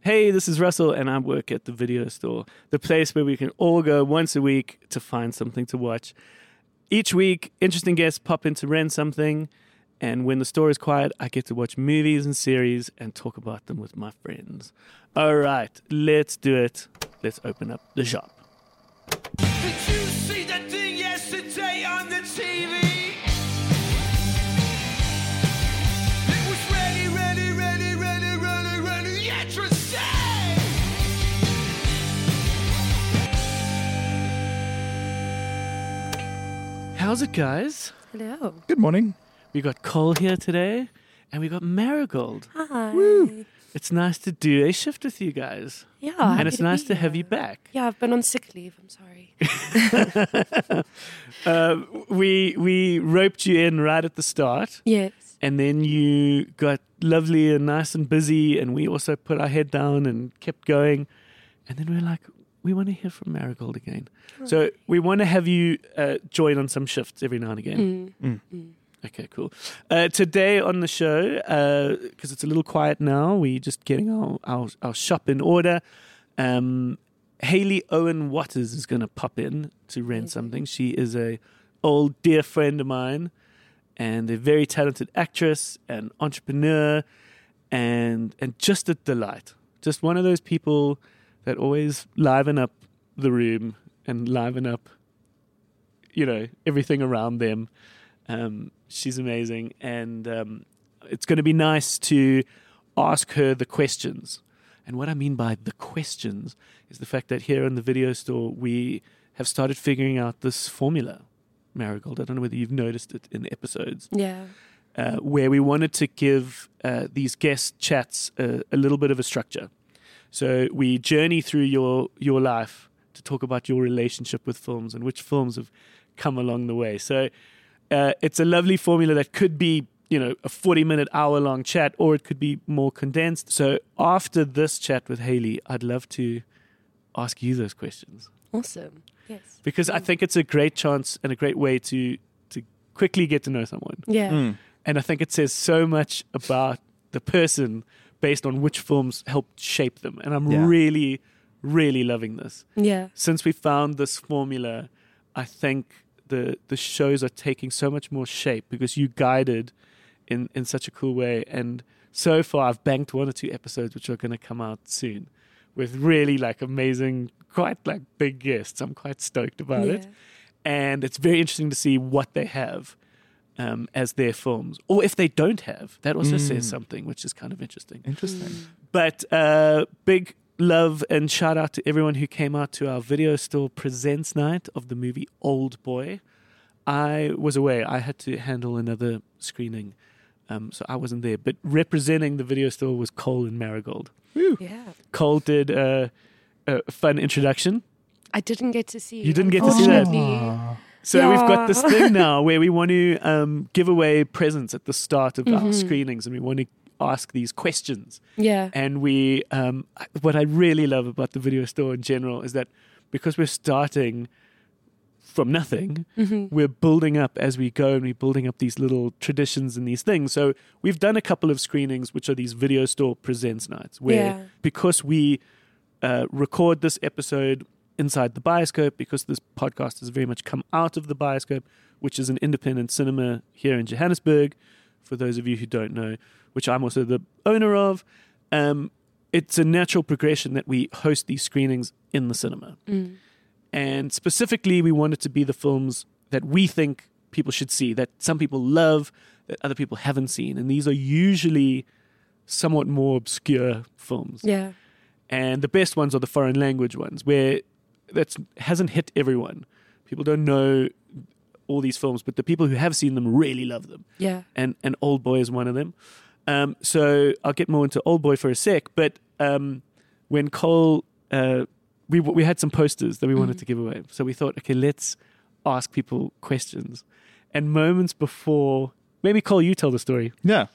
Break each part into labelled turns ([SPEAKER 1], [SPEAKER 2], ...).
[SPEAKER 1] Hey, this is Russell, and I work at the video store, the place where we can all go once a week to find something to watch. Each week, interesting guests pop in to rent something, and when the store is quiet, I get to watch movies and series and talk about them with my friends. All right, let's do it. Let's open up the shop.
[SPEAKER 2] Did you see that thing yesterday on the TV? It was ready, ready, ready, ready, ready, ready, yesterday!
[SPEAKER 1] How's it, guys?
[SPEAKER 3] Hello.
[SPEAKER 4] Good morning.
[SPEAKER 1] We got Cole here today, and we got Marigold.
[SPEAKER 3] Hi.
[SPEAKER 1] It's nice to do a shift with you guys,
[SPEAKER 3] Yeah.
[SPEAKER 1] and it's nice to have you back.
[SPEAKER 3] Yeah, I've been on sick leave. I'm sorry.
[SPEAKER 1] Uh, we we roped you in right at the start,
[SPEAKER 3] yes.
[SPEAKER 1] and then you got lovely and nice and busy, and we also put our head down and kept going, and then we we're like, we want to hear from Marigold again, so we want to have you uh, join on some shifts every now and again.
[SPEAKER 3] Mm.
[SPEAKER 1] Okay, cool. Uh, today on the show, because it's a little quiet now, we're just getting our, our, our shop in order. Um, Haley Owen Waters is going to pop in to rent something. She is a old dear friend of mine and a very talented actress and entrepreneur and and just a delight. Just one of those people that always liven up the room and liven up you know everything around them. Um, she's amazing, and um, it's going to be nice to ask her the questions. And what I mean by the questions is the fact that here in the video store we have started figuring out this formula, Marigold. I don't know whether you've noticed it in the episodes
[SPEAKER 3] Yeah.
[SPEAKER 1] uh, where we wanted to give uh, these guest chats a, a little bit of a structure. So we journey through your your life to talk about your relationship with films and which films have come along the way. So uh, it's a lovely formula that could be you know a forty minute hour long chat or it could be more condensed. So after this chat with Haley, I'd love to ask you those questions
[SPEAKER 3] Awesome. Yes.
[SPEAKER 1] because I think it's a great chance and a great way to to quickly get to know someone.
[SPEAKER 3] Yeah.
[SPEAKER 4] Mm.
[SPEAKER 1] And I think it says so much about the person based on which films helped shape them. And I'm
[SPEAKER 4] Yeah.
[SPEAKER 1] really, really loving this.
[SPEAKER 3] Yeah.
[SPEAKER 1] Since we found this formula, I think the the shows are taking so much more shape because you guided in, in such a cool way. And so far I've banked one or two episodes which are gonna come out soon with really like amazing, quite like big guests. I'm quite stoked about
[SPEAKER 3] yeah.
[SPEAKER 1] it and it's very interesting to see what they have um, as their films, or if they don't have. That also says something, which is kind of interesting.
[SPEAKER 4] Interesting.
[SPEAKER 1] But uh, big love and shout out to everyone who came out to our video store presents night of the movie Old Boy. I was away. I had to handle another screening, um, so I wasn't there. But representing the video store was Cole and Marigold.
[SPEAKER 3] Yeah.
[SPEAKER 1] Cole did uh, a fun introduction.
[SPEAKER 3] I didn't get to see.
[SPEAKER 1] You didn't get to see that.
[SPEAKER 3] unfortunately.
[SPEAKER 1] So we've got this
[SPEAKER 3] Yeah.
[SPEAKER 1] thing now where we want to um, give away presents at the start of our screenings, and we want to ask these questions.
[SPEAKER 3] Yeah.
[SPEAKER 1] And we, um, I- what I really love about the video store in general is that because we're starting from nothing,
[SPEAKER 3] Mm-hmm. Mm.
[SPEAKER 1] we're building up as we go, and we're building up these little traditions and these things. So we've done a couple of screenings, which are these video store presents nights, where
[SPEAKER 3] Yeah.
[SPEAKER 1] because we uh, record this episode inside the Bioscope because this podcast has very much come out of the Bioscope, which is an independent cinema here in Johannesburg. For those of you who don't know, which I'm also the owner of, um, it's a natural progression that we host these screenings in the cinema.
[SPEAKER 3] Mm.
[SPEAKER 1] And specifically, we want it to be the films that we think people should see, that some people love, that other people haven't seen. And these are usually somewhat more obscure films
[SPEAKER 3] Yeah.
[SPEAKER 1] and the best ones are the foreign language ones where that hasn't hit everyone people don't know all these films but the people who have seen them really love them
[SPEAKER 3] Yeah.
[SPEAKER 1] and and old boy is one of them um, so i'll get more into old boy for a sec but um, when cole uh, we, we had some posters that we
[SPEAKER 4] Mm.
[SPEAKER 1] wanted to give away so we thought okay let's ask people questions and moments before maybe cole you tell the story
[SPEAKER 4] Yeah.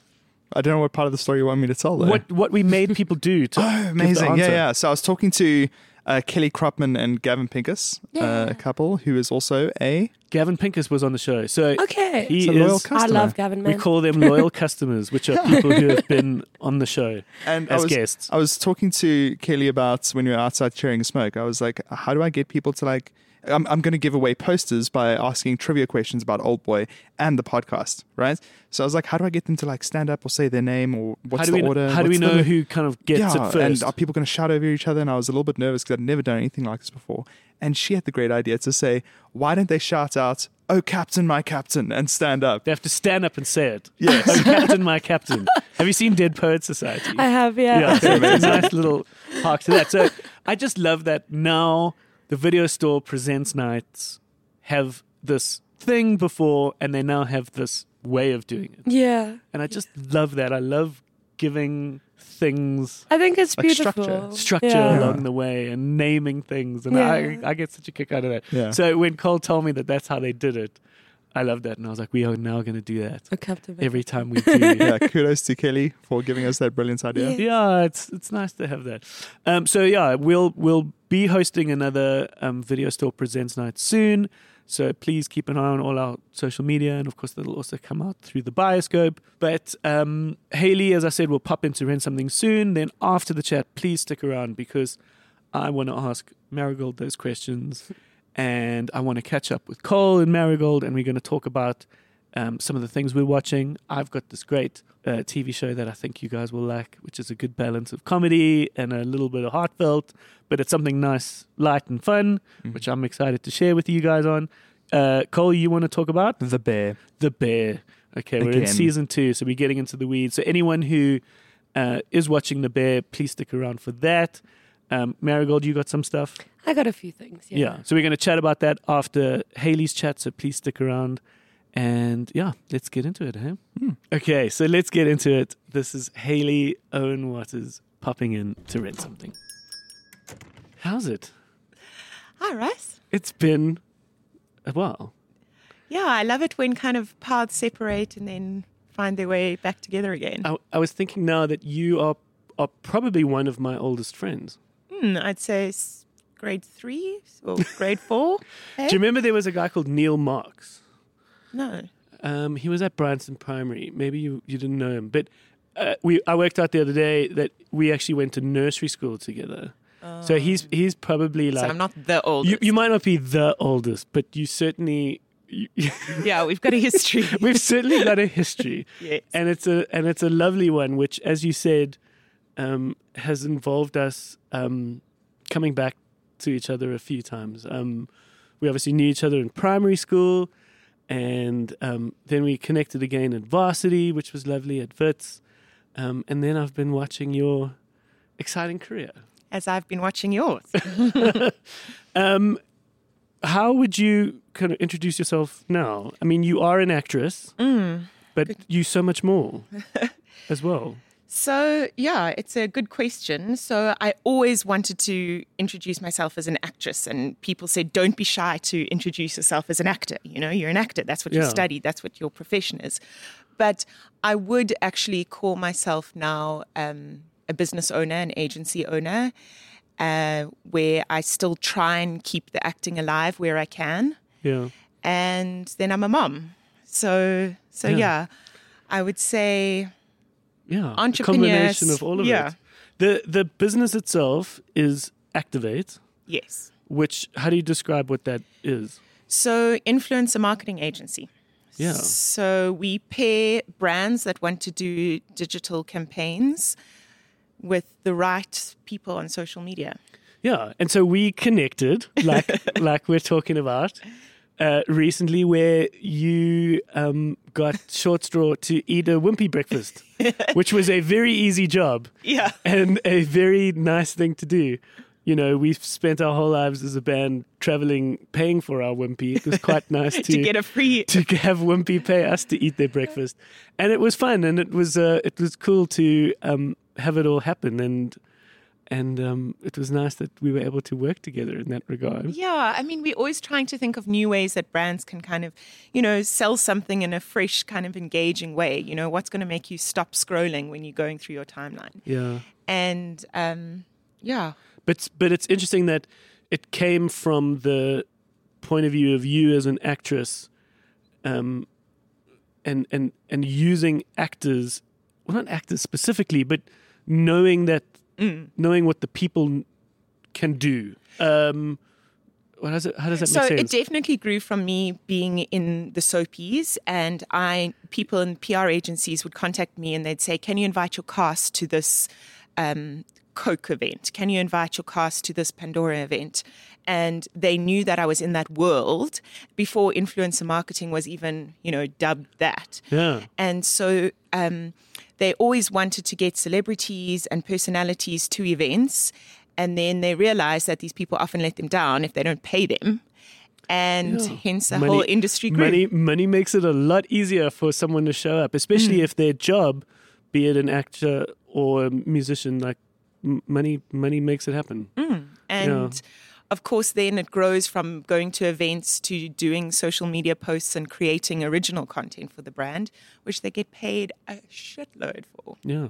[SPEAKER 4] I don't know what part of the story you want me to tell though.
[SPEAKER 1] what what we made people do to give the
[SPEAKER 4] Amazing. Yeah,
[SPEAKER 1] answer.
[SPEAKER 4] yeah. So I was talking to uh, Kelly Krupman and Gavin Pincus, uh,
[SPEAKER 3] Yeah.
[SPEAKER 4] a couple who is also a
[SPEAKER 1] Gavin Pincus was on the show, so
[SPEAKER 3] Okay.
[SPEAKER 1] he
[SPEAKER 4] so loyal
[SPEAKER 1] is.
[SPEAKER 3] I
[SPEAKER 4] customer.
[SPEAKER 3] love Gavin,
[SPEAKER 1] We
[SPEAKER 3] man.
[SPEAKER 1] call them loyal customers, which are people who have been on the show
[SPEAKER 4] and I
[SPEAKER 1] as
[SPEAKER 4] was- uh,
[SPEAKER 1] guests.
[SPEAKER 4] I was talking to Kelly about when we were outside sharing smoke. I was like, how do I get people to like? I'm, I'm going to give away posters by asking trivia questions about Old Boy and the podcast, right? So I was like, how do I get them to like stand up or say their name or
[SPEAKER 1] How
[SPEAKER 4] what's
[SPEAKER 1] do
[SPEAKER 4] the
[SPEAKER 1] we
[SPEAKER 4] order?
[SPEAKER 1] how do we
[SPEAKER 4] What's the-
[SPEAKER 1] know who kind of gets
[SPEAKER 4] yeah,
[SPEAKER 1] it first?
[SPEAKER 4] and uh, are people going to shout over each other? And I was a little bit nervous because I'd never done anything like this before. And she had the great idea to say, why don't they shout out, "Oh, Captain, my Captain," and stand up?
[SPEAKER 1] They have to stand up and say it. Yes. Oh, captain, my captain. Have you seen Dead Poet Society?
[SPEAKER 3] I have, yeah.
[SPEAKER 1] yeah, so it's a nice little park to that. So I just love that now the video store presents nights have this thing before, and they now have this way of doing it.
[SPEAKER 3] Yeah.
[SPEAKER 1] And I just love that. I love giving things
[SPEAKER 3] I think it's
[SPEAKER 4] Like structure.
[SPEAKER 3] beautiful.
[SPEAKER 1] structure
[SPEAKER 3] Yeah.
[SPEAKER 1] along the way and naming things, and I,
[SPEAKER 3] Yeah.
[SPEAKER 1] I get such a kick out of that.
[SPEAKER 4] Yeah.
[SPEAKER 1] So when Cole told me that that's how they did it, I loved that, and I was like, we are now going to do that
[SPEAKER 3] Oh, Captain Bacon.
[SPEAKER 1] every time we do.
[SPEAKER 4] yeah, kudos to Kelly for giving us that brilliant idea.
[SPEAKER 3] Yeah.
[SPEAKER 1] yeah, it's it's nice to have that. Um, so yeah, we'll we'll be hosting another um, video store presents night soon. So please keep an eye on all our social media, and of course that'll also come out through the Bioscope. But um, Haley, as I said, will pop in to rent something soon. Then after the chat, please stick around because I want to ask Marigold those questions, and I want to catch up with Cole and Marigold, and we're going to talk about um, some of the things we're watching. I've got this great uh, TV show that I think you guys will like, which is a good balance of comedy and a little bit of heartfelt, but it's something nice, light, and fun,
[SPEAKER 4] Mm-hmm. Mm.
[SPEAKER 1] which I'm excited to share with you guys on. Uh, Cole, you want to talk about
[SPEAKER 4] The bear.
[SPEAKER 1] The Bear? Okay, we're in
[SPEAKER 4] Again.
[SPEAKER 1] season two, so we're getting into the weeds. So anyone who uh, is watching The Bear, please stick around for that. Um, Marigold, you got some stuff?
[SPEAKER 3] I got a few things. Yeah.
[SPEAKER 1] Yeah. So we're going to chat about that after Haley's chat. So please stick around. And yeah, let's get into it, huh? Okay. So let's get into it. This is Haley Owen Waters popping in to rent something. How's it?
[SPEAKER 5] Hi, Russ.
[SPEAKER 1] It's been a while.
[SPEAKER 5] Yeah, I love it when kind of paths separate and then find their way back together again.
[SPEAKER 1] I, I was thinking now that you are are probably one of my oldest friends.
[SPEAKER 5] Hmm, I'd say s- grade three or grade four. eh?
[SPEAKER 1] Do you remember there was a guy called Neil Marks?
[SPEAKER 5] no.
[SPEAKER 1] Um, he was at Bryanston Primary. Maybe you, you didn't know him, but uh, we I worked out the other day that we actually went to nursery school together. so he's he's probably
[SPEAKER 5] Oh. So
[SPEAKER 1] like
[SPEAKER 5] I'm not the oldest.
[SPEAKER 1] you. You might not be the oldest, but you certainly you,
[SPEAKER 5] yeah, we've got a history.
[SPEAKER 1] we've certainly got a history,
[SPEAKER 5] Yes.
[SPEAKER 1] and it's a and it's a lovely one, which, as you said, um, has involved us um, coming back to each other a few times. Um, we obviously knew each other in primary school, and um, then we connected again at varsity, which was lovely at Vits. Um, and then I've been watching your exciting career.
[SPEAKER 5] As I've been watching yours.
[SPEAKER 1] Um, how would you kind of introduce yourself now? I mean, you are an actress, but you so much more as well.
[SPEAKER 5] So, yeah, it's a good question. So, I always wanted to introduce myself as an actress, and people said, don't be shy to introduce yourself as an actor. You know, you're an actor, that's what
[SPEAKER 1] Yeah.
[SPEAKER 5] you studied, that's what your profession is. But I would actually call myself now um, a business owner, an agency owner, uh, where I still try and keep the acting alive where I can
[SPEAKER 1] Yeah.
[SPEAKER 5] and then I'm a mum. So so
[SPEAKER 1] Yeah.
[SPEAKER 5] yeah. I would say
[SPEAKER 1] Yeah. a
[SPEAKER 5] Entrepreneurs,
[SPEAKER 1] combination of all of
[SPEAKER 5] yeah.
[SPEAKER 1] it. The the business itself is Activate,
[SPEAKER 5] yes.
[SPEAKER 1] which how do you describe what that is?
[SPEAKER 5] So influencer marketing agency.
[SPEAKER 1] Yeah.
[SPEAKER 5] So we pair brands that want to do digital campaigns with the right people on social media.
[SPEAKER 1] Yeah. And so we connected, like like we're talking about. Uh, recently, where you um, got short straw to eat a wimpy breakfast, which was a very easy job.
[SPEAKER 5] Yeah.
[SPEAKER 1] and a very nice thing to do. You know, we've spent our whole lives as a band traveling, paying for our wimpy. It was quite nice to,
[SPEAKER 5] To, get a free
[SPEAKER 1] to have wimpy pay us to eat their breakfast, and it was fun, and it was uh, it was cool to um, have it all happen, and and um, it was nice that we were able to work together in that regard.
[SPEAKER 5] Yeah, I mean, we're always trying to think of new ways that brands can kind of, you know, sell something in a fresh, kind of engaging way. You know, what's going to make you stop scrolling when you're going through your timeline?
[SPEAKER 1] Yeah,
[SPEAKER 5] and um, Yeah.
[SPEAKER 1] But but it's interesting that it came from the point of view of you as an actress, um, and and and using actors, well, not actors specifically, but knowing that
[SPEAKER 5] Mm.
[SPEAKER 1] knowing what the people can do. Um, what does it? How does that
[SPEAKER 5] so
[SPEAKER 1] make
[SPEAKER 5] it
[SPEAKER 1] sense?
[SPEAKER 5] definitely grew from me being in the soapies and i people in pr agencies would contact me and they'd say can you invite your cast to this um, coke event can you invite your cast to this pandora event and they knew that i was in that world before influencer marketing was even you know dubbed that
[SPEAKER 1] yeah.
[SPEAKER 5] and so um, they always wanted to get celebrities and personalities to events. And then they realized that these people often let them down if they don't pay them. And hence the whole industry grew.
[SPEAKER 1] Money, money makes it a lot easier for someone to show up,
[SPEAKER 5] Mm.
[SPEAKER 1] especially if their job, be it an actor or a musician, like m- money, money makes it happen.
[SPEAKER 5] And of course, then it grows from going to events to doing social media posts and creating original content for the brand, which they get paid a shitload for.
[SPEAKER 1] Yeah.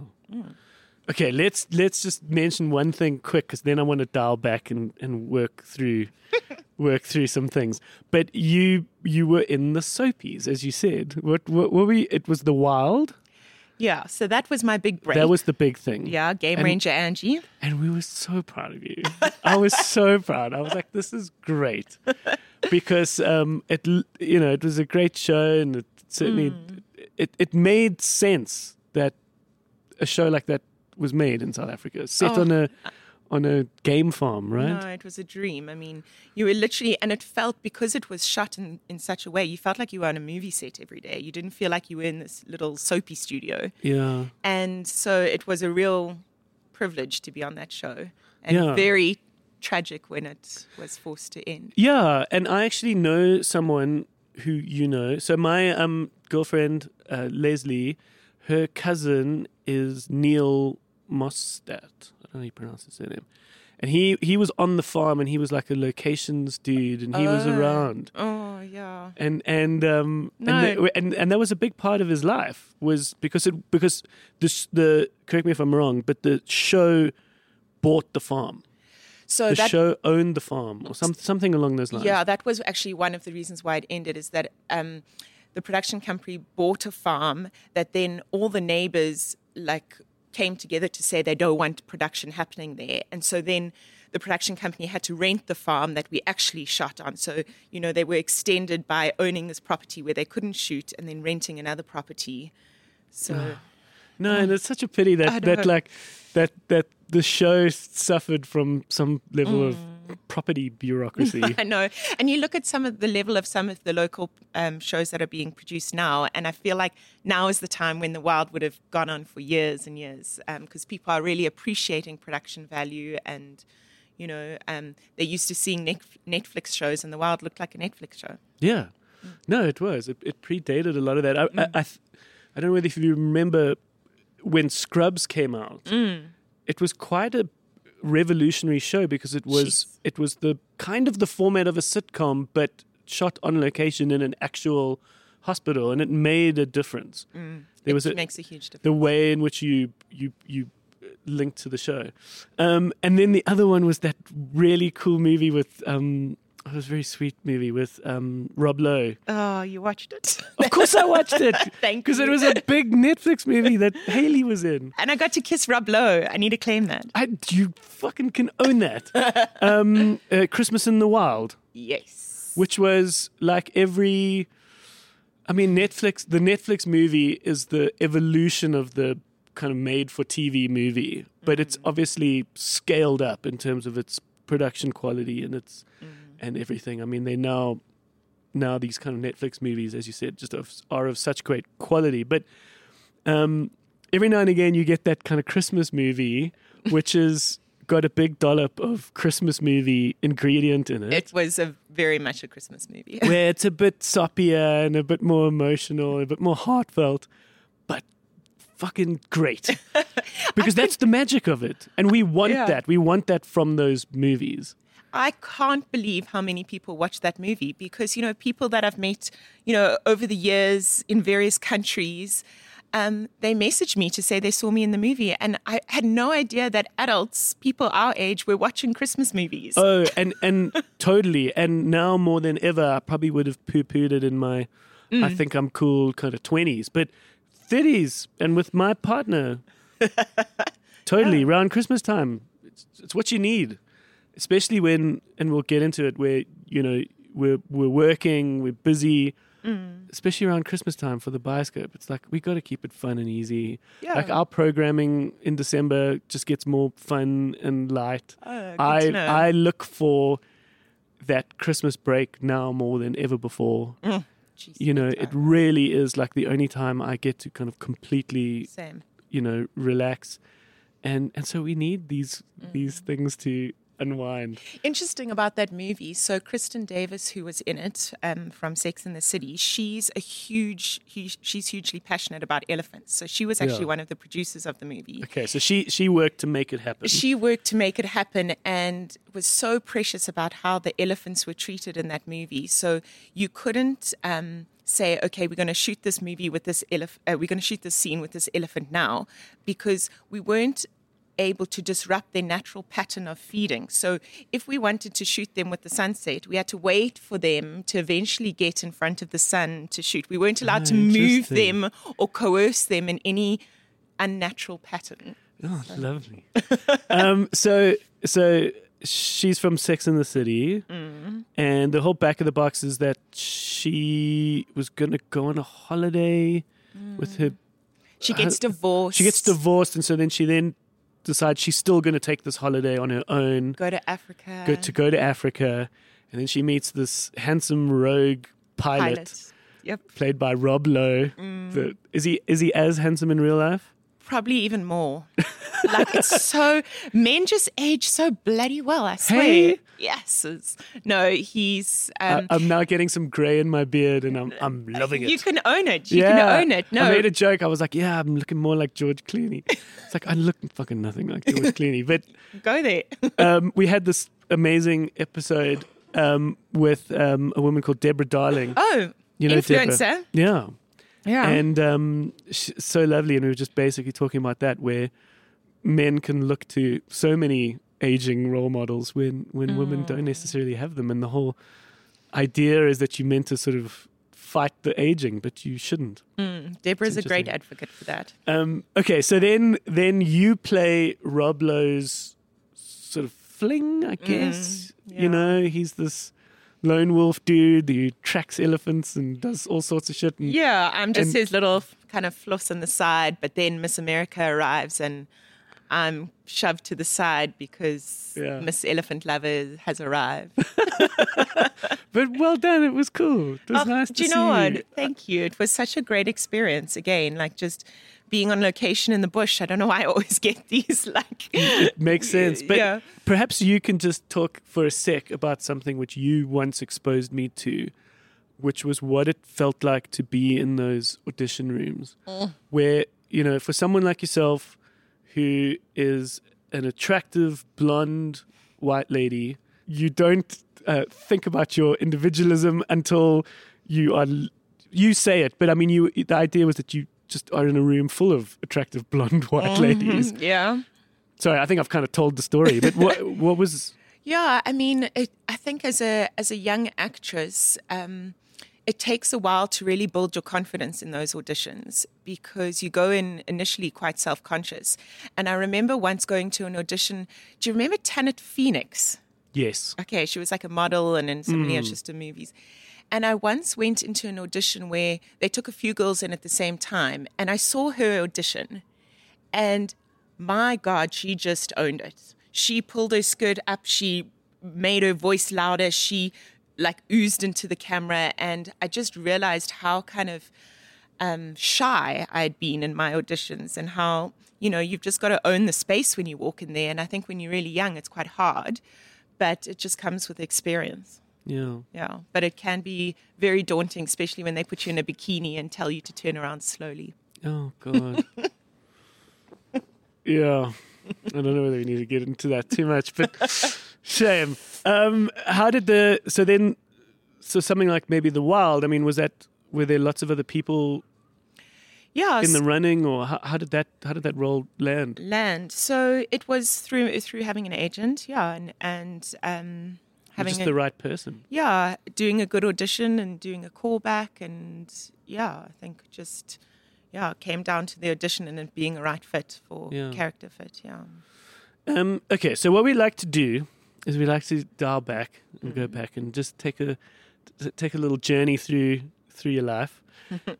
[SPEAKER 1] Okay, let's let's just mention one thing quick because then I want to dial back and, and work through work through some things. But you you were in the soapies, as you said. What what were we? It was the wild.
[SPEAKER 5] Yeah. So that was my big break.
[SPEAKER 1] That was the big thing.
[SPEAKER 5] yeah, Game
[SPEAKER 1] And-
[SPEAKER 5] Ranger Angie.
[SPEAKER 1] And we were so proud of you. I was so proud. I was like, this is great. Because um, it, l- you know, it was a great show and it certainly, it, it made sense that a show like that was made in South Africa, set
[SPEAKER 5] Oh.
[SPEAKER 1] on a, on a game farm, right?
[SPEAKER 5] No, it was a dream. I mean, you were literally, and it felt because it was shot in, in such a way, you felt like you were on a movie set every day. You didn't feel like you were in this little soapy studio.
[SPEAKER 1] Yeah.
[SPEAKER 5] And so it was a real privilege to be on that show and
[SPEAKER 1] Yeah.
[SPEAKER 5] very tragic when it was forced to end.
[SPEAKER 1] Yeah, and I actually know someone who you know. So my um girlfriend uh, Leslie, her cousin is Neil Mostad. I don't know how you pronounce his surname. And he he was on the farm, and he was like a locations dude, and he was
[SPEAKER 5] Oh.
[SPEAKER 1] around,
[SPEAKER 5] Oh, yeah.
[SPEAKER 1] and and um
[SPEAKER 5] No.
[SPEAKER 1] and, the- and and that was a big part of his life was because it because this the correct me if I'm wrong, but the show bought the farm.
[SPEAKER 5] So
[SPEAKER 1] The
[SPEAKER 5] Oh, that
[SPEAKER 1] show owned the farm, or some, something along those lines.
[SPEAKER 5] Yeah, that was actually one of the reasons why it ended is that um, the production company bought a farm that then all the neighbors like came together to say they don't want production happening there. And so then the production company had to rent the farm that we actually shot on. So, you know, they were extended by owning this property where they couldn't shoot and then renting another property. So
[SPEAKER 1] Ah. No, and it's such a pity
[SPEAKER 5] Um, I
[SPEAKER 1] that
[SPEAKER 5] know.
[SPEAKER 1] that like that that the show suffered from some level
[SPEAKER 5] Mm.
[SPEAKER 1] of property bureaucracy.
[SPEAKER 5] I know. And you look at some of the level of some of the local um, shows that are being produced now, and I feel like now is the time when the wild would have gone on for years and years because people are really appreciating production value and. You know, um, they're used to seeing Netf- Netflix shows, and The Wild looked like a Netflix show.
[SPEAKER 1] yeah, no, it was. It, it predated a lot of that. I,
[SPEAKER 5] Mm.
[SPEAKER 1] I, I, th- I don't know whether if you remember when Scrubs came out.
[SPEAKER 5] Mm.
[SPEAKER 1] It was quite a revolutionary show because it was
[SPEAKER 5] Jeez.
[SPEAKER 1] it was the kind of the format of a sitcom, but shot on location in an actual hospital, and it made a difference. There
[SPEAKER 5] Mm. It
[SPEAKER 1] was a,
[SPEAKER 5] makes a huge difference.
[SPEAKER 1] the way in which you you you link to the show. Um, and then the other one was that really cool movie with um, it was a very sweet movie with um, Rob Lowe.
[SPEAKER 5] Oh, you watched it,
[SPEAKER 1] Of course, I watched it
[SPEAKER 5] Thank
[SPEAKER 1] because it
[SPEAKER 5] you.
[SPEAKER 1] was a big Netflix movie that Haley was in.
[SPEAKER 5] and I got to kiss Rob Lowe. I need to claim that.
[SPEAKER 1] I, you fucking can own that. Um, uh, Christmas in the Wild,
[SPEAKER 5] Yes.
[SPEAKER 1] which was like every. I mean, Netflix. The Netflix movie is the evolution of the kind of made-for-TV movie, but it's obviously scaled up in terms of its production quality and its and everything. I mean, they now now these kind of Netflix movies, as you said, just of, are of such great quality. But um, every now and again, you get that kind of Christmas movie, which is got a big dollop of Christmas movie ingredient in
[SPEAKER 5] It was a very much a Christmas movie.
[SPEAKER 1] where it's a bit soppier and a bit more emotional, a bit more heartfelt, but fucking great. Because that's the magic of it. And we want
[SPEAKER 5] Yeah.
[SPEAKER 1] that. We want that from those movies.
[SPEAKER 5] I can't believe how many people watch that movie because, you know, people that I've met, you know, over the years in various countries, um, they messaged me to say they saw me in the movie, and I had no idea that adults, people our age, were watching Christmas movies.
[SPEAKER 1] Oh, and and totally. And now more than ever, I probably would have poo pooed it in my I think I'm cool kind of twenties, but thirties, and with my partner, totally around Christmas time. It's, it's what you need, especially when, and we'll get into it. Where you know we're we're working, we're busy. Especially around Christmas time for the bioscope, it's like we got to keep it fun and easy.
[SPEAKER 5] Yeah.
[SPEAKER 1] Like uh, our programming in December just gets more fun and light.
[SPEAKER 5] Oh, good
[SPEAKER 1] I
[SPEAKER 5] to know.
[SPEAKER 1] I look for that Christmas break now more than ever before.
[SPEAKER 5] Mm. Jeez,
[SPEAKER 1] You know, it really is like the only time I get to kind of completely,
[SPEAKER 5] same.
[SPEAKER 1] you know, relax. And and so we need these
[SPEAKER 5] Mm.
[SPEAKER 1] these things to unwind.
[SPEAKER 5] Interesting about that movie. So Kristen Davis, who was in it um, from Sex in the City, she's a huge, huge she's hugely passionate about elephants. So she was actually
[SPEAKER 1] Yeah.
[SPEAKER 5] one of the producers of the movie.
[SPEAKER 1] Okay, so she she worked to make it happen.
[SPEAKER 5] She worked to make it happen and was so precious about how the elephants were treated in that movie. So you couldn't um, say, okay, we're going to shoot this movie with this elephant, uh, we're going to shoot this scene with this elephant now, because we weren't able to disrupt their natural pattern of feeding. So if we wanted to shoot them with the sunset, we had to wait for them to eventually get in front of the sun to shoot. We weren't allowed to
[SPEAKER 1] Ah,
[SPEAKER 5] move
[SPEAKER 1] interesting.
[SPEAKER 5] them or coerce them in any unnatural pattern.
[SPEAKER 1] oh, lovely. um, so so she's from Sex in the City,
[SPEAKER 5] Mm.
[SPEAKER 1] and the whole back of the box is that she was gonna go on a holiday with
[SPEAKER 5] Mm.
[SPEAKER 1] her
[SPEAKER 5] She gets divorced.
[SPEAKER 1] She gets divorced, and so then she then decides she's still going to take this holiday on her own,
[SPEAKER 5] Go to Africa.
[SPEAKER 1] go to go to Africa, and then she meets this handsome rogue pilot,
[SPEAKER 5] Pilot. Mm. Yep.
[SPEAKER 1] played by Rob Lowe. The- is he is he as handsome in real life?
[SPEAKER 5] Probably even more. like it's so men just age so bloody well. I swear.
[SPEAKER 1] Hey.
[SPEAKER 5] Yes. it's- no, he's. Um,
[SPEAKER 1] I, am now getting some grey in my beard, and I'm I'm loving it.
[SPEAKER 5] you can own it. You can own it. No.
[SPEAKER 1] I made a joke. I was like, "Yeah, I'm looking more like George Clooney." It's like I look fucking nothing like George Clooney, but
[SPEAKER 5] Go there.
[SPEAKER 1] um, we had this amazing episode um, with um, a woman called Deborah Darling.
[SPEAKER 5] oh,
[SPEAKER 1] You know, Deborah.
[SPEAKER 5] influencer.
[SPEAKER 1] Yeah.
[SPEAKER 5] Yeah.
[SPEAKER 1] And um, sh so lovely. And we were just basically talking about that, where men can look to so many aging role models when, when women don't necessarily have them. And the whole idea is that you're meant to sort of fight the aging, but you shouldn't.
[SPEAKER 5] Deborah's a
[SPEAKER 1] it's interesting.
[SPEAKER 5] great advocate for that.
[SPEAKER 1] Um, okay, so then then you play Rob Lowe's sort of fling, I guess. You
[SPEAKER 5] yeah.
[SPEAKER 1] know, he's this lone wolf dude who tracks elephants and does all sorts of shit. And
[SPEAKER 5] Yeah, I'm
[SPEAKER 1] Mm.
[SPEAKER 5] just
[SPEAKER 1] And-
[SPEAKER 5] his little kind of floss on the side, but then Miss America arrives and I'm shoved to the side because
[SPEAKER 1] Yeah.
[SPEAKER 5] Miss Elephant Lover has arrived.
[SPEAKER 1] But well done. It was cool. It was
[SPEAKER 5] Oh,
[SPEAKER 1] nice to
[SPEAKER 5] do you
[SPEAKER 1] see
[SPEAKER 5] know
[SPEAKER 1] you.
[SPEAKER 5] what? Thank you. It was such a great experience. Again, like just being on location in the bush. I don't know why I always get these. Like,
[SPEAKER 1] Makes sense. But
[SPEAKER 5] Yeah.
[SPEAKER 1] perhaps you can just talk for a sec about something which you once exposed me to, which was what it felt like to be in those audition rooms. Where, you know, for someone like yourself who is an attractive blonde white lady, you don't uh, think about your individualism until you are. l- You say it, but I mean, you. The idea was that you just are in a room full of attractive blonde white ladies.
[SPEAKER 5] yeah.
[SPEAKER 1] Sorry, I think I've kind of told the story, but what what was
[SPEAKER 5] Yeah, I mean, it, I think as a as a young actress, um, it takes a while to really build your confidence in those auditions because you go in initially quite self conscious. And I remember once going to an audition. Do you remember Tanit Phoenix?
[SPEAKER 1] yes?
[SPEAKER 5] Okay, she was like a model and in some Leochester movies. And I once went into an audition where they took a few girls in at the same time, and I saw her audition, and my God, she just owned it. She pulled her skirt up, she made her voice louder, she like oozed into the camera, and I just realized how kind of um, shy I had been in my auditions and how, you know, you've just got to own the space when you walk in there. And I think when you're really young, it's quite hard, but it just comes with experience.
[SPEAKER 1] Yeah,
[SPEAKER 5] Yeah. But it can be very daunting, especially when they put you in a bikini and tell you to turn around slowly.
[SPEAKER 1] oh god, yeah. I don't know whether we need to get into that too much, but shame. Um, how did the so then so something like maybe the wild? I mean, was that were there lots of other people
[SPEAKER 5] yeah,
[SPEAKER 1] in the running, or how, how did that how did that role land?
[SPEAKER 5] land. So it was through through having an agent, yeah, and and um,
[SPEAKER 1] You're
[SPEAKER 5] having
[SPEAKER 1] just
[SPEAKER 5] a,
[SPEAKER 1] the right person.
[SPEAKER 5] yeah, doing a good audition and doing a callback, and yeah, I think just yeah, it came down to the audition and it being a right fit for
[SPEAKER 1] Yeah.
[SPEAKER 5] character fit, yeah.
[SPEAKER 1] Um, okay, so what we like to do is we like to dial back and go back and just take a t- take a little journey through through your life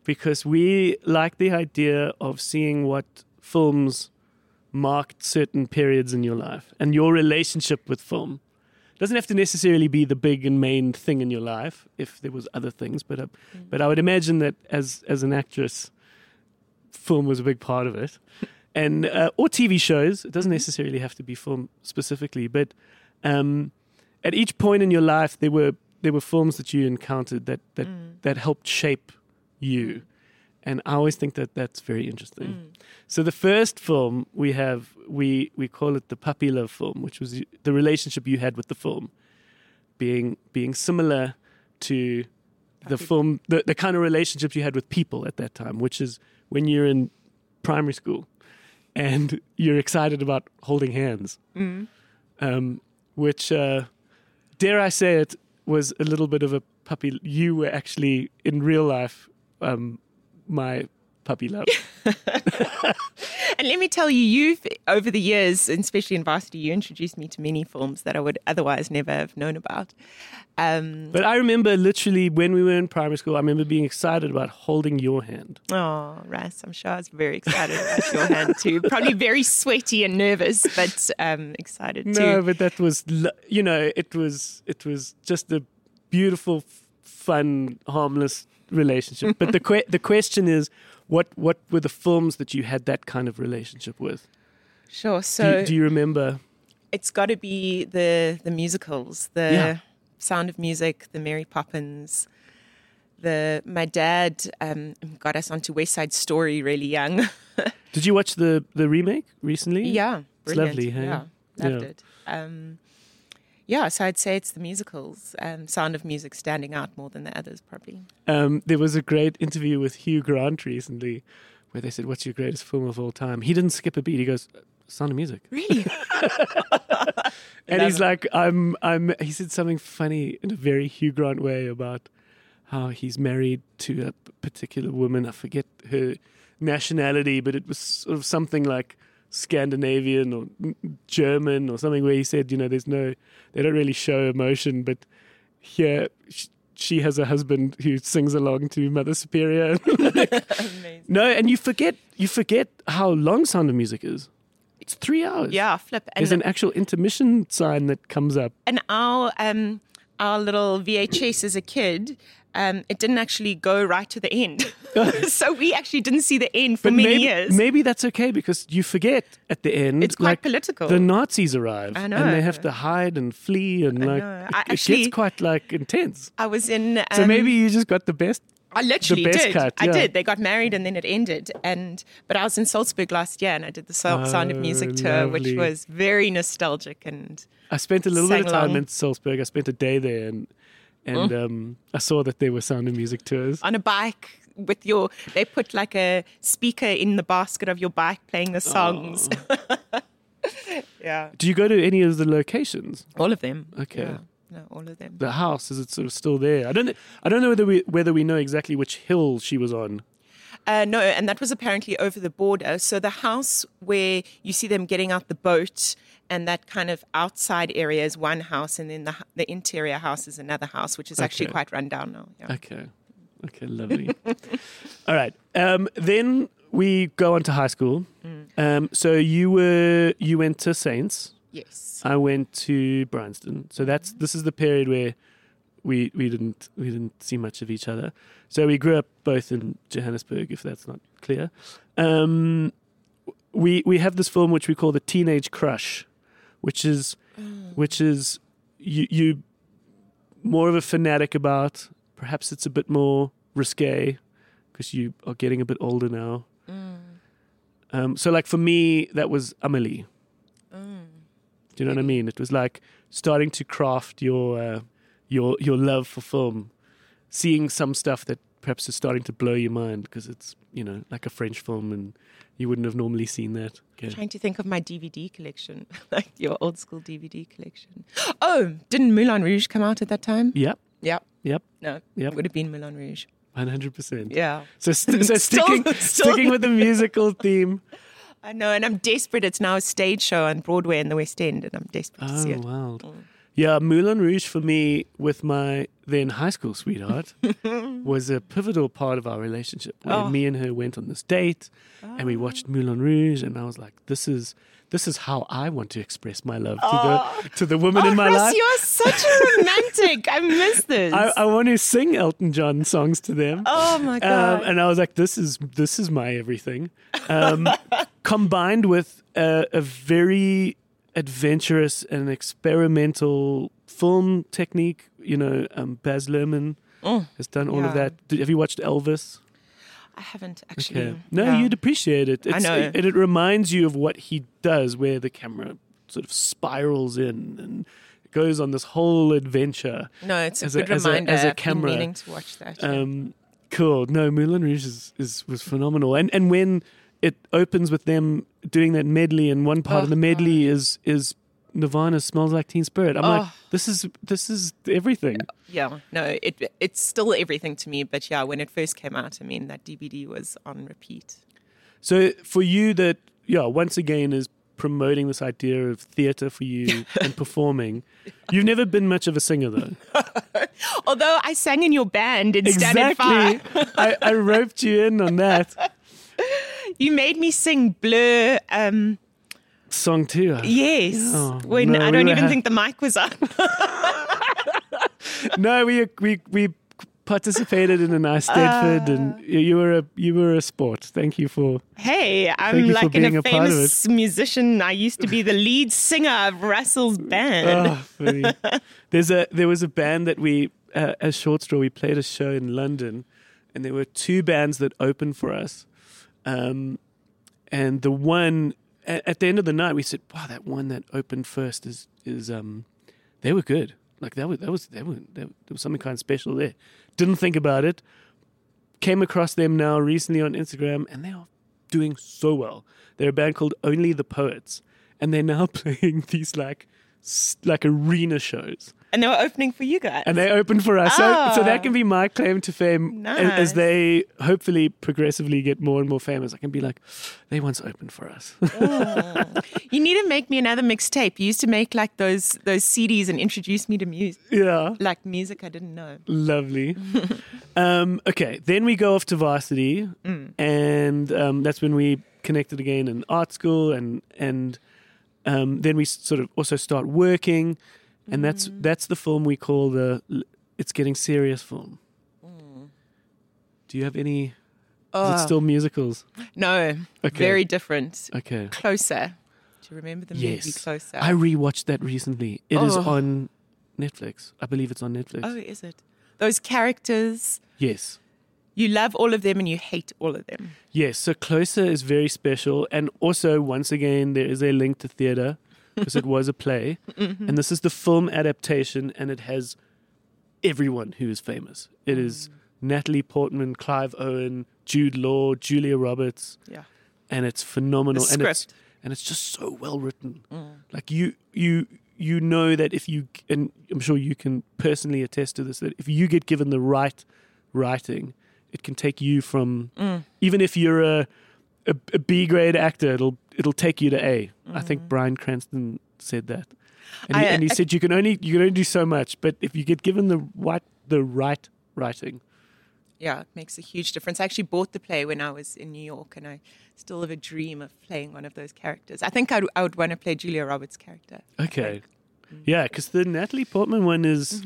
[SPEAKER 1] because we like the idea of seeing what films marked certain periods in your life and your relationship with film. Doesn't have to necessarily be the big and main thing in your life if there was other things, but uh, but I would imagine that as as an actress, film was a big part of it and uh, or TV shows. It doesn't necessarily have to be film specifically, but um, at each point in your life, there were there were films that you encountered that that that helped shape you, and I always think that that's very interesting. So the first film we have we we call it the puppy love film, which was the relationship you had with the film, being being similar to the film the, the kind of relationships you had with people at that time, which is when you're in primary school and you're excited about holding hands, um, which, uh, dare I say it, was a little bit of a puppy. You were actually in real life um, my puppy love.
[SPEAKER 5] And let me tell you, you've over the years, and especially in varsity, you introduced me to many films that I would otherwise never have known about. Um,
[SPEAKER 1] but I remember literally when we were in primary school, I remember being excited about holding your hand.
[SPEAKER 5] oh, Russ, I'm sure I was very excited about your hand too. Probably very sweaty and nervous, but um, excited
[SPEAKER 1] No,
[SPEAKER 5] too.
[SPEAKER 1] but that was lo- you know it was it was just a beautiful, f- fun, harmless relationship. but the que- the question is, what what were the films that you had that kind of relationship with?
[SPEAKER 5] Sure.
[SPEAKER 1] Do you-
[SPEAKER 5] So
[SPEAKER 1] do, you remember?
[SPEAKER 5] it's got to be the the musicals, the
[SPEAKER 1] Yeah.
[SPEAKER 5] Sound of Music, the Mary Poppins. The my dad um, got us onto West Side Story really young.
[SPEAKER 1] Did you watch the the remake recently?
[SPEAKER 5] yeah,
[SPEAKER 1] It's
[SPEAKER 5] brilliant.
[SPEAKER 1] lovely, hey?
[SPEAKER 5] Yeah, loved
[SPEAKER 1] Yeah.
[SPEAKER 5] it. Um, yeah, so I'd say it's the musicals, um, Sound of Music standing out more than the others probably.
[SPEAKER 1] Um, there was a great interview with Hugh Grant recently, where they said, "What's your greatest film of all time?" He didn't skip a beat. He goes, "Sound of Music."
[SPEAKER 5] Really?
[SPEAKER 1] and he's like, I'm, I'm. He said something funny in a very Hugh Grant way about how he's married to a p- particular woman. I forget her nationality, but it was sort of something like Scandinavian or German or something. Where he said, you know, there's no, they don't really show emotion, but here sh- she has a husband who sings along to Mother Superior.
[SPEAKER 5] Amazing.
[SPEAKER 1] no, and you forget, you forget how long Sound of Music is. It's three hours.
[SPEAKER 5] Yeah, flip. And
[SPEAKER 1] There's an actual intermission sign that comes up.
[SPEAKER 5] and our um our little VHS as a kid, um, it didn't actually go right to the end. so we actually didn't see the end for many
[SPEAKER 1] maybe,
[SPEAKER 5] years.
[SPEAKER 1] maybe that's okay because you forget at the end.
[SPEAKER 5] It's quite political.
[SPEAKER 1] The Nazis arrive,
[SPEAKER 5] I know.
[SPEAKER 1] and they have to hide and flee, and like
[SPEAKER 5] know.
[SPEAKER 1] it,
[SPEAKER 5] I
[SPEAKER 1] it
[SPEAKER 5] actually-
[SPEAKER 1] gets quite like intense.
[SPEAKER 5] I was in. Um,
[SPEAKER 1] So maybe you just got the best.
[SPEAKER 5] I literally
[SPEAKER 1] best
[SPEAKER 5] did.
[SPEAKER 1] cut,
[SPEAKER 5] I
[SPEAKER 1] yeah.
[SPEAKER 5] did. They got married and then it ended. And but I was in Salzburg last year and I did the Sol- Sound of
[SPEAKER 1] Oh,
[SPEAKER 5] Music tour, which
[SPEAKER 1] lovely.
[SPEAKER 5] was very nostalgic and
[SPEAKER 1] I spent a little bit of
[SPEAKER 5] Sang
[SPEAKER 1] time
[SPEAKER 5] along. Mm.
[SPEAKER 1] in Salzburg. I spent a day there, and and um, I saw that there were Sound and Music tours.
[SPEAKER 5] on a bike with your. They put like a speaker in the basket of your bike playing the songs.
[SPEAKER 1] Oh.
[SPEAKER 5] yeah,
[SPEAKER 1] Do you go to any of the locations?
[SPEAKER 5] all of them.
[SPEAKER 1] Okay.
[SPEAKER 5] Yeah. No, all of them.
[SPEAKER 1] The house is it sort of still there? I don't. kn- I don't know whether we whether we know exactly which hill she was on.
[SPEAKER 5] Uh, no, and that was apparently over the border. So the house where you see them getting out the boat and that kind of outside area is one house, and then the, the interior house is another house, which is actually
[SPEAKER 1] Okay.
[SPEAKER 5] quite run down now. Yeah.
[SPEAKER 1] Okay. Okay, lovely. All right. Um, then we go on to high school. Um, so you were you went to Saints.
[SPEAKER 5] Yes.
[SPEAKER 1] I went to Bryanston. So that's this is the period where we we didn't we didn't see much of each other. So we grew up both in Johannesburg, if that's not clear. Um, we we have this film which we call the Teenage Crush, which is which is you you more of a fanatic about. Perhaps it's a bit more risque because you are getting a bit older now. Um, so like for me, that was Amelie. Do you know what I mean? It was like starting to craft your uh, your your love for film, seeing some stuff that perhaps is starting to blow your mind because it's you know like a French film and you wouldn't have normally seen that. Okay.
[SPEAKER 5] Trying to think of my DVD collection, like your old school DVD collection. Oh, didn't Moulin Rouge come out at that time?
[SPEAKER 1] Yep,
[SPEAKER 5] Yep.
[SPEAKER 1] yep,
[SPEAKER 5] No.
[SPEAKER 1] Yep.
[SPEAKER 5] It would have been Moulin Rouge.
[SPEAKER 1] one hundred percent.
[SPEAKER 5] Yeah.
[SPEAKER 1] So, st- so
[SPEAKER 5] Still-
[SPEAKER 1] sticking
[SPEAKER 5] still-
[SPEAKER 1] sticking with the musical theme.
[SPEAKER 5] I know, and I'm desperate. It's now a stage show on Broadway in the West End, and I'm desperate to
[SPEAKER 1] Oh,
[SPEAKER 5] see it.
[SPEAKER 1] wild.
[SPEAKER 5] Mm.
[SPEAKER 1] Yeah, Moulin Rouge for me with my then high school sweetheart was a pivotal part of our relationship. Where
[SPEAKER 5] Oh.
[SPEAKER 1] Me and her went on this date and we watched Moulin Rouge and I was like, this is this is how I want to express my love to the to the woman
[SPEAKER 5] Oh,
[SPEAKER 1] in my
[SPEAKER 5] Ross,
[SPEAKER 1] life.
[SPEAKER 5] you are such a romantic. I miss this.
[SPEAKER 1] I, I want to sing Elton John songs to them.
[SPEAKER 5] oh my
[SPEAKER 1] Um,
[SPEAKER 5] god.
[SPEAKER 1] and I was like, "This is this is my everything," um, combined with a, a very adventurous and experimental film technique. You know, um, Baz Luhrmann has done all of
[SPEAKER 5] Mm. yeah.
[SPEAKER 1] that. Did, have you watched Elvis?
[SPEAKER 5] I haven't actually.
[SPEAKER 1] No,
[SPEAKER 5] yeah.
[SPEAKER 1] you'd appreciate it. It's,
[SPEAKER 5] know.
[SPEAKER 1] It, it reminds you of what he does, where the camera sort of spirals in and goes on this whole adventure.
[SPEAKER 5] No, it's a
[SPEAKER 1] as a-
[SPEAKER 5] good
[SPEAKER 1] as a-
[SPEAKER 5] reminder.
[SPEAKER 1] as a
[SPEAKER 5] I've been
[SPEAKER 1] camera,
[SPEAKER 5] meaning to watch that.
[SPEAKER 1] Um, cool. No, Moulin Rouge is, is was phenomenal, and and when it opens with them doing that medley, and one part of the
[SPEAKER 5] Oh,
[SPEAKER 1] medley is is Nirvana smells like Teen Spirit. I'm like,
[SPEAKER 5] Oh.
[SPEAKER 1] this is this is everything.
[SPEAKER 5] yeah, no, it it's still everything to me. But yeah, when it first came out, I mean that DVD was on repeat.
[SPEAKER 1] So for you, that yeah, once again is promoting this idea of theatre for you and performing. You've never been much of a singer though.
[SPEAKER 5] Although I sang in your band in Standard
[SPEAKER 1] exactly.
[SPEAKER 5] Five,
[SPEAKER 1] I, I roped you in on that
[SPEAKER 5] you made me sing Blur. Um,
[SPEAKER 1] song too. I
[SPEAKER 5] yes,
[SPEAKER 1] Oh,
[SPEAKER 5] when
[SPEAKER 1] no,
[SPEAKER 5] I
[SPEAKER 1] we
[SPEAKER 5] don't
[SPEAKER 1] were
[SPEAKER 5] even
[SPEAKER 1] ha-
[SPEAKER 5] think the mic was on.
[SPEAKER 1] no, we we we participated in a nice Stedford, and you- you were a you were a sport. Thank you for
[SPEAKER 5] Hey,
[SPEAKER 1] you
[SPEAKER 5] I'm
[SPEAKER 1] for
[SPEAKER 5] like
[SPEAKER 1] being
[SPEAKER 5] an,
[SPEAKER 1] a
[SPEAKER 5] a
[SPEAKER 1] part of
[SPEAKER 5] famous musician. I used to be the lead singer of Russell's band.
[SPEAKER 1] oh, funny. There's a there was a band that we uh, as short straw we played a show in London, and there were two bands that opened for us, um, and the one a- at the end of the night we said, wow, that one that opened first is is um, they were good. Like that was that was that was that, there was something kind of special there. Didn't think about it. Came across them now recently on Instagram, and they are doing so well. They're a band called Only the Poets, and they're now playing these like s- like arena shows,
[SPEAKER 5] And they were opening for you guys.
[SPEAKER 1] and they open for us. So, so that
[SPEAKER 5] Ah.
[SPEAKER 1] can be my claim to fame a- as,
[SPEAKER 5] Nice.
[SPEAKER 1] they hopefully progressively get more and more famous. I can be like, they once opened for us.
[SPEAKER 5] you need to make me another mixtape. You used to make like those those CDs and introduce me to music,
[SPEAKER 1] yeah.
[SPEAKER 5] like music I didn't know.
[SPEAKER 1] Lovely. um, okay, then we go off to varsity,
[SPEAKER 5] Mm.
[SPEAKER 1] and um, that's when we connected again in art school, and and um, then we s- sort of also start working, and that's
[SPEAKER 5] Mm.
[SPEAKER 1] that's the film we call the l- it's getting serious film.
[SPEAKER 5] Mm.
[SPEAKER 1] Do you have any?
[SPEAKER 5] Uh.
[SPEAKER 1] Is it still musicals?
[SPEAKER 5] No,
[SPEAKER 1] Okay.
[SPEAKER 5] very different.
[SPEAKER 1] Okay.
[SPEAKER 5] Closer. Do you remember the movie
[SPEAKER 1] Yes.
[SPEAKER 5] Closer?
[SPEAKER 1] I rewatched that recently. It is
[SPEAKER 5] Oh.
[SPEAKER 1] on Netflix. I believe it's on Netflix.
[SPEAKER 5] oh, is it? Those characters.
[SPEAKER 1] Yes.
[SPEAKER 5] You love all of them and you hate all of them.
[SPEAKER 1] Yes, so Closer is very special. And also, once again, there is a link to theatre because it was a play.
[SPEAKER 5] Mm-hmm.
[SPEAKER 1] And this is the film adaptation, and it has everyone who is famous. It
[SPEAKER 5] Mm.
[SPEAKER 1] is Natalie Portman, Clive Owen, Jude Law, Julia Roberts,
[SPEAKER 5] Yeah.
[SPEAKER 1] and it's phenomenal.
[SPEAKER 5] The
[SPEAKER 1] and It's,
[SPEAKER 5] script. Mm.
[SPEAKER 1] and it's just so well written. Like you, you, you know that if you, and I'm sure you can personally attest to this, that if you get given the right writing, it can take you from
[SPEAKER 5] Mm.
[SPEAKER 1] even if you're a a, a B grade actor, it'll it'll take you to A. I think Brian Cranston said that, and he,
[SPEAKER 5] Mm. I, uh,
[SPEAKER 1] and he
[SPEAKER 5] I-
[SPEAKER 1] said you can only you can only do so much, but if you get given the right the right writing,
[SPEAKER 5] yeah, it makes a huge difference. I actually bought the play when I was in New York, and I still have a dream of playing one of those characters. I think I'd, I would want to play Julia Roberts' character.
[SPEAKER 1] okay. Yeah, because the Natalie Portman one is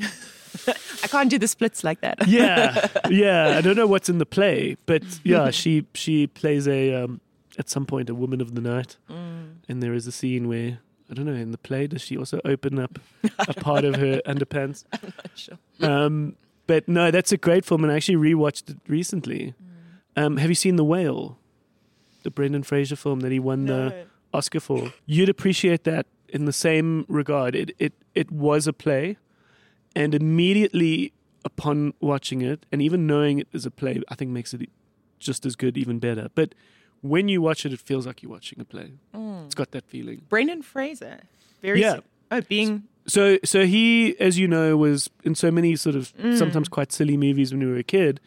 [SPEAKER 5] I can't do the splits like that.
[SPEAKER 1] yeah, yeah. I don't know what's in the play, but yeah, she she plays a um, at some point a woman of the night, and there is a scene where I don't know in the play does she also open up a part of her underpants?
[SPEAKER 5] sure.
[SPEAKER 1] Um, but no, that's a great film, and I actually rewatched it recently.
[SPEAKER 5] Mm.
[SPEAKER 1] Um, have you seen The Whale, the Brendan Fraser film that he won the
[SPEAKER 5] No.
[SPEAKER 1] Oscar for. You'd appreciate that in the same regard. It it it was a play, and immediately upon watching it, and even knowing it is a play, I think makes it just as good, even better. But when you watch it, it feels like you're watching a play.
[SPEAKER 5] Mm.
[SPEAKER 1] It's got that feeling.
[SPEAKER 5] Brendan Fraser. Very
[SPEAKER 1] Yeah.
[SPEAKER 5] si- Oh, being
[SPEAKER 1] So, so he, as you know, was in so many sort of
[SPEAKER 5] Mm.
[SPEAKER 1] sometimes quite silly movies when we were a kid,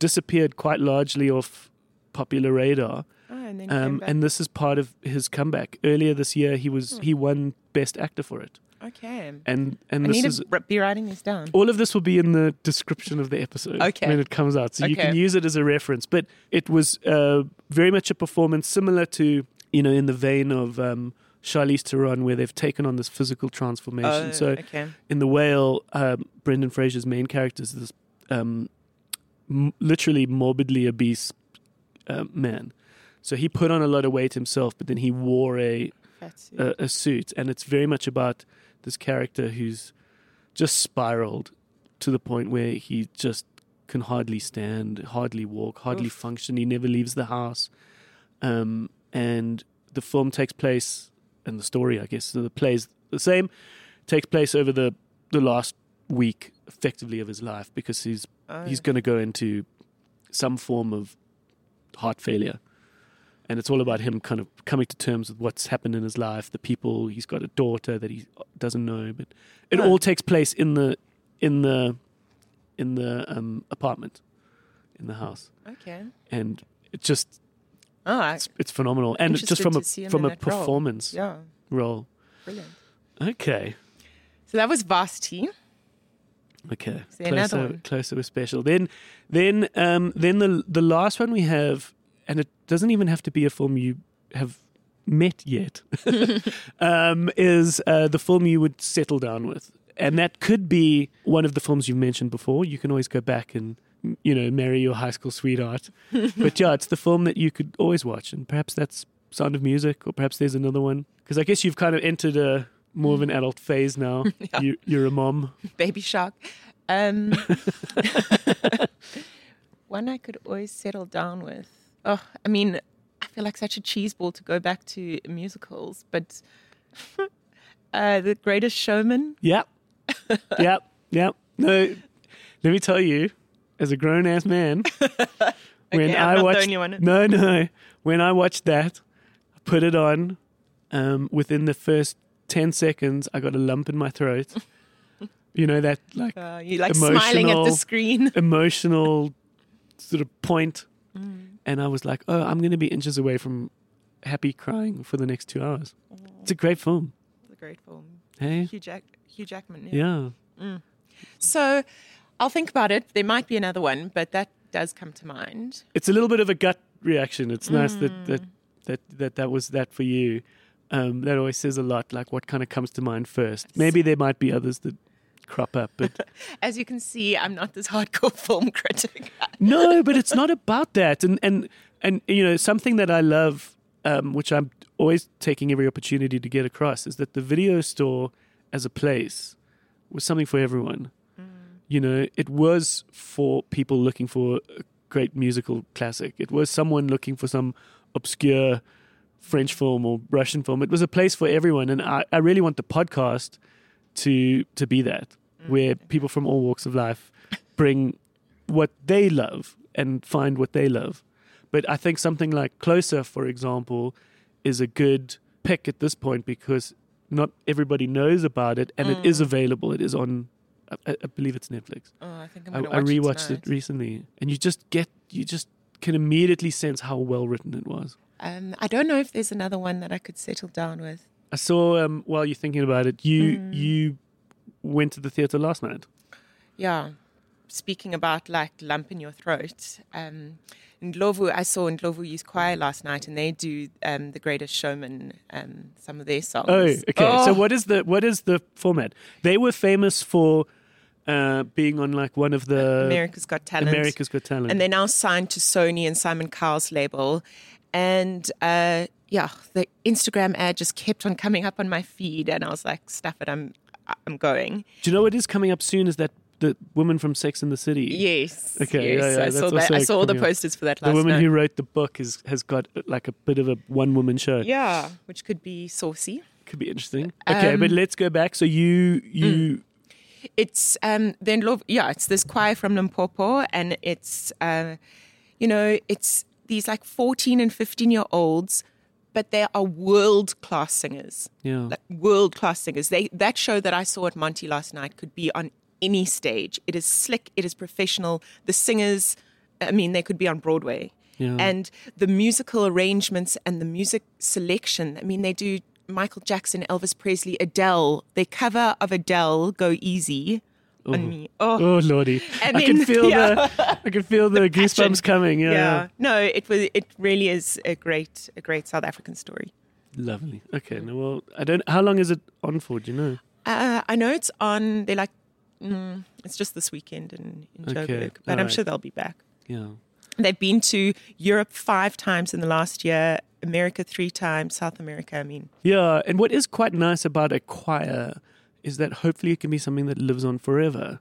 [SPEAKER 1] disappeared quite largely off popular radar.
[SPEAKER 5] oh, and then came
[SPEAKER 1] Um,
[SPEAKER 5] back. Hmm.
[SPEAKER 1] and this is part of his comeback. Earlier this year, he was he won Best Actor for it,
[SPEAKER 5] okay.
[SPEAKER 1] and and
[SPEAKER 5] I
[SPEAKER 1] this
[SPEAKER 5] need
[SPEAKER 1] is
[SPEAKER 5] to r- be writing this down.
[SPEAKER 1] all of this will be in the description of the episode
[SPEAKER 5] Okay.
[SPEAKER 1] when it comes out, so you
[SPEAKER 5] Okay.
[SPEAKER 1] can use it as a reference. But it was uh, very much a performance similar to you know in the vein of um, Charlize Theron, where they've taken on this physical transformation.
[SPEAKER 5] Oh,
[SPEAKER 1] so
[SPEAKER 5] okay.
[SPEAKER 1] in the whale, um, Brendan Fraser's main character is this um, m- literally morbidly obese uh, man. So he put on a lot of weight himself, but then he wore a
[SPEAKER 5] That's it.
[SPEAKER 1] a, a suit, and it's very much about this character who's just spiraled to the point where he just can hardly stand, hardly walk, hardly function. He never leaves the house, um, and the film takes place, and the story, I guess, so the play's the same, takes place over the the last week, effectively, of his life because he's
[SPEAKER 5] Oh.
[SPEAKER 1] he's going to go into some form of heart failure. And it's all about him kind of coming to terms with what's happened in his life, the people he's got a daughter that he doesn't know, but it
[SPEAKER 5] Huh.
[SPEAKER 1] all takes place in the in the in the um, apartment, in the house,
[SPEAKER 5] okay.
[SPEAKER 1] and it just
[SPEAKER 5] Oh, I,
[SPEAKER 1] it's, it's phenomenal, and it's just
[SPEAKER 5] Interested
[SPEAKER 1] from a
[SPEAKER 5] to see him
[SPEAKER 1] from
[SPEAKER 5] in
[SPEAKER 1] a
[SPEAKER 5] that role.
[SPEAKER 1] performance
[SPEAKER 5] yeah,
[SPEAKER 1] role.
[SPEAKER 5] brilliant.
[SPEAKER 1] Okay,
[SPEAKER 5] So that was Vasti.
[SPEAKER 1] Okay.
[SPEAKER 5] there another
[SPEAKER 1] Closer,
[SPEAKER 5] one?
[SPEAKER 1] closer was special. Then, then, um, then the the last one we have, and it doesn't even have to be a film you have met yet, um, is uh, the film you would settle down with, and that could be one of the films you've mentioned before. You can always go back and you know marry your high school sweetheart, but yeah, it's the film that you could always watch, and perhaps that's Sound of Music, or perhaps there's another one because I guess you've kind of entered a more of
[SPEAKER 5] Mm.
[SPEAKER 1] an adult phase now. you, you're a mom.
[SPEAKER 5] Baby Shark. Um, one I could always settle down with. Oh, I mean, I feel like such a cheeseball to go back to musicals, but uh, The Greatest Showman.
[SPEAKER 1] Yep. yep. Yep. No, let me tell you, as a grown ass man, when
[SPEAKER 5] Okay, I'm not the
[SPEAKER 1] watched,
[SPEAKER 5] only one.
[SPEAKER 1] no, no, when I watched that, I put it on. Um, within the first ten seconds, I got a lump in my throat. you know that like
[SPEAKER 5] Uh, you like smiling at the
[SPEAKER 1] Emotional.
[SPEAKER 5] screen.
[SPEAKER 1] emotional sort of point,
[SPEAKER 5] Mm.
[SPEAKER 1] and I was like, oh, I'm going to be inches away from happy crying for the next two hours. It's a great film.
[SPEAKER 5] the great film.
[SPEAKER 1] Hey.
[SPEAKER 5] Hugh, Jack- Hugh Jackman. yeah.
[SPEAKER 1] Yeah.
[SPEAKER 5] So I'll think about it. There might be another one, but that does come to mind.
[SPEAKER 1] it's a little bit of a gut reaction. It's nice that that that that that was that for you. Um, that always says a lot. Like what kind of comes to mind first. Maybe there might be others that crop up, but
[SPEAKER 5] As you can see, I'm not this hardcore film critic.
[SPEAKER 1] no. But it's not about that. And and and you know something that I love, um, which I'm always taking every opportunity to get across, is that the video store as a place was something for everyone. You know, it was for people looking for a great musical classic. It was someone looking for some obscure French film or Russian film. It was a place for everyone, and I, I really want the podcast to to be that, where people from all walks of life bring what they love and find what they love. But I think something like Closer, for example, is a good pick at this point because not everybody knows about it, and
[SPEAKER 5] Mm.
[SPEAKER 1] it is available. It is on, I, I I believe it's Netflix.
[SPEAKER 5] Oh, I think I'm
[SPEAKER 1] I,
[SPEAKER 5] going to
[SPEAKER 1] I
[SPEAKER 5] watch
[SPEAKER 1] rewatched
[SPEAKER 5] it.
[SPEAKER 1] it, recently, and you just get you just can immediately sense how well written it was.
[SPEAKER 5] tonight. Um, I don't know if there's another one that I could settle down with.
[SPEAKER 1] I saw um, while you're thinking about it, you
[SPEAKER 5] Mm.
[SPEAKER 1] you went to the theater last night.
[SPEAKER 5] Yeah. Speaking about like lump in your throat, um, Ndlovu, I saw Ndlovu Youth Choir last night and they do um, The Greatest Showman, um, some of their songs.
[SPEAKER 1] Oh, okay. So what is the what is the format? They were famous for uh, being on like one of the
[SPEAKER 5] America's Got Talent.
[SPEAKER 1] uh, America's Got Talent.
[SPEAKER 5] and they're now signed to Sony and Simon Cowell's label. And uh, yeah, the Instagram ad just kept on coming up on my feed, and I was like, "Stuff it, I'm, I'm going."
[SPEAKER 1] Do you know what is coming up soon? Is that the woman from Sex and the City?
[SPEAKER 5] Yes.
[SPEAKER 1] Okay,
[SPEAKER 5] Yes,
[SPEAKER 1] yeah, yeah,
[SPEAKER 5] I
[SPEAKER 1] that's
[SPEAKER 5] saw that.
[SPEAKER 1] also
[SPEAKER 5] I saw all the
[SPEAKER 1] coming up.
[SPEAKER 5] posters for that
[SPEAKER 1] The
[SPEAKER 5] last
[SPEAKER 1] woman
[SPEAKER 5] night.
[SPEAKER 1] who wrote the book is has got uh, like a bit of a one woman show.
[SPEAKER 5] yeah, Um, which could be saucy. mm.
[SPEAKER 1] Could be interesting. Okay, but let's go back. So you you
[SPEAKER 5] It's um, the Ndlov, yeah, it's this choir from Limpopo, and it's uh, you know, it's these like fourteen and fifteen year olds, but they are world class singers,
[SPEAKER 1] Yeah.
[SPEAKER 5] like world class singers. They that show that I saw at Monty last night could be on any stage. It is slick, it is professional. The singers, I mean, they could be on Broadway
[SPEAKER 1] Yeah.
[SPEAKER 5] and the musical arrangements and the music selection. I mean, they do Michael Jackson, Elvis Presley, Adele. Their cover of Adele, "Go Easy," on me. Oh,
[SPEAKER 1] Oh lordy,
[SPEAKER 5] And
[SPEAKER 1] I can
[SPEAKER 5] then-
[SPEAKER 1] feel
[SPEAKER 5] yeah.
[SPEAKER 1] the I can feel the, goosebumps
[SPEAKER 5] passion.
[SPEAKER 1] coming. Yeah,
[SPEAKER 5] yeah. No, it was. It really is a great, a great South African story.
[SPEAKER 1] lovely. Okay, no, well, I don't. How long is it on for? Do you know?
[SPEAKER 5] Uh, I know it's on. They're like, mm, it's just this weekend in, in
[SPEAKER 1] Okay,
[SPEAKER 5] Joburg, but I'm
[SPEAKER 1] alright.
[SPEAKER 5] sure they'll be back.
[SPEAKER 1] Yeah,
[SPEAKER 5] They've been to Europe five times in the last year, America three times, South America. I mean,
[SPEAKER 1] yeah. And what is quite nice about a choir is that hopefully it can be something that lives on forever,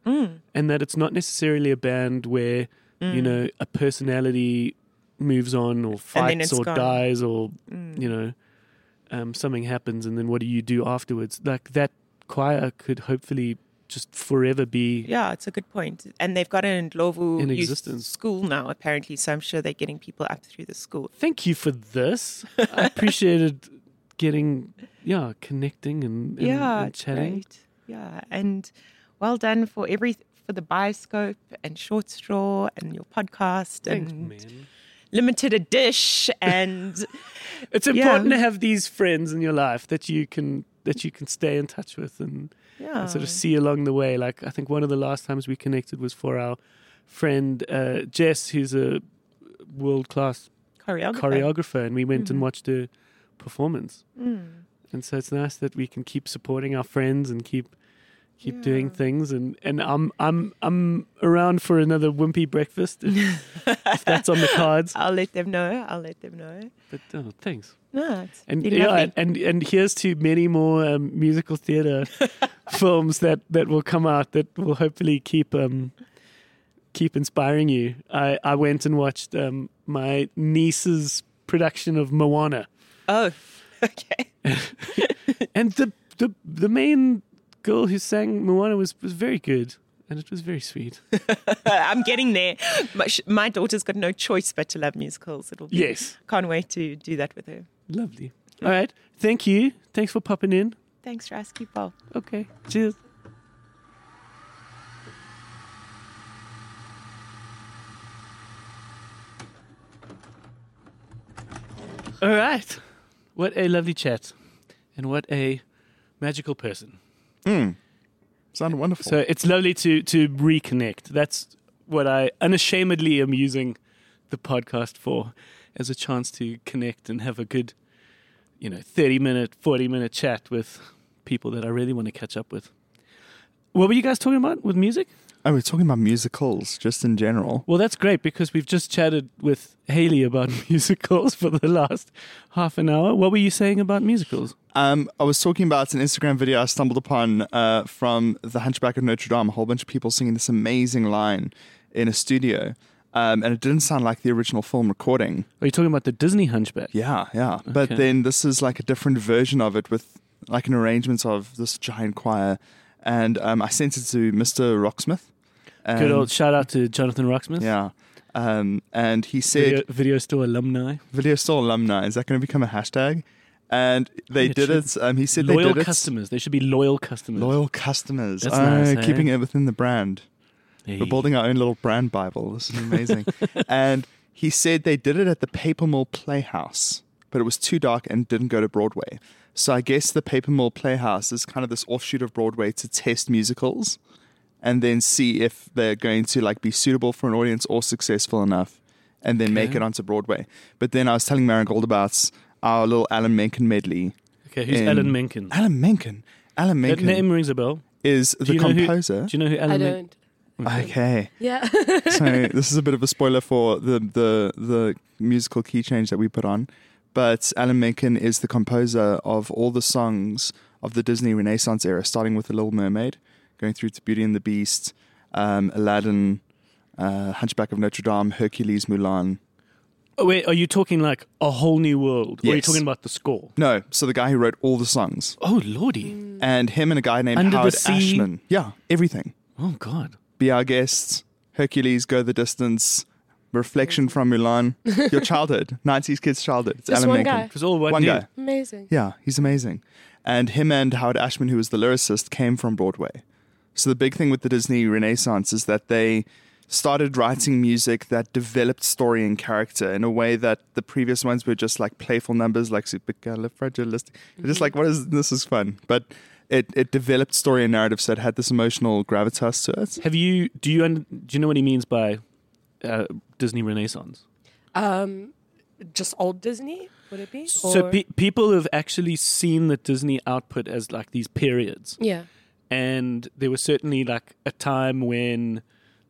[SPEAKER 1] and that it's not necessarily a band where
[SPEAKER 5] Mm, Hmm.
[SPEAKER 1] you know a personality moves on or fights
[SPEAKER 5] it's
[SPEAKER 1] or
[SPEAKER 5] gone. Hmm.
[SPEAKER 1] dies or
[SPEAKER 5] mm.
[SPEAKER 1] you know um, something happens, and then what do you do afterwards? Like that choir could hopefully just forever be
[SPEAKER 5] Yeah, it's a good point. And they've got an Ndlovu
[SPEAKER 1] In
[SPEAKER 5] youth
[SPEAKER 1] existence.
[SPEAKER 5] school now, apparently. So I'm sure they're getting people up through the school.
[SPEAKER 1] thank you for this. I appreciated getting, yeah, connecting and, and,
[SPEAKER 5] yeah,
[SPEAKER 1] and
[SPEAKER 5] it's
[SPEAKER 1] chatting.
[SPEAKER 5] great. Yeah, and well done for every for the bioscope and short straw and your podcast
[SPEAKER 1] Thanks,
[SPEAKER 5] and
[SPEAKER 1] man.
[SPEAKER 5] limited a dish and
[SPEAKER 1] It's
[SPEAKER 5] Yeah.
[SPEAKER 1] important to have these friends in your life that you can that you can stay in touch with and,
[SPEAKER 5] yeah,
[SPEAKER 1] and sort of see along the way. Like I think one of the last times we connected was for our friend uh, Jess, who's a world class
[SPEAKER 5] choreographer.
[SPEAKER 1] choreographer, and we went and watched her performance.
[SPEAKER 5] Hmm.
[SPEAKER 1] And so it's nice that we can keep supporting our friends and keep keep doing things. And, and I'm I'm I'm around for another wimpy breakfast if, if that's on the cards.
[SPEAKER 5] I'll let them know. I'll let them know.
[SPEAKER 1] But oh, thanks.
[SPEAKER 5] No, it's
[SPEAKER 1] And
[SPEAKER 5] been
[SPEAKER 1] yeah,
[SPEAKER 5] lovely.
[SPEAKER 1] and and here's to many more um, musical theatre films that that will come out that will hopefully keep um keep inspiring you. I I went and watched um my niece's production of Moana.
[SPEAKER 5] Oh, okay.
[SPEAKER 1] And the the the main girl who sang Moana was was very good, and it was very sweet.
[SPEAKER 5] I'm getting there. My, sh- my daughter's got no choice but to love musicals. It'll be,
[SPEAKER 1] Yes,
[SPEAKER 5] Can't wait to do that with her.
[SPEAKER 1] lovely. All right, thank you. Thanks for popping in.
[SPEAKER 5] Thanks for asking, Paul.
[SPEAKER 1] Okay, cheers. All right, what a lovely chat, and what a magical person.
[SPEAKER 4] Mm. Sounded wonderful.
[SPEAKER 1] So it's lovely to to reconnect. That's what I unashamedly am using the podcast for as a chance to connect and have a good, you know, 30 minute, 40 minute chat with people that I really want to catch up with. What were you guys talking about with music?
[SPEAKER 4] oh, we're talking about musicals just in general.
[SPEAKER 1] Well, that's great because we've just chatted with Haley about musicals for the last half an hour. What were you saying about musicals?
[SPEAKER 4] Um, I was talking about an Instagram video I stumbled upon uh, from The Hunchback of Notre Dame. A whole bunch of people singing this amazing line in a studio, um, and it didn't sound like the original film recording.
[SPEAKER 1] Are you talking about the Disney Hunchback?
[SPEAKER 4] Yeah, yeah. But
[SPEAKER 1] Okay.
[SPEAKER 4] then this is like a different version of it with like an arrangements of this giant choir, and um, I sent it to Mr. Rocksmith. And,
[SPEAKER 1] Good old shout out to Jonathan Rocksmith.
[SPEAKER 4] Um, yeah. Um, and he said,
[SPEAKER 1] Video, video store alumni.
[SPEAKER 4] Video Store alumni. Is that going to become a hashtag? And they
[SPEAKER 1] It
[SPEAKER 4] did
[SPEAKER 1] should.
[SPEAKER 4] it. Um, he said they
[SPEAKER 1] loyal
[SPEAKER 4] did
[SPEAKER 1] customers. They should be loyal customers.
[SPEAKER 4] it. Loyal customers.
[SPEAKER 1] That's
[SPEAKER 4] Ah,
[SPEAKER 1] nice, eh?
[SPEAKER 4] keeping it within the brand.
[SPEAKER 1] Hey.
[SPEAKER 4] We're building our own little brand bible. This is amazing. and he said they did it at the Paper Mill Playhouse, but it was too dark and didn't go to Broadway. So I guess the Paper Mill Playhouse is kind of this offshoot of Broadway to test musicals and then see if they're going to like be suitable for an audience or successful enough and then make
[SPEAKER 1] Okay.
[SPEAKER 4] it onto Broadway. But then I was telling Marigold about our little Alan Menken medley.
[SPEAKER 1] Okay, who's
[SPEAKER 4] in-
[SPEAKER 1] Alan Menken?
[SPEAKER 4] Alan Menken. Alan
[SPEAKER 1] That
[SPEAKER 4] Menken
[SPEAKER 1] name rings a bell.
[SPEAKER 4] is
[SPEAKER 1] Do
[SPEAKER 4] the
[SPEAKER 1] you know
[SPEAKER 4] composer.
[SPEAKER 1] Who, do you know who Alan?
[SPEAKER 3] I
[SPEAKER 1] Men-
[SPEAKER 3] don't.
[SPEAKER 4] okay.
[SPEAKER 3] Yeah.
[SPEAKER 4] so this is a bit of a spoiler for the the the musical key change that we put on. But Alan Menken is the composer of all the songs of the Disney Renaissance era, starting with The Little Mermaid, going through to Beauty and the Beast, um, Aladdin, uh, Hunchback of Notre Dame, Hercules, Mulan.
[SPEAKER 1] Oh, wait, are you talking like a whole new world? Or are you
[SPEAKER 4] Yes.
[SPEAKER 1] talking about the score?
[SPEAKER 4] No, so the guy who wrote all the songs,
[SPEAKER 1] Oh, lordy.
[SPEAKER 3] Mm.
[SPEAKER 4] and him and a guy named
[SPEAKER 1] Under the
[SPEAKER 4] Howard
[SPEAKER 1] Sea.
[SPEAKER 4] Ashman. Yeah, everything.
[SPEAKER 1] Oh, God.
[SPEAKER 4] Be our guests. Hercules, go the distance. Reflection from Mulan. Your childhood, nineties kids' childhood. It's
[SPEAKER 3] Just
[SPEAKER 4] Alan
[SPEAKER 3] one
[SPEAKER 4] Menken.
[SPEAKER 3] guy.
[SPEAKER 1] It was all one,
[SPEAKER 4] One
[SPEAKER 1] dude.
[SPEAKER 4] guy.
[SPEAKER 3] Amazing.
[SPEAKER 4] Yeah, he's amazing. And him and Howard Ashman, who was the lyricist, came from Broadway. So the big thing with the Disney Renaissance is that they started writing music that developed story and character in a way that the previous ones were just like playful numbers, like supercalifragilistic. Just
[SPEAKER 1] Mm-hmm.
[SPEAKER 4] like what is this is fun, but it it developed story and narrative, so it had this emotional gravitas to it.
[SPEAKER 1] Have you, do you, un- do you know what he means by uh, Disney Renaissance?
[SPEAKER 3] Um, just old Disney, would it be?
[SPEAKER 1] So
[SPEAKER 3] Or-
[SPEAKER 1] pe- people have actually seen the Disney output as like these periods.
[SPEAKER 3] yeah.
[SPEAKER 1] and there was certainly like a time when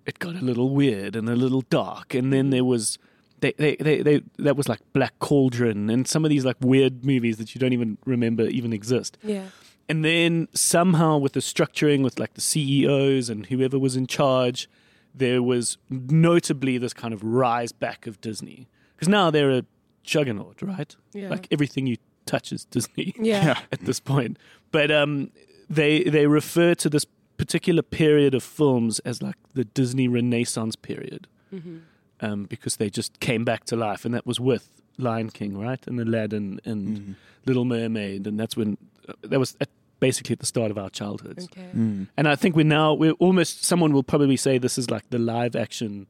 [SPEAKER 1] it got a little weird and a little dark and then there was they, they, they, they that was like black cauldron and some of these like weird movies that you don't even remember even exist
[SPEAKER 3] Yeah.
[SPEAKER 1] and then somehow with the structuring with like the ceos and whoever was in charge there was notably this kind of rise back of disney because now they're a juggernaut right
[SPEAKER 3] Yeah.
[SPEAKER 1] like everything you touch is disney
[SPEAKER 3] Yeah.
[SPEAKER 4] Yeah.
[SPEAKER 1] at this point. But um, they they refer to this particular period of films as like the Disney Renaissance period,
[SPEAKER 3] Mm-hmm.
[SPEAKER 1] um, because they just came back to life, and that was with Lion King, right, and Aladdin and
[SPEAKER 4] Mm-hmm.
[SPEAKER 1] Little Mermaid, and that's when uh, that was at, basically at the start of our childhoods.
[SPEAKER 3] Okay.
[SPEAKER 4] Mm-hmm.
[SPEAKER 1] And I think we're now we're almost someone will probably say this is like the live action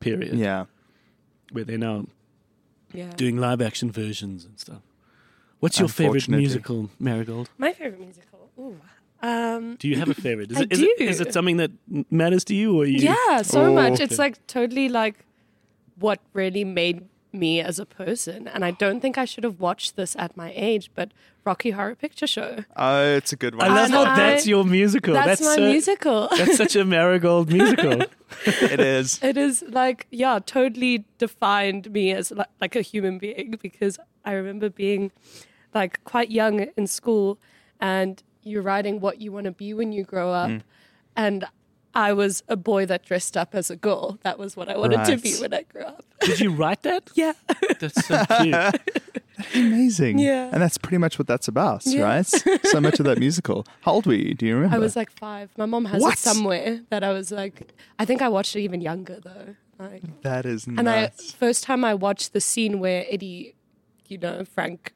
[SPEAKER 1] period
[SPEAKER 4] Yeah.
[SPEAKER 1] where they're now
[SPEAKER 3] Yeah.
[SPEAKER 1] doing live action versions and stuff. What's your favorite
[SPEAKER 4] Unfortunately.
[SPEAKER 1] musical, Marigold?
[SPEAKER 3] My favorite musical. Ooh. Um,
[SPEAKER 1] Do you have a favorite? Is
[SPEAKER 3] I
[SPEAKER 1] it, is it-
[SPEAKER 3] do.
[SPEAKER 1] is it something that m- matters to you, or you?
[SPEAKER 3] yeah, so
[SPEAKER 4] Oh,
[SPEAKER 3] much.
[SPEAKER 1] okay.
[SPEAKER 3] It's like totally like what really made me as a person. And I don't think I should have watched this at my age, but Rocky Horror Picture Show.
[SPEAKER 4] Oh, it's a good one.
[SPEAKER 1] I love
[SPEAKER 3] And
[SPEAKER 1] how
[SPEAKER 3] I-
[SPEAKER 1] that's your musical.
[SPEAKER 3] That's, my
[SPEAKER 1] so-
[SPEAKER 3] musical.
[SPEAKER 1] That's such a marigold musical.
[SPEAKER 4] it is.
[SPEAKER 3] it is like yeah totally defined me as like, like a human being because i remember being like quite young in school and you're writing what you want to be when you grow up
[SPEAKER 4] Mm.
[SPEAKER 3] and i was a boy that dressed up as a girl that was what i wanted to
[SPEAKER 4] Right.
[SPEAKER 3] be when i grew up
[SPEAKER 1] Did you write that?
[SPEAKER 3] yeah
[SPEAKER 1] That's so cute.
[SPEAKER 4] Amazing.
[SPEAKER 3] Yeah.
[SPEAKER 4] And that's pretty much what that's about,
[SPEAKER 3] Yeah.
[SPEAKER 4] right? So much of that musical. How old were you? Do you remember?
[SPEAKER 3] i was like five my mom has
[SPEAKER 4] What?
[SPEAKER 3] it somewhere that i was like i think i watched it even younger though like
[SPEAKER 4] that is
[SPEAKER 3] And
[SPEAKER 4] nuts.
[SPEAKER 3] I first time I watched the scene where Eddie, you know, Frank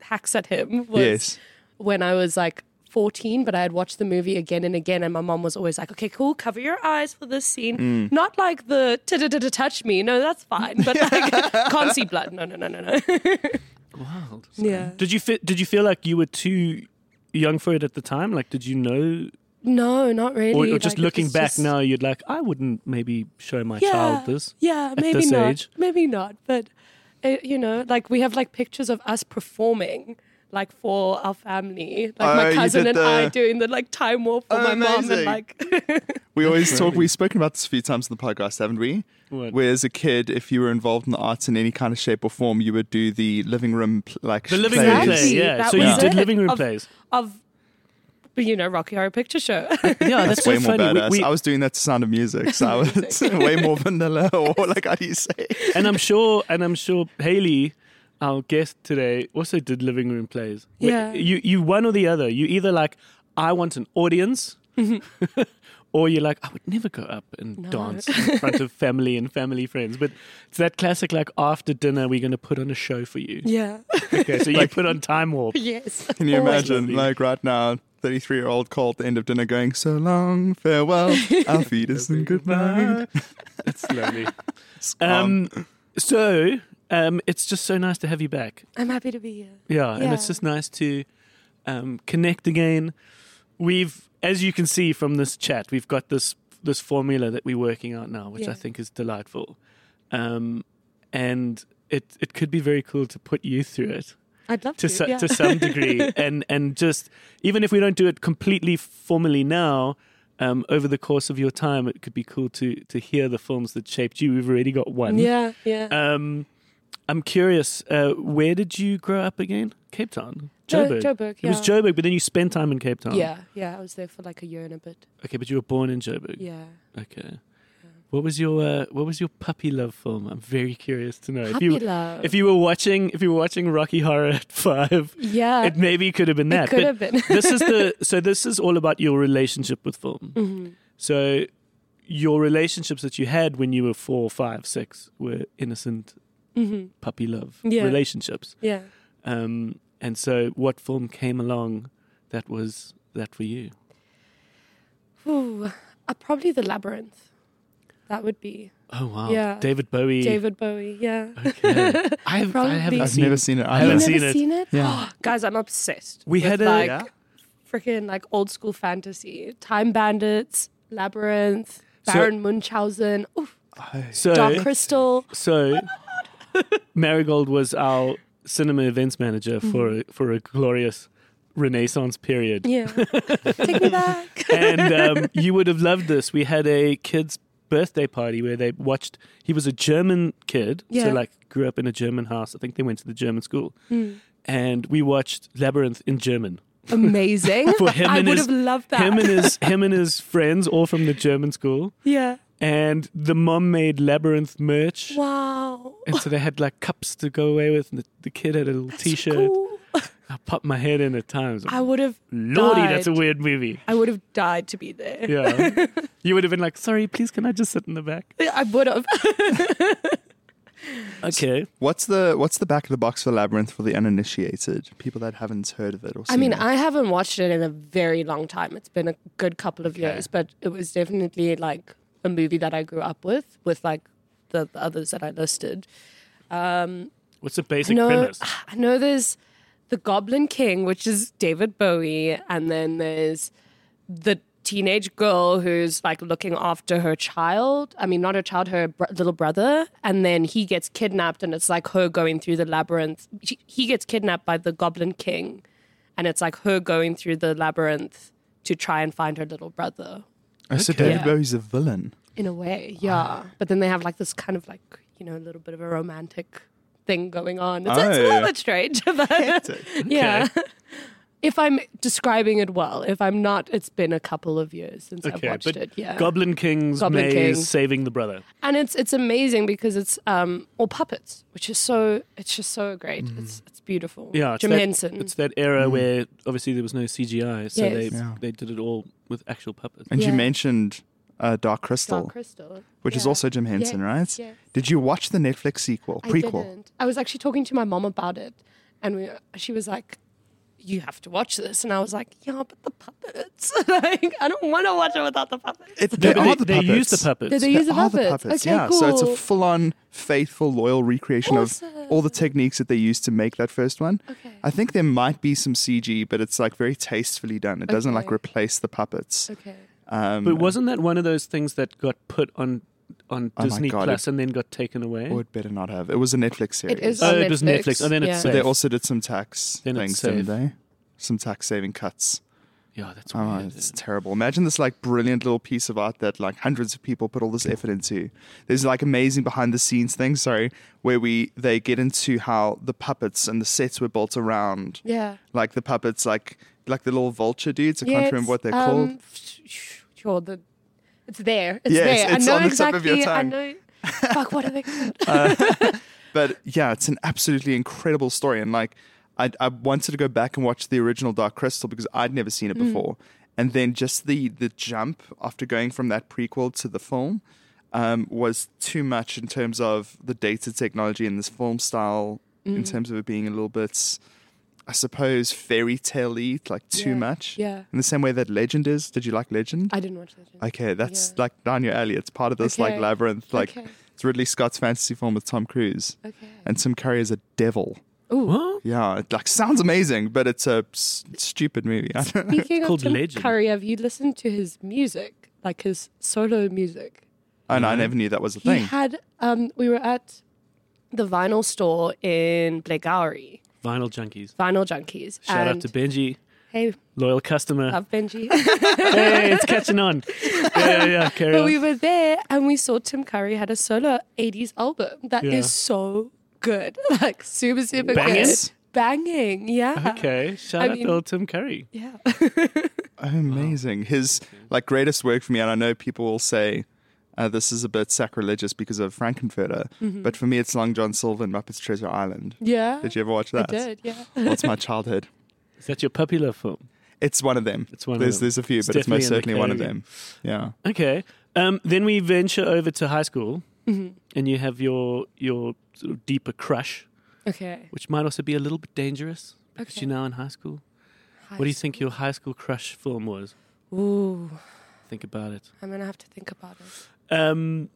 [SPEAKER 3] hacks at him was
[SPEAKER 4] Yes.
[SPEAKER 3] when I was like 14, but I had watched the movie again and again and my mom was always like, "Okay, cool, cover your eyes for this scene."
[SPEAKER 4] Mm.
[SPEAKER 3] Not like the "Ta-ta-ta-ta, touch me. No, that's fine. But like can't see blood. No, no, no, no, no.
[SPEAKER 1] Wild.
[SPEAKER 3] Yeah.
[SPEAKER 1] Did you feel? Did you feel like you were too young for it at the time? Like, did you know,
[SPEAKER 3] No, not really.
[SPEAKER 1] or, or just
[SPEAKER 3] Like, it
[SPEAKER 1] looking
[SPEAKER 3] was
[SPEAKER 1] back
[SPEAKER 3] just-
[SPEAKER 1] now, you'd like, I wouldn't maybe show my child this.
[SPEAKER 3] Yeah,
[SPEAKER 1] at
[SPEAKER 3] maybe
[SPEAKER 1] this
[SPEAKER 3] not.
[SPEAKER 1] age?
[SPEAKER 3] Maybe not. But uh, you know, like we have like pictures of us performing. Like for our family, like
[SPEAKER 4] Oh,
[SPEAKER 3] my
[SPEAKER 4] you
[SPEAKER 3] cousin
[SPEAKER 4] did
[SPEAKER 3] and I
[SPEAKER 4] the-
[SPEAKER 3] doing the like time warp for
[SPEAKER 4] Oh,
[SPEAKER 3] my mom
[SPEAKER 4] amazing.
[SPEAKER 3] and like
[SPEAKER 4] we always talk, we've spoken about this a few times in the podcast, haven't we?
[SPEAKER 1] What?
[SPEAKER 4] Where as a kid, if you were involved in the arts in any kind of shape or form, you would do the living room, pl- like
[SPEAKER 1] The living room
[SPEAKER 4] plays.
[SPEAKER 3] Exactly.
[SPEAKER 1] play. Yeah.
[SPEAKER 3] That
[SPEAKER 1] So you
[SPEAKER 3] was
[SPEAKER 1] did
[SPEAKER 3] it.
[SPEAKER 1] living room
[SPEAKER 3] Of-
[SPEAKER 1] plays.
[SPEAKER 3] of you know Rocky Horror Picture Show.
[SPEAKER 1] Yeah, that's,
[SPEAKER 4] That's way
[SPEAKER 1] so
[SPEAKER 4] more
[SPEAKER 1] funny. We-
[SPEAKER 4] badass.
[SPEAKER 1] we-
[SPEAKER 4] I was doing that to Sound of Music, so I was way more vanilla, or like how do you say?
[SPEAKER 1] and I'm sure, and I'm sure Haley, our guest today, also did living room plays. We-
[SPEAKER 3] Yeah.
[SPEAKER 1] you you one or the other. You either like I want an audience, or you're like I would never go up and dance in front of family and family friends. But it's that classic like after dinner we're going to put on a show for you.
[SPEAKER 3] yeah.
[SPEAKER 1] Okay, so you put on Time Warp.
[SPEAKER 3] yes.
[SPEAKER 4] Can you
[SPEAKER 3] Always.
[SPEAKER 4] imagine, like right now, thirty-three-year-old Cole at the end of dinner going, "So long, farewell, our feet is in good night."
[SPEAKER 1] It's lovely.
[SPEAKER 4] Um,
[SPEAKER 1] Um, so um, it's just so nice to have you back.
[SPEAKER 3] I'm happy to be here.
[SPEAKER 1] Yeah, and it's
[SPEAKER 3] Yeah.
[SPEAKER 1] just nice to um, connect again. We've, as you can see from this chat, we've got this this formula that we're working out now, which I
[SPEAKER 3] Yeah.
[SPEAKER 1] think is delightful, um, and it it could be very cool to put you through it
[SPEAKER 3] I'd love
[SPEAKER 1] to
[SPEAKER 3] to.
[SPEAKER 1] so,
[SPEAKER 3] yeah.
[SPEAKER 1] to some degree, and and just even if we don't do it completely formally now. Um, over the course of your time, it could be cool to to hear the films that shaped you. We've already got one.
[SPEAKER 3] yeah, yeah.
[SPEAKER 1] Um, I'm curious, uh, where did you grow up again? Cape Town?
[SPEAKER 3] Jo-
[SPEAKER 1] Joburg.
[SPEAKER 3] Joburg,
[SPEAKER 1] It was
[SPEAKER 3] yeah.
[SPEAKER 1] Joburg, Oh. but then you spent time in Cape Town.
[SPEAKER 3] yeah, yeah. I was there for like a year and a bit.
[SPEAKER 1] Okay, but you were born in Joburg.
[SPEAKER 3] Yeah.
[SPEAKER 1] Okay. What was your uh, What was your puppy love film? I'm very curious to know. if
[SPEAKER 3] Puppy
[SPEAKER 1] you
[SPEAKER 3] love.
[SPEAKER 1] if you were watching if you were watching Rocky Horror at five,
[SPEAKER 3] yeah.
[SPEAKER 1] it maybe could have been that.
[SPEAKER 3] Uh, could
[SPEAKER 1] but
[SPEAKER 3] have been.
[SPEAKER 1] this is the so this is all about your relationship with film.
[SPEAKER 3] Mm. Mm-hmm,
[SPEAKER 1] So your relationships that you had when you were four, five, six were innocent puppy love
[SPEAKER 3] Yeah.
[SPEAKER 1] relationships.
[SPEAKER 3] mm-hmm, yeah.
[SPEAKER 1] Um, and so, what film came along that was that for you?
[SPEAKER 3] Ooh, uh, probably the labyrinth. That would be
[SPEAKER 1] Oh wow,
[SPEAKER 3] Yeah.
[SPEAKER 1] David Bowie.
[SPEAKER 3] David Bowie. Yeah.
[SPEAKER 1] Okay. I've, I
[SPEAKER 3] Probably.
[SPEAKER 1] haven't
[SPEAKER 4] I've
[SPEAKER 1] seen.
[SPEAKER 4] never seen it
[SPEAKER 1] I
[SPEAKER 4] either.
[SPEAKER 1] haven't
[SPEAKER 3] You've
[SPEAKER 1] seen
[SPEAKER 3] never
[SPEAKER 1] it.
[SPEAKER 3] seen it?
[SPEAKER 4] Yeah.
[SPEAKER 3] Guys, I'm obsessed.
[SPEAKER 1] We
[SPEAKER 3] with,
[SPEAKER 1] had a-
[SPEAKER 3] like
[SPEAKER 1] Yeah?
[SPEAKER 3] freaking like old school fantasy, Time Bandits, Labyrinth,
[SPEAKER 1] So-
[SPEAKER 3] Baron Munchausen, oof,
[SPEAKER 1] So,
[SPEAKER 3] Dark Crystal.
[SPEAKER 1] so Marigold was our cinema events manager for
[SPEAKER 3] Mm-hmm.
[SPEAKER 1] a, for a glorious Renaissance period.
[SPEAKER 3] Yeah. Take me back.
[SPEAKER 1] and um, you would have loved this. We had a kid's birthday party where they watched. He was a German kid,
[SPEAKER 3] Yeah.
[SPEAKER 1] so like grew up in a German house. I think they went to the German school,
[SPEAKER 3] Hmm.
[SPEAKER 1] and we watched Labyrinth in German.
[SPEAKER 3] Amazing.
[SPEAKER 1] For him
[SPEAKER 3] I
[SPEAKER 1] and
[SPEAKER 3] would
[SPEAKER 1] his-
[SPEAKER 3] have loved that.
[SPEAKER 1] Him and his him and his friends, all from the German school,
[SPEAKER 3] yeah.
[SPEAKER 1] and the mom made Labyrinth merch.
[SPEAKER 3] Wow.
[SPEAKER 1] And so they had like cups to go away with, and the, the kid had a little T-shirt.
[SPEAKER 3] Cool.
[SPEAKER 1] I popped my head in at times.
[SPEAKER 3] I would have
[SPEAKER 1] Lordy, that's a
[SPEAKER 3] died.
[SPEAKER 1] weird movie.
[SPEAKER 3] I would have died to be there.
[SPEAKER 1] Yeah, you would have been like, "Sorry, please, can I just sit in the back?"
[SPEAKER 3] I would have.
[SPEAKER 1] Okay.
[SPEAKER 4] What's the What's the back of the box for Labyrinth for the uninitiated? People that haven't heard of it or seen
[SPEAKER 3] I mean,
[SPEAKER 4] it.
[SPEAKER 3] I haven't watched it in a very long time. It's been a good couple of years, but it was definitely like a movie that I grew up with, with like the, the others that I listed.
[SPEAKER 1] What's the basic
[SPEAKER 3] I know,
[SPEAKER 1] premise?
[SPEAKER 3] I know there's the Goblin King, which is David Bowie, and then there's the teenage girl who's like looking after her child. I mean, not her child, her br- little brother. And then he gets kidnapped, and it's like her going through the labyrinth. She, he gets kidnapped by the Goblin King, and it's like her going through the labyrinth to try and find her little brother
[SPEAKER 4] oh, so
[SPEAKER 1] okay.
[SPEAKER 4] David
[SPEAKER 3] Yeah.
[SPEAKER 4] Bowie's a villain.
[SPEAKER 3] in a way. Yeah. But then they have like this kind of like, you know, a little bit of a romantic thing going on. It's, it's a
[SPEAKER 4] Oh.
[SPEAKER 3] little bit strange, but yeah. If I'm describing it well, if I'm not, it's been a couple of years since
[SPEAKER 1] Okay,
[SPEAKER 3] I've watched
[SPEAKER 1] but
[SPEAKER 3] it. Yeah,
[SPEAKER 1] Goblin King's
[SPEAKER 3] Uh, Goblin
[SPEAKER 1] maze
[SPEAKER 3] King. Mm.
[SPEAKER 1] saving the brother.
[SPEAKER 3] and it's it's amazing because it's um all puppets, which is so it's just so great. It's it's beautiful.
[SPEAKER 1] Mm-hmm. Yeah, it's
[SPEAKER 3] Jim
[SPEAKER 1] that,
[SPEAKER 3] Henson.
[SPEAKER 1] It's that era where obviously there was no CGI, so
[SPEAKER 3] Yes.
[SPEAKER 1] they
[SPEAKER 4] Mm. Yeah.
[SPEAKER 1] they did it all with actual puppets.
[SPEAKER 4] And you
[SPEAKER 3] Yeah.
[SPEAKER 4] mentioned uh, Dark Crystal,
[SPEAKER 3] Dark Crystal,
[SPEAKER 4] which is
[SPEAKER 3] Yeah.
[SPEAKER 4] also Jim Henson, right?
[SPEAKER 3] yes.
[SPEAKER 4] Did you watch the Netflix sequel
[SPEAKER 3] I
[SPEAKER 4] prequel?
[SPEAKER 3] didn't. I was actually talking to my mom about it, and we, she was like, "You have to watch this," and I was like, "Yeah, but the puppets. like, I don't want to watch it without the puppets."
[SPEAKER 4] It, they,
[SPEAKER 1] No,
[SPEAKER 4] are
[SPEAKER 1] but
[SPEAKER 4] the
[SPEAKER 1] they,
[SPEAKER 4] puppets.
[SPEAKER 1] they used the puppets.
[SPEAKER 3] Did they
[SPEAKER 4] They
[SPEAKER 3] use the
[SPEAKER 4] are
[SPEAKER 3] puppets? Okay,
[SPEAKER 4] yeah. So it's a
[SPEAKER 3] cool.
[SPEAKER 4] full-on, faithful, loyal recreation
[SPEAKER 3] Awesome.
[SPEAKER 4] of all the techniques that they used to make that first one.
[SPEAKER 3] Okay.
[SPEAKER 4] I think there might be some CG, but it's like very tastefully done. It doesn't like
[SPEAKER 3] Okay.
[SPEAKER 4] replace the puppets.
[SPEAKER 3] okay.
[SPEAKER 4] Um,
[SPEAKER 1] but wasn't that one of those things that got put on on
[SPEAKER 4] Oh my
[SPEAKER 1] Disney
[SPEAKER 4] God,
[SPEAKER 1] Plus and then got taken away?
[SPEAKER 4] or it better not have. It was a Netflix series.
[SPEAKER 3] It is.
[SPEAKER 1] oh,
[SPEAKER 3] on
[SPEAKER 1] it was Netflix. Oh, then it's
[SPEAKER 3] Yeah.
[SPEAKER 4] But
[SPEAKER 1] safe.
[SPEAKER 4] they also did some tax
[SPEAKER 1] Then it's safe.
[SPEAKER 4] things, didn't they? Some tax saving cuts.
[SPEAKER 1] yeah, that's weird.
[SPEAKER 4] Oh, it's terrible. Imagine this like brilliant little piece of art that like hundreds of people put all this effort into. There's like amazing behind the scenes things, sorry, where we they get into how the puppets and the sets were built around.
[SPEAKER 3] Yeah.
[SPEAKER 4] Like the puppets, like like the little vulture dudes. I can't remember what they're
[SPEAKER 3] um,
[SPEAKER 4] called.
[SPEAKER 3] sh- sh- Sure, the, it's there. It's
[SPEAKER 4] Yes,
[SPEAKER 3] there.
[SPEAKER 4] it's
[SPEAKER 3] I know
[SPEAKER 4] on the tip
[SPEAKER 3] exactly.
[SPEAKER 4] of your
[SPEAKER 3] I
[SPEAKER 4] tongue.
[SPEAKER 3] know. Fuck, what are they called?
[SPEAKER 4] But yeah, it's an absolutely incredible story. And like, I, I wanted to go back and watch the original Dark Crystal because I'd never seen it
[SPEAKER 3] Mm.
[SPEAKER 4] before. And then just the the jump after going from that prequel to the film um, was too much in terms of the dated technology and this film style, in
[SPEAKER 3] Mm.
[SPEAKER 4] terms of it being a little bit, I suppose, fairy tale y, like too
[SPEAKER 3] Yeah,
[SPEAKER 4] much.
[SPEAKER 3] yeah.
[SPEAKER 4] In the same way that Legend is. Did you like Legend?
[SPEAKER 3] I didn't watch that. yet.
[SPEAKER 4] Okay, that's
[SPEAKER 3] Yeah.
[SPEAKER 4] like down your alley. It's part of this like
[SPEAKER 3] Okay.
[SPEAKER 4] labyrinth. Like
[SPEAKER 3] Okay.
[SPEAKER 4] it's Ridley Scott's fantasy film with Tom Cruise.
[SPEAKER 3] Okay.
[SPEAKER 4] And Tim Curry is a devil.
[SPEAKER 1] What?
[SPEAKER 4] Yeah, it like sounds amazing, but it's a s- stupid movie. I don't know.
[SPEAKER 3] Speaking
[SPEAKER 1] called
[SPEAKER 3] of Tim
[SPEAKER 1] Legend.
[SPEAKER 3] Curry, have you listened to his music, like his solo music?
[SPEAKER 4] And I never knew that was a
[SPEAKER 3] He
[SPEAKER 4] thing.
[SPEAKER 3] had. Um, we were at the vinyl store in Blegauri,
[SPEAKER 1] Vinyl junkies.
[SPEAKER 3] Vinyl Junkies.
[SPEAKER 1] Shout out
[SPEAKER 3] and-
[SPEAKER 1] to Benji,
[SPEAKER 3] hey,
[SPEAKER 1] loyal customer.
[SPEAKER 3] love Benji.
[SPEAKER 1] hey, it's catching on. Yeah, yeah, yeah. Carry
[SPEAKER 3] but
[SPEAKER 1] on.
[SPEAKER 3] we were there and we saw Tim Curry had a solo '80s album that is
[SPEAKER 1] Yeah.
[SPEAKER 3] so good, like super super
[SPEAKER 1] Banging?
[SPEAKER 3] good, banging. Yeah.
[SPEAKER 1] okay, shout
[SPEAKER 3] uh, I
[SPEAKER 1] out
[SPEAKER 3] mean-
[SPEAKER 1] to old Tim Curry.
[SPEAKER 3] Yeah.
[SPEAKER 1] Oh.
[SPEAKER 4] amazing. His like greatest work for me, and I know people will say Uh, this is a bit sacrilegious because of Frankenfurter,
[SPEAKER 1] Mm-hmm.
[SPEAKER 4] but for me, it's Long John Silver and Muppets Treasure Island.
[SPEAKER 1] Ah,
[SPEAKER 3] Yeah.
[SPEAKER 4] Did you ever watch
[SPEAKER 3] I
[SPEAKER 4] that?
[SPEAKER 3] did, yeah.
[SPEAKER 4] Well, it's my childhood.
[SPEAKER 1] Is that your popular film?
[SPEAKER 4] It's one of them.
[SPEAKER 1] It's one of
[SPEAKER 4] there's,
[SPEAKER 1] them.
[SPEAKER 4] There's a few,
[SPEAKER 1] It's
[SPEAKER 4] but it's most
[SPEAKER 1] definitely in
[SPEAKER 4] certainly
[SPEAKER 1] the
[SPEAKER 4] one of
[SPEAKER 1] category.
[SPEAKER 4] them. Yeah.
[SPEAKER 1] Okay. Um, then we venture over to high school,
[SPEAKER 3] Mm-hmm.
[SPEAKER 1] and you have your your sort of deeper crush,
[SPEAKER 3] Okay.
[SPEAKER 1] which might also be a little bit dangerous because
[SPEAKER 3] Okay.
[SPEAKER 1] you're now in high school. what do you think your high school crush film was?
[SPEAKER 3] Ooh,
[SPEAKER 1] Think about it.
[SPEAKER 3] I'm gonna have to think about it.
[SPEAKER 1] Um,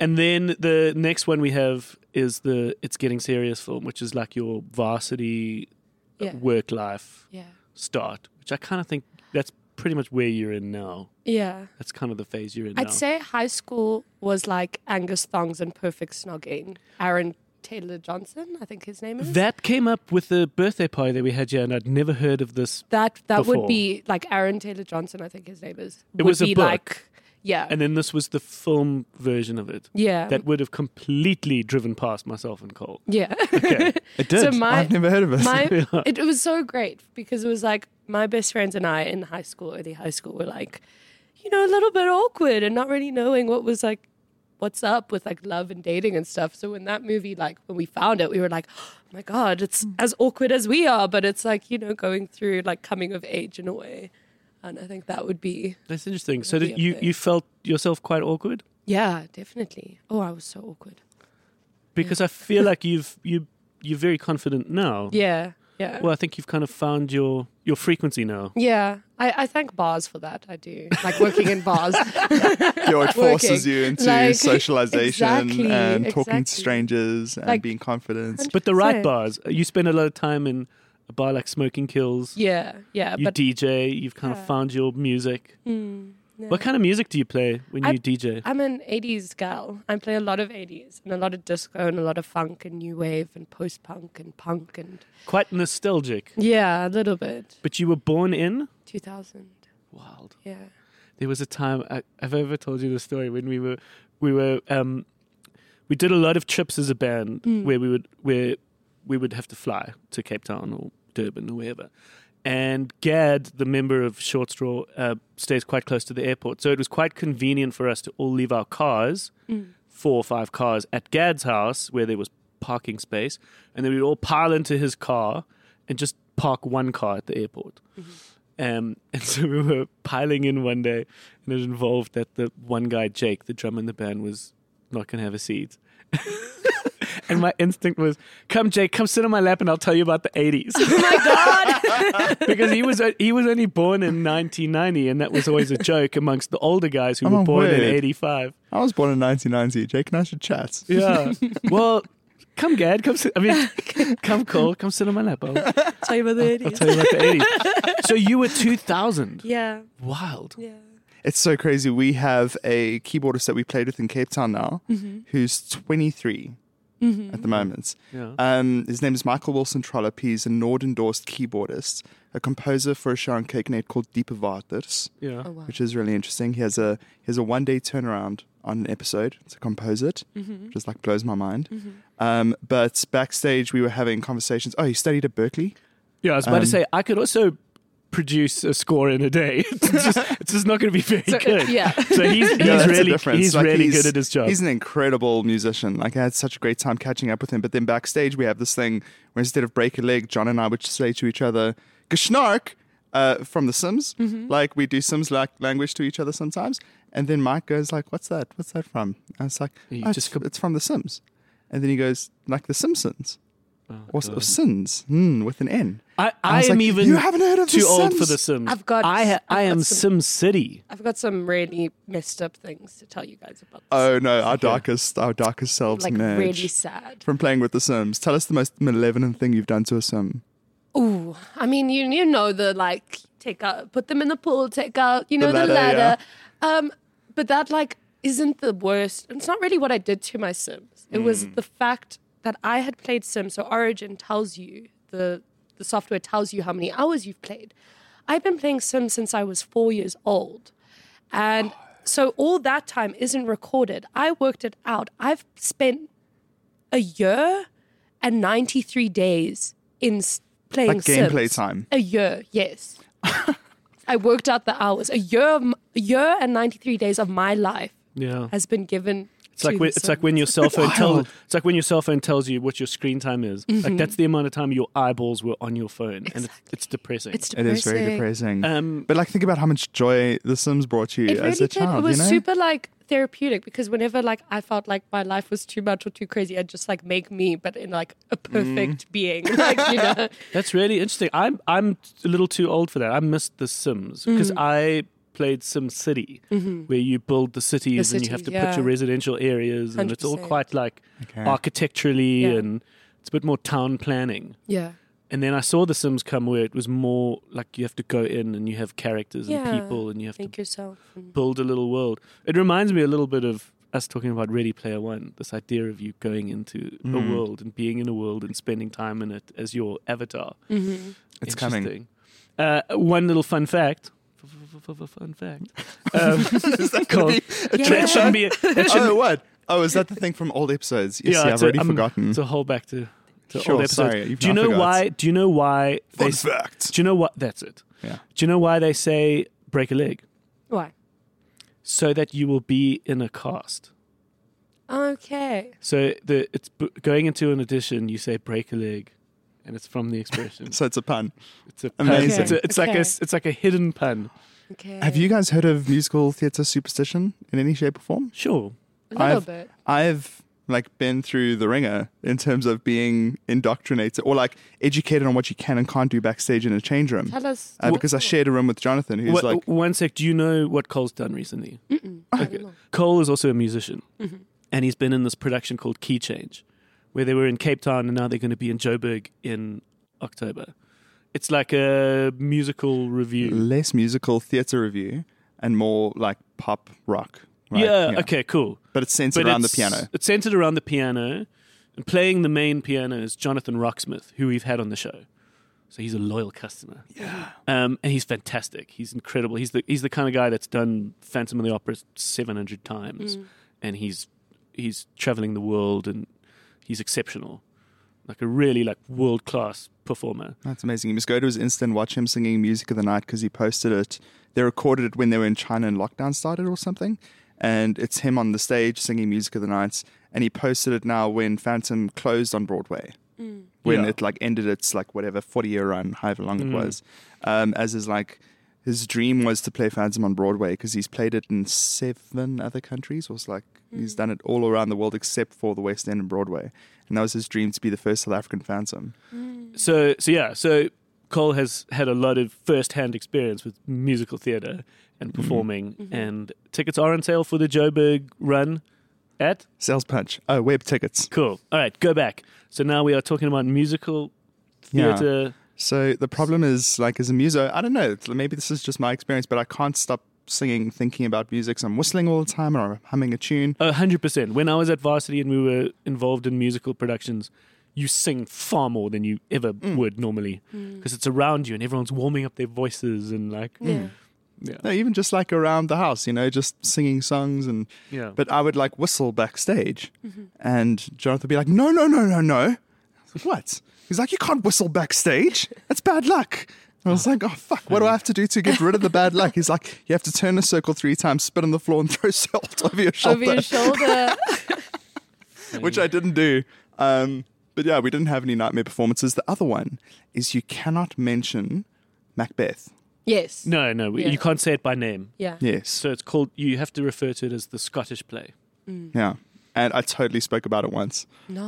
[SPEAKER 1] and then the next one we have is the It's Getting Serious film, which is like your varsity uh,
[SPEAKER 3] Yeah.
[SPEAKER 1] work life
[SPEAKER 3] Yeah.
[SPEAKER 1] start, which I kind of think that's pretty much where you're in now.
[SPEAKER 3] Yeah.
[SPEAKER 1] That's kind of the phase you're in now.
[SPEAKER 3] I'd say high school was like Angus Thongs and Perfect Snogging. Aaron Taylor Johnson, I think his name is.
[SPEAKER 1] that came up with the birthday party that we had here, and I'd never heard of this.
[SPEAKER 3] that that would
[SPEAKER 1] Before.
[SPEAKER 3] be like Aaron Taylor Johnson, I think his name is.
[SPEAKER 1] It
[SPEAKER 3] would
[SPEAKER 1] was a
[SPEAKER 3] be
[SPEAKER 1] book.
[SPEAKER 3] like yeah.
[SPEAKER 1] And then this was the film version of it.
[SPEAKER 3] yeah.
[SPEAKER 1] That would have completely driven past myself and Cole.
[SPEAKER 3] yeah.
[SPEAKER 1] Okay.
[SPEAKER 4] It did.
[SPEAKER 3] my-
[SPEAKER 4] I've never heard of it.
[SPEAKER 3] my it, it was so great because it was like my best friends and I in high school, early high school, were like, you know, a little bit awkward and not really knowing what was like what's up with like love and dating and stuff. So when that movie, like when we found it, we were like, oh my God, it's as awkward as we are, but it's like, you know, going through like coming of age in a way. And I think that would be
[SPEAKER 1] That's interesting. So did
[SPEAKER 3] That'd be up
[SPEAKER 1] you,
[SPEAKER 3] there.
[SPEAKER 1] you felt yourself quite awkward?
[SPEAKER 3] Yeah, definitely. Oh, I was so awkward.
[SPEAKER 1] Because I feel like you've you you're very confident now.
[SPEAKER 3] Yeah. Yeah.
[SPEAKER 1] Well, I think you've kind of found your your frequency now.
[SPEAKER 3] yeah. I, I thank bars for that. I do. Like working in bars.
[SPEAKER 4] Yo, it forces
[SPEAKER 3] working.
[SPEAKER 4] you into
[SPEAKER 3] Like,
[SPEAKER 4] socialization
[SPEAKER 3] exactly,
[SPEAKER 4] and talking to
[SPEAKER 3] exactly.
[SPEAKER 4] strangers and
[SPEAKER 3] Like,
[SPEAKER 4] being confident.
[SPEAKER 1] But the right
[SPEAKER 3] Sick.
[SPEAKER 1] bars, you spend a lot of time in a bar like Smoking Kills.
[SPEAKER 3] yeah. Yeah.
[SPEAKER 1] You
[SPEAKER 3] but
[SPEAKER 1] DJ, you've kind of
[SPEAKER 3] Yeah.
[SPEAKER 1] found your music.
[SPEAKER 3] no.
[SPEAKER 1] What kind of music do you play when
[SPEAKER 3] I-
[SPEAKER 1] you DJ?
[SPEAKER 3] I'm an 80s gal. I play a lot of 80s and a lot of disco and a lot of funk and new wave and post punk and punk and.
[SPEAKER 1] Quite nostalgic.
[SPEAKER 3] Yeah, a little bit.
[SPEAKER 1] But you were born in
[SPEAKER 3] 2000.
[SPEAKER 1] wild.
[SPEAKER 3] Yeah.
[SPEAKER 1] There was a time I, I've ever told you the story when we were we were um, we did a lot of trips as a band where we would where we would have to fly to Cape Town or Durban or wherever. And Gad, the member of Short Straw, uh, stays quite close to the airport, so it was quite convenient for us to all leave our cars, four or five cars, at Gad's house where there was parking space, and then we'd all pile into his car and just park one car at the airport. Um, and so we were piling in one day, and it involved that the one guy, Jake, the drummer in the band, was not going to have a seat. and my instinct was, "Come, Jake, come sit on my lap, and I'll tell you about the '80s." Oh my god! because he was he was only born in 1990, and that was always a joke amongst the older guys who
[SPEAKER 4] Oh,
[SPEAKER 1] were born in
[SPEAKER 4] wait.
[SPEAKER 1] '85.
[SPEAKER 4] I was born in 1990. Jake and I should chat.
[SPEAKER 1] Yeah. well, come, Gad, come sit. I mean, come, Cole, come sit on my lap. I'll, I'll
[SPEAKER 3] Tell you about
[SPEAKER 1] Oh,
[SPEAKER 3] the 80s.
[SPEAKER 1] tell you about the '80s. So you were 2000.
[SPEAKER 3] yeah.
[SPEAKER 1] Wild.
[SPEAKER 3] Yeah.
[SPEAKER 4] It's so crazy. We have a keyboardist that we played with in Cape Town now,
[SPEAKER 3] Mm-hmm.
[SPEAKER 4] who's 23 at the moment.
[SPEAKER 1] Yeah.
[SPEAKER 4] Um, his name is Michael Wilson Trollope. He's a Nord endorsed keyboardist, a composer for a show on Cakenate called Deeper Varters,
[SPEAKER 1] Yeah.
[SPEAKER 3] Oh, wow.
[SPEAKER 4] which is really interesting. He has a he has a one day turnaround on an episode to compose it, which is like blows my mind. Um, but backstage, we were having conversations. Oh, he studied at Berkeley.
[SPEAKER 1] Yeah, I was about
[SPEAKER 4] Um,
[SPEAKER 1] to say I could also produce a score in a day. it's, just, it's just not going to be very
[SPEAKER 3] So,
[SPEAKER 1] good.
[SPEAKER 3] yeah.
[SPEAKER 1] So he's, he's
[SPEAKER 4] Yeah, that's the
[SPEAKER 1] really
[SPEAKER 4] difference.
[SPEAKER 1] he's
[SPEAKER 4] Like,
[SPEAKER 1] really good at his job.
[SPEAKER 4] He's an incredible musician. Like I had such a great time catching up with him. But then backstage we have this thing where instead of break a leg, John and I would say to each other, "Geshnark," uh, from The Sims.
[SPEAKER 1] Mm-hmm.
[SPEAKER 4] Like we do Sims like language to each other sometimes. And then Mike goes like, "What's that? What's that from?" And it's like,
[SPEAKER 1] You
[SPEAKER 4] "Oh,
[SPEAKER 1] just
[SPEAKER 4] it's,
[SPEAKER 1] com-
[SPEAKER 4] it's from The Sims." And then he goes like The Simpsons
[SPEAKER 1] Oh,
[SPEAKER 4] or, or
[SPEAKER 1] God.
[SPEAKER 4] Sins mm, with an N.
[SPEAKER 1] I,
[SPEAKER 4] I
[SPEAKER 1] I,
[SPEAKER 4] was
[SPEAKER 1] am
[SPEAKER 4] like,
[SPEAKER 1] even
[SPEAKER 4] "You haven't heard of
[SPEAKER 1] too
[SPEAKER 4] The
[SPEAKER 1] old for
[SPEAKER 4] Sims?"
[SPEAKER 1] the Sims.
[SPEAKER 3] I've got-
[SPEAKER 1] I ha- I
[SPEAKER 3] I've got
[SPEAKER 1] am
[SPEAKER 3] some-
[SPEAKER 1] Sim City.
[SPEAKER 3] I've got some really messed up things to tell you guys about this.
[SPEAKER 4] Oh no, our darkest, our darkest selves
[SPEAKER 3] like
[SPEAKER 4] merge
[SPEAKER 3] really sad.
[SPEAKER 4] from playing with The Sims. Tell us the most malevolent thing you've done to a Sim.
[SPEAKER 3] Ooh, I mean, you you know the like take out, put them in the pool, take out, you know the
[SPEAKER 4] ladder,
[SPEAKER 3] ladder.
[SPEAKER 4] yeah.
[SPEAKER 3] Um, but that like isn't the worst. It's not really what I did to my Sims. It was
[SPEAKER 4] Hmm.
[SPEAKER 3] the fact that I had played Sims. So Origin tells you the the software tells you how many hours you've played. I've been playing Sims since I was four years old, and so all that time isn't recorded. I worked it out. I've spent a year and 93 days in s- playing
[SPEAKER 4] Like gameplay
[SPEAKER 3] Sims.
[SPEAKER 4] time.
[SPEAKER 3] A year, yes. I worked out the hours. A year, of m- a year and 93 days of my life
[SPEAKER 1] Yeah.
[SPEAKER 3] has been given.
[SPEAKER 1] It's like when, it's like when your cell phone tells it's like when your cell phone tells you what your screen time is.
[SPEAKER 4] Mm-hmm.
[SPEAKER 1] Like that's the amount of time your eyeballs were on your phone, and it's, it's depressing.
[SPEAKER 3] it's
[SPEAKER 4] It
[SPEAKER 3] depressing.
[SPEAKER 4] is very depressing.
[SPEAKER 1] um,
[SPEAKER 4] but like, think about how much joy The Sims brought you
[SPEAKER 3] It really
[SPEAKER 4] as a
[SPEAKER 3] did.
[SPEAKER 4] child.
[SPEAKER 3] it was
[SPEAKER 4] you know?
[SPEAKER 3] super like therapeutic because whenever like I felt like my life was too much or too crazy, I'd just like make me, but in like a
[SPEAKER 1] Mm.
[SPEAKER 3] perfect being, like you know.
[SPEAKER 1] That's really interesting. I'm I'm a little too old for that. I missed The Sims because
[SPEAKER 3] Mm-hmm.
[SPEAKER 1] I played Sim City, where you build the cities
[SPEAKER 3] The
[SPEAKER 1] and you have to
[SPEAKER 3] cities,
[SPEAKER 1] put
[SPEAKER 3] yeah.
[SPEAKER 1] your residential areas, and it's all
[SPEAKER 3] 100%.
[SPEAKER 1] quite like
[SPEAKER 4] Okay.
[SPEAKER 1] architecturally
[SPEAKER 3] Yeah.
[SPEAKER 1] and it's a bit more town planning.
[SPEAKER 3] Yeah.
[SPEAKER 1] And then I saw The Sims come where it was more like you have to go in and you have characters
[SPEAKER 3] Yeah.
[SPEAKER 1] and people and you have to
[SPEAKER 3] Think yourself. Mm-hmm. and-
[SPEAKER 1] build a little world. It reminds me a little bit of us talking about Ready Player One, this idea of you going into a world and being in a world and spending time in it as your avatar.
[SPEAKER 3] Mm-hmm.
[SPEAKER 4] It's coming.
[SPEAKER 1] Interesting. Uh, one little fun fact. F- f- f- f- Fun fact. Um, cool.
[SPEAKER 3] Yeah.
[SPEAKER 1] That shouldn't be. That shouldn't,
[SPEAKER 4] oh, what? Oh, is that the thing from old episodes? Yes, yeah, I've
[SPEAKER 1] it's a-
[SPEAKER 4] already
[SPEAKER 1] I'm-
[SPEAKER 4] forgotten.
[SPEAKER 1] It's a whole back to, to
[SPEAKER 4] Oh. Sure,
[SPEAKER 1] old episodes.
[SPEAKER 4] sorry, you've
[SPEAKER 1] do you
[SPEAKER 4] now
[SPEAKER 1] know
[SPEAKER 4] forgot.
[SPEAKER 1] why? Do you know why?
[SPEAKER 4] Fun
[SPEAKER 1] s-
[SPEAKER 4] fact.
[SPEAKER 1] Do you know what? That's it.
[SPEAKER 4] Yeah.
[SPEAKER 1] Do you know why they say break a leg?
[SPEAKER 3] Why?
[SPEAKER 1] So that you will be in a cast.
[SPEAKER 3] Okay.
[SPEAKER 1] So the it's b- going into an audition. You say break a leg, and it's from the expression.
[SPEAKER 4] So it's a pun.
[SPEAKER 1] it's a pun.
[SPEAKER 4] Amazing.
[SPEAKER 1] It's, a, it's like a
[SPEAKER 3] Okay.
[SPEAKER 1] s- it's like a hidden pun.
[SPEAKER 3] Okay.
[SPEAKER 4] Have you guys heard of musical theatre superstition in any shape or form?
[SPEAKER 1] Sure.
[SPEAKER 3] A little
[SPEAKER 4] I've-
[SPEAKER 3] bit.
[SPEAKER 4] I've like been through the ringer in terms of being indoctrinated or like educated on what you can and can't do backstage in a change room.
[SPEAKER 3] Tell us.
[SPEAKER 4] Uh, because I shared a room with Jonathan, who's
[SPEAKER 1] What,
[SPEAKER 4] like,
[SPEAKER 1] one sec. Do you know what Cole's done recently? Okay.
[SPEAKER 3] Mm.
[SPEAKER 1] Cole is also a musician, and he's been in this production called Key Change, where they were in Cape Town, and now they're going to be in Joburg in October. It's like a musical review.
[SPEAKER 4] less musical theatre review and more like pop rock. right?
[SPEAKER 1] yeah, Okay. Cool.
[SPEAKER 4] But it's centered
[SPEAKER 1] But
[SPEAKER 4] around the
[SPEAKER 1] it's-
[SPEAKER 4] piano.
[SPEAKER 1] It's centered around the piano, and playing the main piano is Jonathan Rocksmith, who we've had on the show. So he's a loyal customer. Yeah. Um, and he's fantastic. He's incredible. He's the he's the kind of guy that's done Phantom of the Opera seven hundred
[SPEAKER 3] Mm.
[SPEAKER 1] times,
[SPEAKER 4] Mm.
[SPEAKER 1] and he's he's traveling the world, and he's exceptional, like a really like world class performer.
[SPEAKER 4] That's amazing. You must go to his Insta and watch him singing Music of the Night because he posted it. They recorded it when they were in China and lockdown started or something. And it's him on the stage singing Music of the Night. And he posted it now when Phantom closed on Broadway. When
[SPEAKER 1] Yeah.
[SPEAKER 4] it like ended its like whatever 40 year run, however long it was. Um, as his like, his dream was to play Phantom on Broadway because he's played it in seven other countries. Or it's like he's done it all around the world except for the West End and Broadway. And that was his dream to be the first South African Phantom.
[SPEAKER 1] So so yeah. So Cole has had a lot of first hand experience with musical theatre and performing, and tickets are on sale for the Joburg run. At
[SPEAKER 4] Sales punch. Oh, web tickets.
[SPEAKER 1] Cool. All right, go back. So now we are talking about musical
[SPEAKER 4] Yeah.
[SPEAKER 1] theater.
[SPEAKER 4] So the problem is, like, as a muso, I don't know. Maybe this is just my experience, but I can't stop singing, thinking about music. So I'm whistling all the time, or I'm humming a tune.
[SPEAKER 1] A hundred percent. When I was at varsity and we were involved in musical productions, you sing far more than you ever
[SPEAKER 4] Mm.
[SPEAKER 1] would normally because it's around you and everyone's warming up their voices and like
[SPEAKER 3] Mm.
[SPEAKER 1] Mm.
[SPEAKER 3] Yeah.
[SPEAKER 4] No, even just like around the house, you know, just singing songs and.
[SPEAKER 1] Yeah.
[SPEAKER 4] But I would like whistle backstage, and Jonathan would be like, "No, no, no, no, no." I was like, What? He's like, "You can't whistle backstage. That's bad luck." I was like, "Oh fuck! What do I have to do to get rid of the bad luck?" He's like, "You have to turn a circle three times, spit on the floor, and throw salt over your shoulder."
[SPEAKER 3] Over your shoulder.
[SPEAKER 4] which I didn't do. Um, but yeah, we didn't have any nightmare performances. The other one is you cannot mention Macbeth.
[SPEAKER 3] yes.
[SPEAKER 1] no, no, we,
[SPEAKER 3] Yeah.
[SPEAKER 1] you can't say it by name.
[SPEAKER 3] Yeah.
[SPEAKER 4] Yes.
[SPEAKER 1] So it's called. You have to refer to it as the Scottish play.
[SPEAKER 4] Yeah. And I totally spoke about it once.
[SPEAKER 3] No.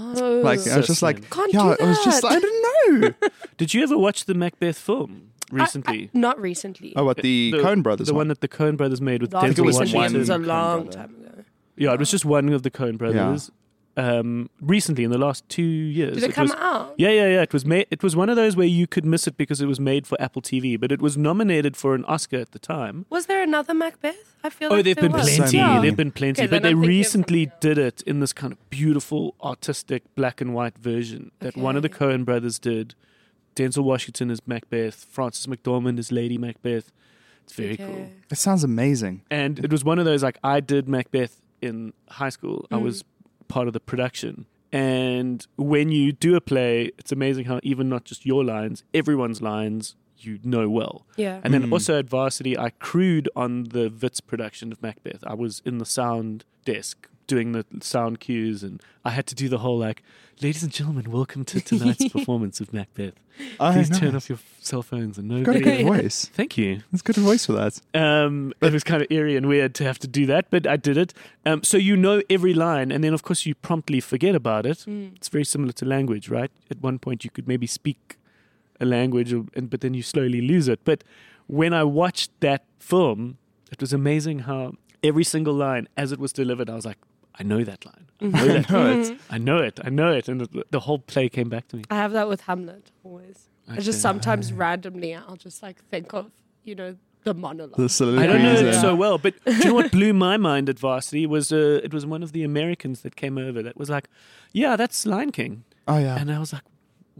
[SPEAKER 4] Like
[SPEAKER 1] uh,
[SPEAKER 4] I was just like,
[SPEAKER 3] Can't
[SPEAKER 4] yeah,
[SPEAKER 3] do
[SPEAKER 4] I was just
[SPEAKER 3] that.
[SPEAKER 4] like, I didn't know.
[SPEAKER 1] Did you ever watch the Macbeth film recently?
[SPEAKER 3] Not recently.
[SPEAKER 4] oh, what the, Coen Brothers
[SPEAKER 1] the one
[SPEAKER 4] one?
[SPEAKER 1] that the Coen brothers made with
[SPEAKER 3] Not
[SPEAKER 1] Denzel
[SPEAKER 4] it was
[SPEAKER 3] recently.
[SPEAKER 4] one
[SPEAKER 3] It was a
[SPEAKER 4] Coen
[SPEAKER 3] long
[SPEAKER 4] brother.
[SPEAKER 3] time ago.
[SPEAKER 1] Yeah, it was just one of the Coen brothers. Um, recently, in the last two years,
[SPEAKER 3] Did it, come
[SPEAKER 1] was,
[SPEAKER 3] out?
[SPEAKER 1] Yeah, yeah, yeah. It was made. It was one of those where you could miss it because it was made for Apple TV, but it was nominated for an Oscar at the time.
[SPEAKER 3] Was there another Macbeth? I feel
[SPEAKER 1] Oh,
[SPEAKER 3] like
[SPEAKER 1] they've
[SPEAKER 3] there
[SPEAKER 1] been
[SPEAKER 3] was.
[SPEAKER 4] So
[SPEAKER 1] plenty.
[SPEAKER 4] many.
[SPEAKER 1] They've been plenty,
[SPEAKER 3] Okay,
[SPEAKER 1] but
[SPEAKER 3] then
[SPEAKER 1] they
[SPEAKER 3] I'm thinking of
[SPEAKER 1] recently did it in this kind of beautiful, artistic black and white version that one of the
[SPEAKER 3] Okay.
[SPEAKER 1] Coen brothers did. Denzel Washington is Macbeth. Frances McDormand is Lady Macbeth. It's very cool.
[SPEAKER 3] Okay.
[SPEAKER 4] It sounds amazing.
[SPEAKER 1] And it was one of those like I did Macbeth in high school. I was part of the production. And when you do a play, it's amazing how even not just your lines, everyone's lines, you know well.
[SPEAKER 3] Yeah.
[SPEAKER 1] And then also at Varsity, I crewed on the Vitz production of Macbeth. I was in the sound desk doing the sound cues, and I had to do the whole like, ladies and gentlemen, welcome to tonight's performance of Macbeth.
[SPEAKER 4] Oh,
[SPEAKER 1] Please
[SPEAKER 4] nice.
[SPEAKER 1] turn off your cell phones and no
[SPEAKER 4] Got a
[SPEAKER 1] video."
[SPEAKER 4] good voice.
[SPEAKER 1] Thank you.
[SPEAKER 4] It's good voice for that.
[SPEAKER 1] Um, it was kind of eerie and weird to have to do that, but I did it. Um, so you know every line, and then of course you promptly forget about it.
[SPEAKER 3] Mm.
[SPEAKER 1] It's very similar to language, right? At one point you could maybe speak a language, or, and, but then you slowly lose it. But when I watched that film, it was amazing how every single line, as it was delivered, I was like, I know that line. I know that.
[SPEAKER 4] No,
[SPEAKER 1] line.
[SPEAKER 4] it's-
[SPEAKER 1] I know it. I know it. And the, the whole play came back to me.
[SPEAKER 3] I have that with Hamlet always. I
[SPEAKER 1] Okay.
[SPEAKER 3] just sometimes
[SPEAKER 1] uh,
[SPEAKER 3] randomly I'll just like think of, you know, the monologue.
[SPEAKER 4] the
[SPEAKER 1] I
[SPEAKER 4] soliloquies
[SPEAKER 1] don't know
[SPEAKER 4] and-
[SPEAKER 1] it so well, but do you know what blew my mind at Varsity was uh, it was one of the Americans that came over that was like, "Yeah, that's Lion King,"
[SPEAKER 4] Oh yeah.
[SPEAKER 1] and I was like,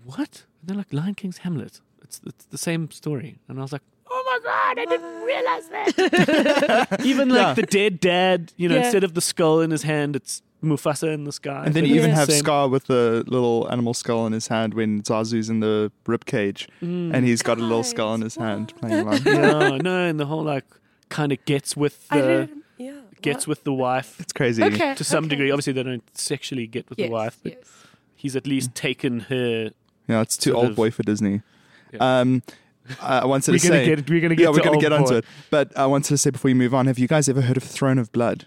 [SPEAKER 1] "What?" And they're like, "Lion King's Hamlet. It's it's the same story," and I was like. Oh my god! I didn't realize that. even like
[SPEAKER 4] Yeah.
[SPEAKER 1] the dead dad, you know,
[SPEAKER 3] Yeah.
[SPEAKER 1] instead of the skull in his hand, it's Mufasa in the sky.
[SPEAKER 4] And then
[SPEAKER 1] But
[SPEAKER 4] you
[SPEAKER 1] it's
[SPEAKER 4] even
[SPEAKER 1] the
[SPEAKER 4] have
[SPEAKER 1] same-
[SPEAKER 4] Scar with the little animal skull in his hand when Zazu's in the rib cage, and he's got a little skull in his hand playing along.
[SPEAKER 1] Mm. No, no, and the whole like kind of gets with
[SPEAKER 3] I
[SPEAKER 1] the
[SPEAKER 3] didn't, yeah.
[SPEAKER 1] gets with the wife
[SPEAKER 4] It's crazy.
[SPEAKER 3] Okay.
[SPEAKER 1] to some
[SPEAKER 3] okay.
[SPEAKER 1] degree. Obviously, they don't sexually get with
[SPEAKER 3] Yes,
[SPEAKER 1] the wife, but
[SPEAKER 3] yes.
[SPEAKER 1] he's at least taken her.
[SPEAKER 4] Yeah, it's too
[SPEAKER 1] Sort
[SPEAKER 4] old
[SPEAKER 1] of-
[SPEAKER 4] boy for Disney.
[SPEAKER 1] Yeah.
[SPEAKER 4] Um, I I wanted
[SPEAKER 1] We're
[SPEAKER 4] to
[SPEAKER 1] gonna
[SPEAKER 4] say
[SPEAKER 1] get- we're gonna get
[SPEAKER 4] yeah, we're
[SPEAKER 1] to
[SPEAKER 4] gonna
[SPEAKER 1] old
[SPEAKER 4] get onto
[SPEAKER 1] boy.
[SPEAKER 4] it. But I wanted to say before you move on, have you guys ever heard of Throne of Blood?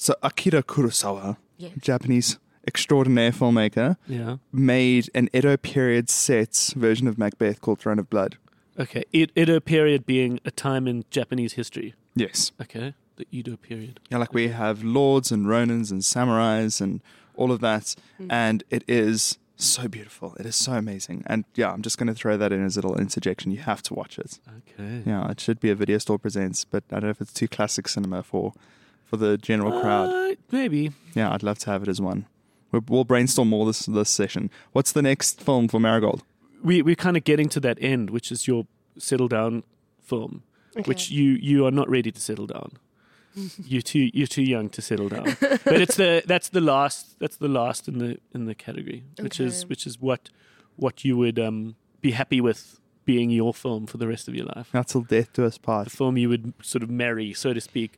[SPEAKER 4] so Akira Kurosawa,
[SPEAKER 3] Yes.
[SPEAKER 4] Japanese extraordinaire filmmaker,
[SPEAKER 1] Yeah.
[SPEAKER 4] made an Edo period sets version of Macbeth called Throne of Blood.
[SPEAKER 1] Okay. Ed- Edo period being a time in Japanese history.
[SPEAKER 4] Yes.
[SPEAKER 1] Okay. The Edo period.
[SPEAKER 4] Yeah, like we have lords and ronins and samurais and all of that. And it is so beautiful. It is so amazing. And yeah, I'm just going to throw that in as a little interjection. You have to watch it.
[SPEAKER 1] Okay.
[SPEAKER 4] Yeah, it should be a video store presents, but I don't know if it's too classic cinema for for the general crowd.
[SPEAKER 1] Uh, maybe.
[SPEAKER 4] Yeah, I'd love to have it as one. We'll, we'll brainstorm more this this session. What's the next film for Marigold?
[SPEAKER 1] We we're kind of getting to that end, which is your settle down film, which you you are not ready to settle down. you're too you're too young to settle down. but it's the that's the last that's the last in the in the category, which is
[SPEAKER 3] Okay.
[SPEAKER 1] which is what what you would um be happy with being your film for the rest of your life.
[SPEAKER 4] Not till death do us
[SPEAKER 1] The
[SPEAKER 4] part.
[SPEAKER 1] film you would sort of marry, so to speak.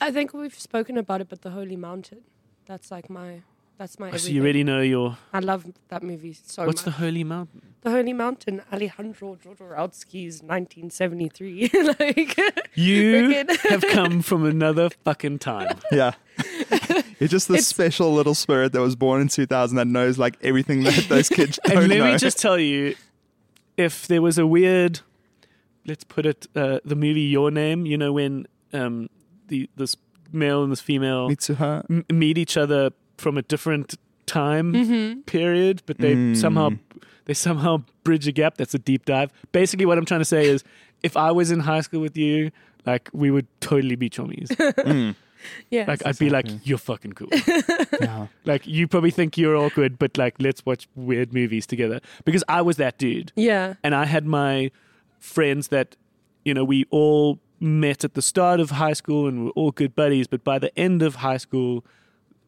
[SPEAKER 3] I think we've spoken about it, but the Holy Mountain. That's like my that's my
[SPEAKER 1] So
[SPEAKER 3] everything.
[SPEAKER 1] you already know your
[SPEAKER 3] I love that movie so
[SPEAKER 1] what's the
[SPEAKER 3] much.
[SPEAKER 1] holy mountain?
[SPEAKER 3] The, Holy Mountain, Alejandro Jodorowsky's 1973. like
[SPEAKER 1] You
[SPEAKER 3] Frickin'.
[SPEAKER 1] have come from another fucking time.
[SPEAKER 4] Yeah. You're just this
[SPEAKER 3] It's-
[SPEAKER 4] special little spirit that was born in 2000 that knows like everything that those kids don't
[SPEAKER 1] And let
[SPEAKER 4] know.
[SPEAKER 1] me just tell you, if there was a weird, let's put it, uh, the movie Your Name, you know when um, the this male and this female
[SPEAKER 4] Mitsuha
[SPEAKER 1] m- meet each other from a different time
[SPEAKER 3] Mm-hmm.
[SPEAKER 1] period, but they
[SPEAKER 4] Mm.
[SPEAKER 1] somehow they somehow bridge a gap. That's a deep dive. Basically, what I'm trying to say is, if I was in high school with you, like we would totally be chummies.
[SPEAKER 4] Mm.
[SPEAKER 3] yeah.
[SPEAKER 1] Like I'd be like, you're fucking cool.
[SPEAKER 4] Yeah.
[SPEAKER 1] Like you probably think you're awkward, but like let's watch weird movies together. Because I was that dude.
[SPEAKER 3] yeah.
[SPEAKER 1] And I had my friends that, you know, we all met at the start of high school and we're all good buddies, but by the end of high school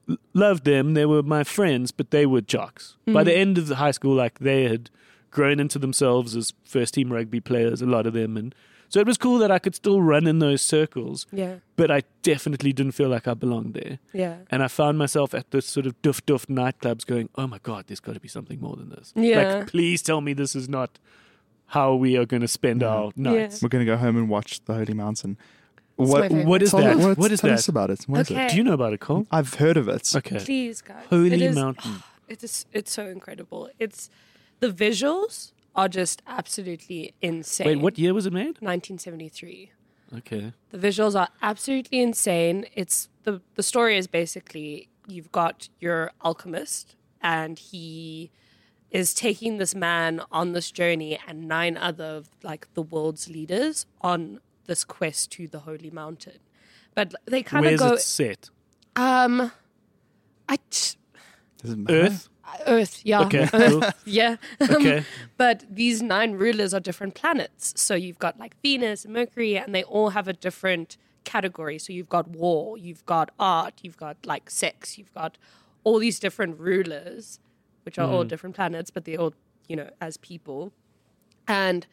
[SPEAKER 1] l- loved them. They were my friends, but they were jocks. By the end of the high school, like they had grown into themselves as first team rugby players, a lot of them and so it was cool that I could still run in those circles,
[SPEAKER 3] Yeah.
[SPEAKER 1] but I definitely didn't feel like I belonged there.
[SPEAKER 3] Yeah.
[SPEAKER 1] And I found myself at this sort of duff duff nightclubs going, oh my God, there's got to be something more than this.
[SPEAKER 3] Yeah.
[SPEAKER 1] Like, please tell me this is not how we are going to spend our nights.
[SPEAKER 4] We're going to go home and watch The Holy Mountain.
[SPEAKER 3] my
[SPEAKER 4] What
[SPEAKER 3] favorite.
[SPEAKER 1] What is
[SPEAKER 4] tell
[SPEAKER 1] that?
[SPEAKER 4] me-
[SPEAKER 1] What, what is
[SPEAKER 4] tell
[SPEAKER 1] that?
[SPEAKER 4] us about it. What is it?
[SPEAKER 3] Okay.
[SPEAKER 1] Do you know about it, Cole?
[SPEAKER 4] I've heard of it.
[SPEAKER 1] Okay.
[SPEAKER 3] Please, guys. it
[SPEAKER 1] Holy
[SPEAKER 3] is,
[SPEAKER 1] Mountain.
[SPEAKER 3] It is. It's so incredible. It's the visuals are just absolutely insane.
[SPEAKER 1] Wait, what year was it made?
[SPEAKER 3] 1973.
[SPEAKER 1] Okay.
[SPEAKER 3] The visuals are absolutely insane. It's the the story is basically you've got your alchemist and he is taking this man on this journey and nine other like the world's leaders on this quest to the holy mountain. But they kind of
[SPEAKER 1] Where's
[SPEAKER 3] go
[SPEAKER 1] it set?
[SPEAKER 3] um I t-
[SPEAKER 4] Does it matter?
[SPEAKER 1] Earth?
[SPEAKER 3] Earth, yeah.
[SPEAKER 1] Okay.
[SPEAKER 3] Earth,
[SPEAKER 1] cool.
[SPEAKER 3] yeah.
[SPEAKER 1] Okay.
[SPEAKER 3] But these nine rulers are different planets. So you've got like Venus, Mercury, and they all have a different category. So you've got war, you've got art, you've got like sex, you've got all these different rulers, which are all different planets, but they're all, you know, as people. And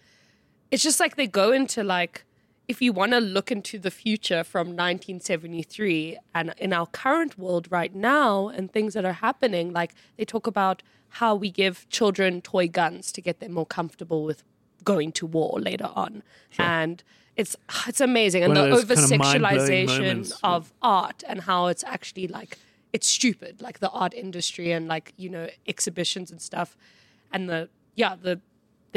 [SPEAKER 3] it's just like they go into like if you want to look into the future from 1973 and in our current world right now and things that are happening like they talk about how we give children toy guns to get them more comfortable with going to war later on and it's it's amazing and
[SPEAKER 1] One
[SPEAKER 3] the
[SPEAKER 1] of
[SPEAKER 3] over
[SPEAKER 1] those kinda mind-blowing
[SPEAKER 3] sexualization
[SPEAKER 1] moments.
[SPEAKER 3] of art and how it's actually like it's stupid like the art industry and like you know exhibitions and stuff and the yeah the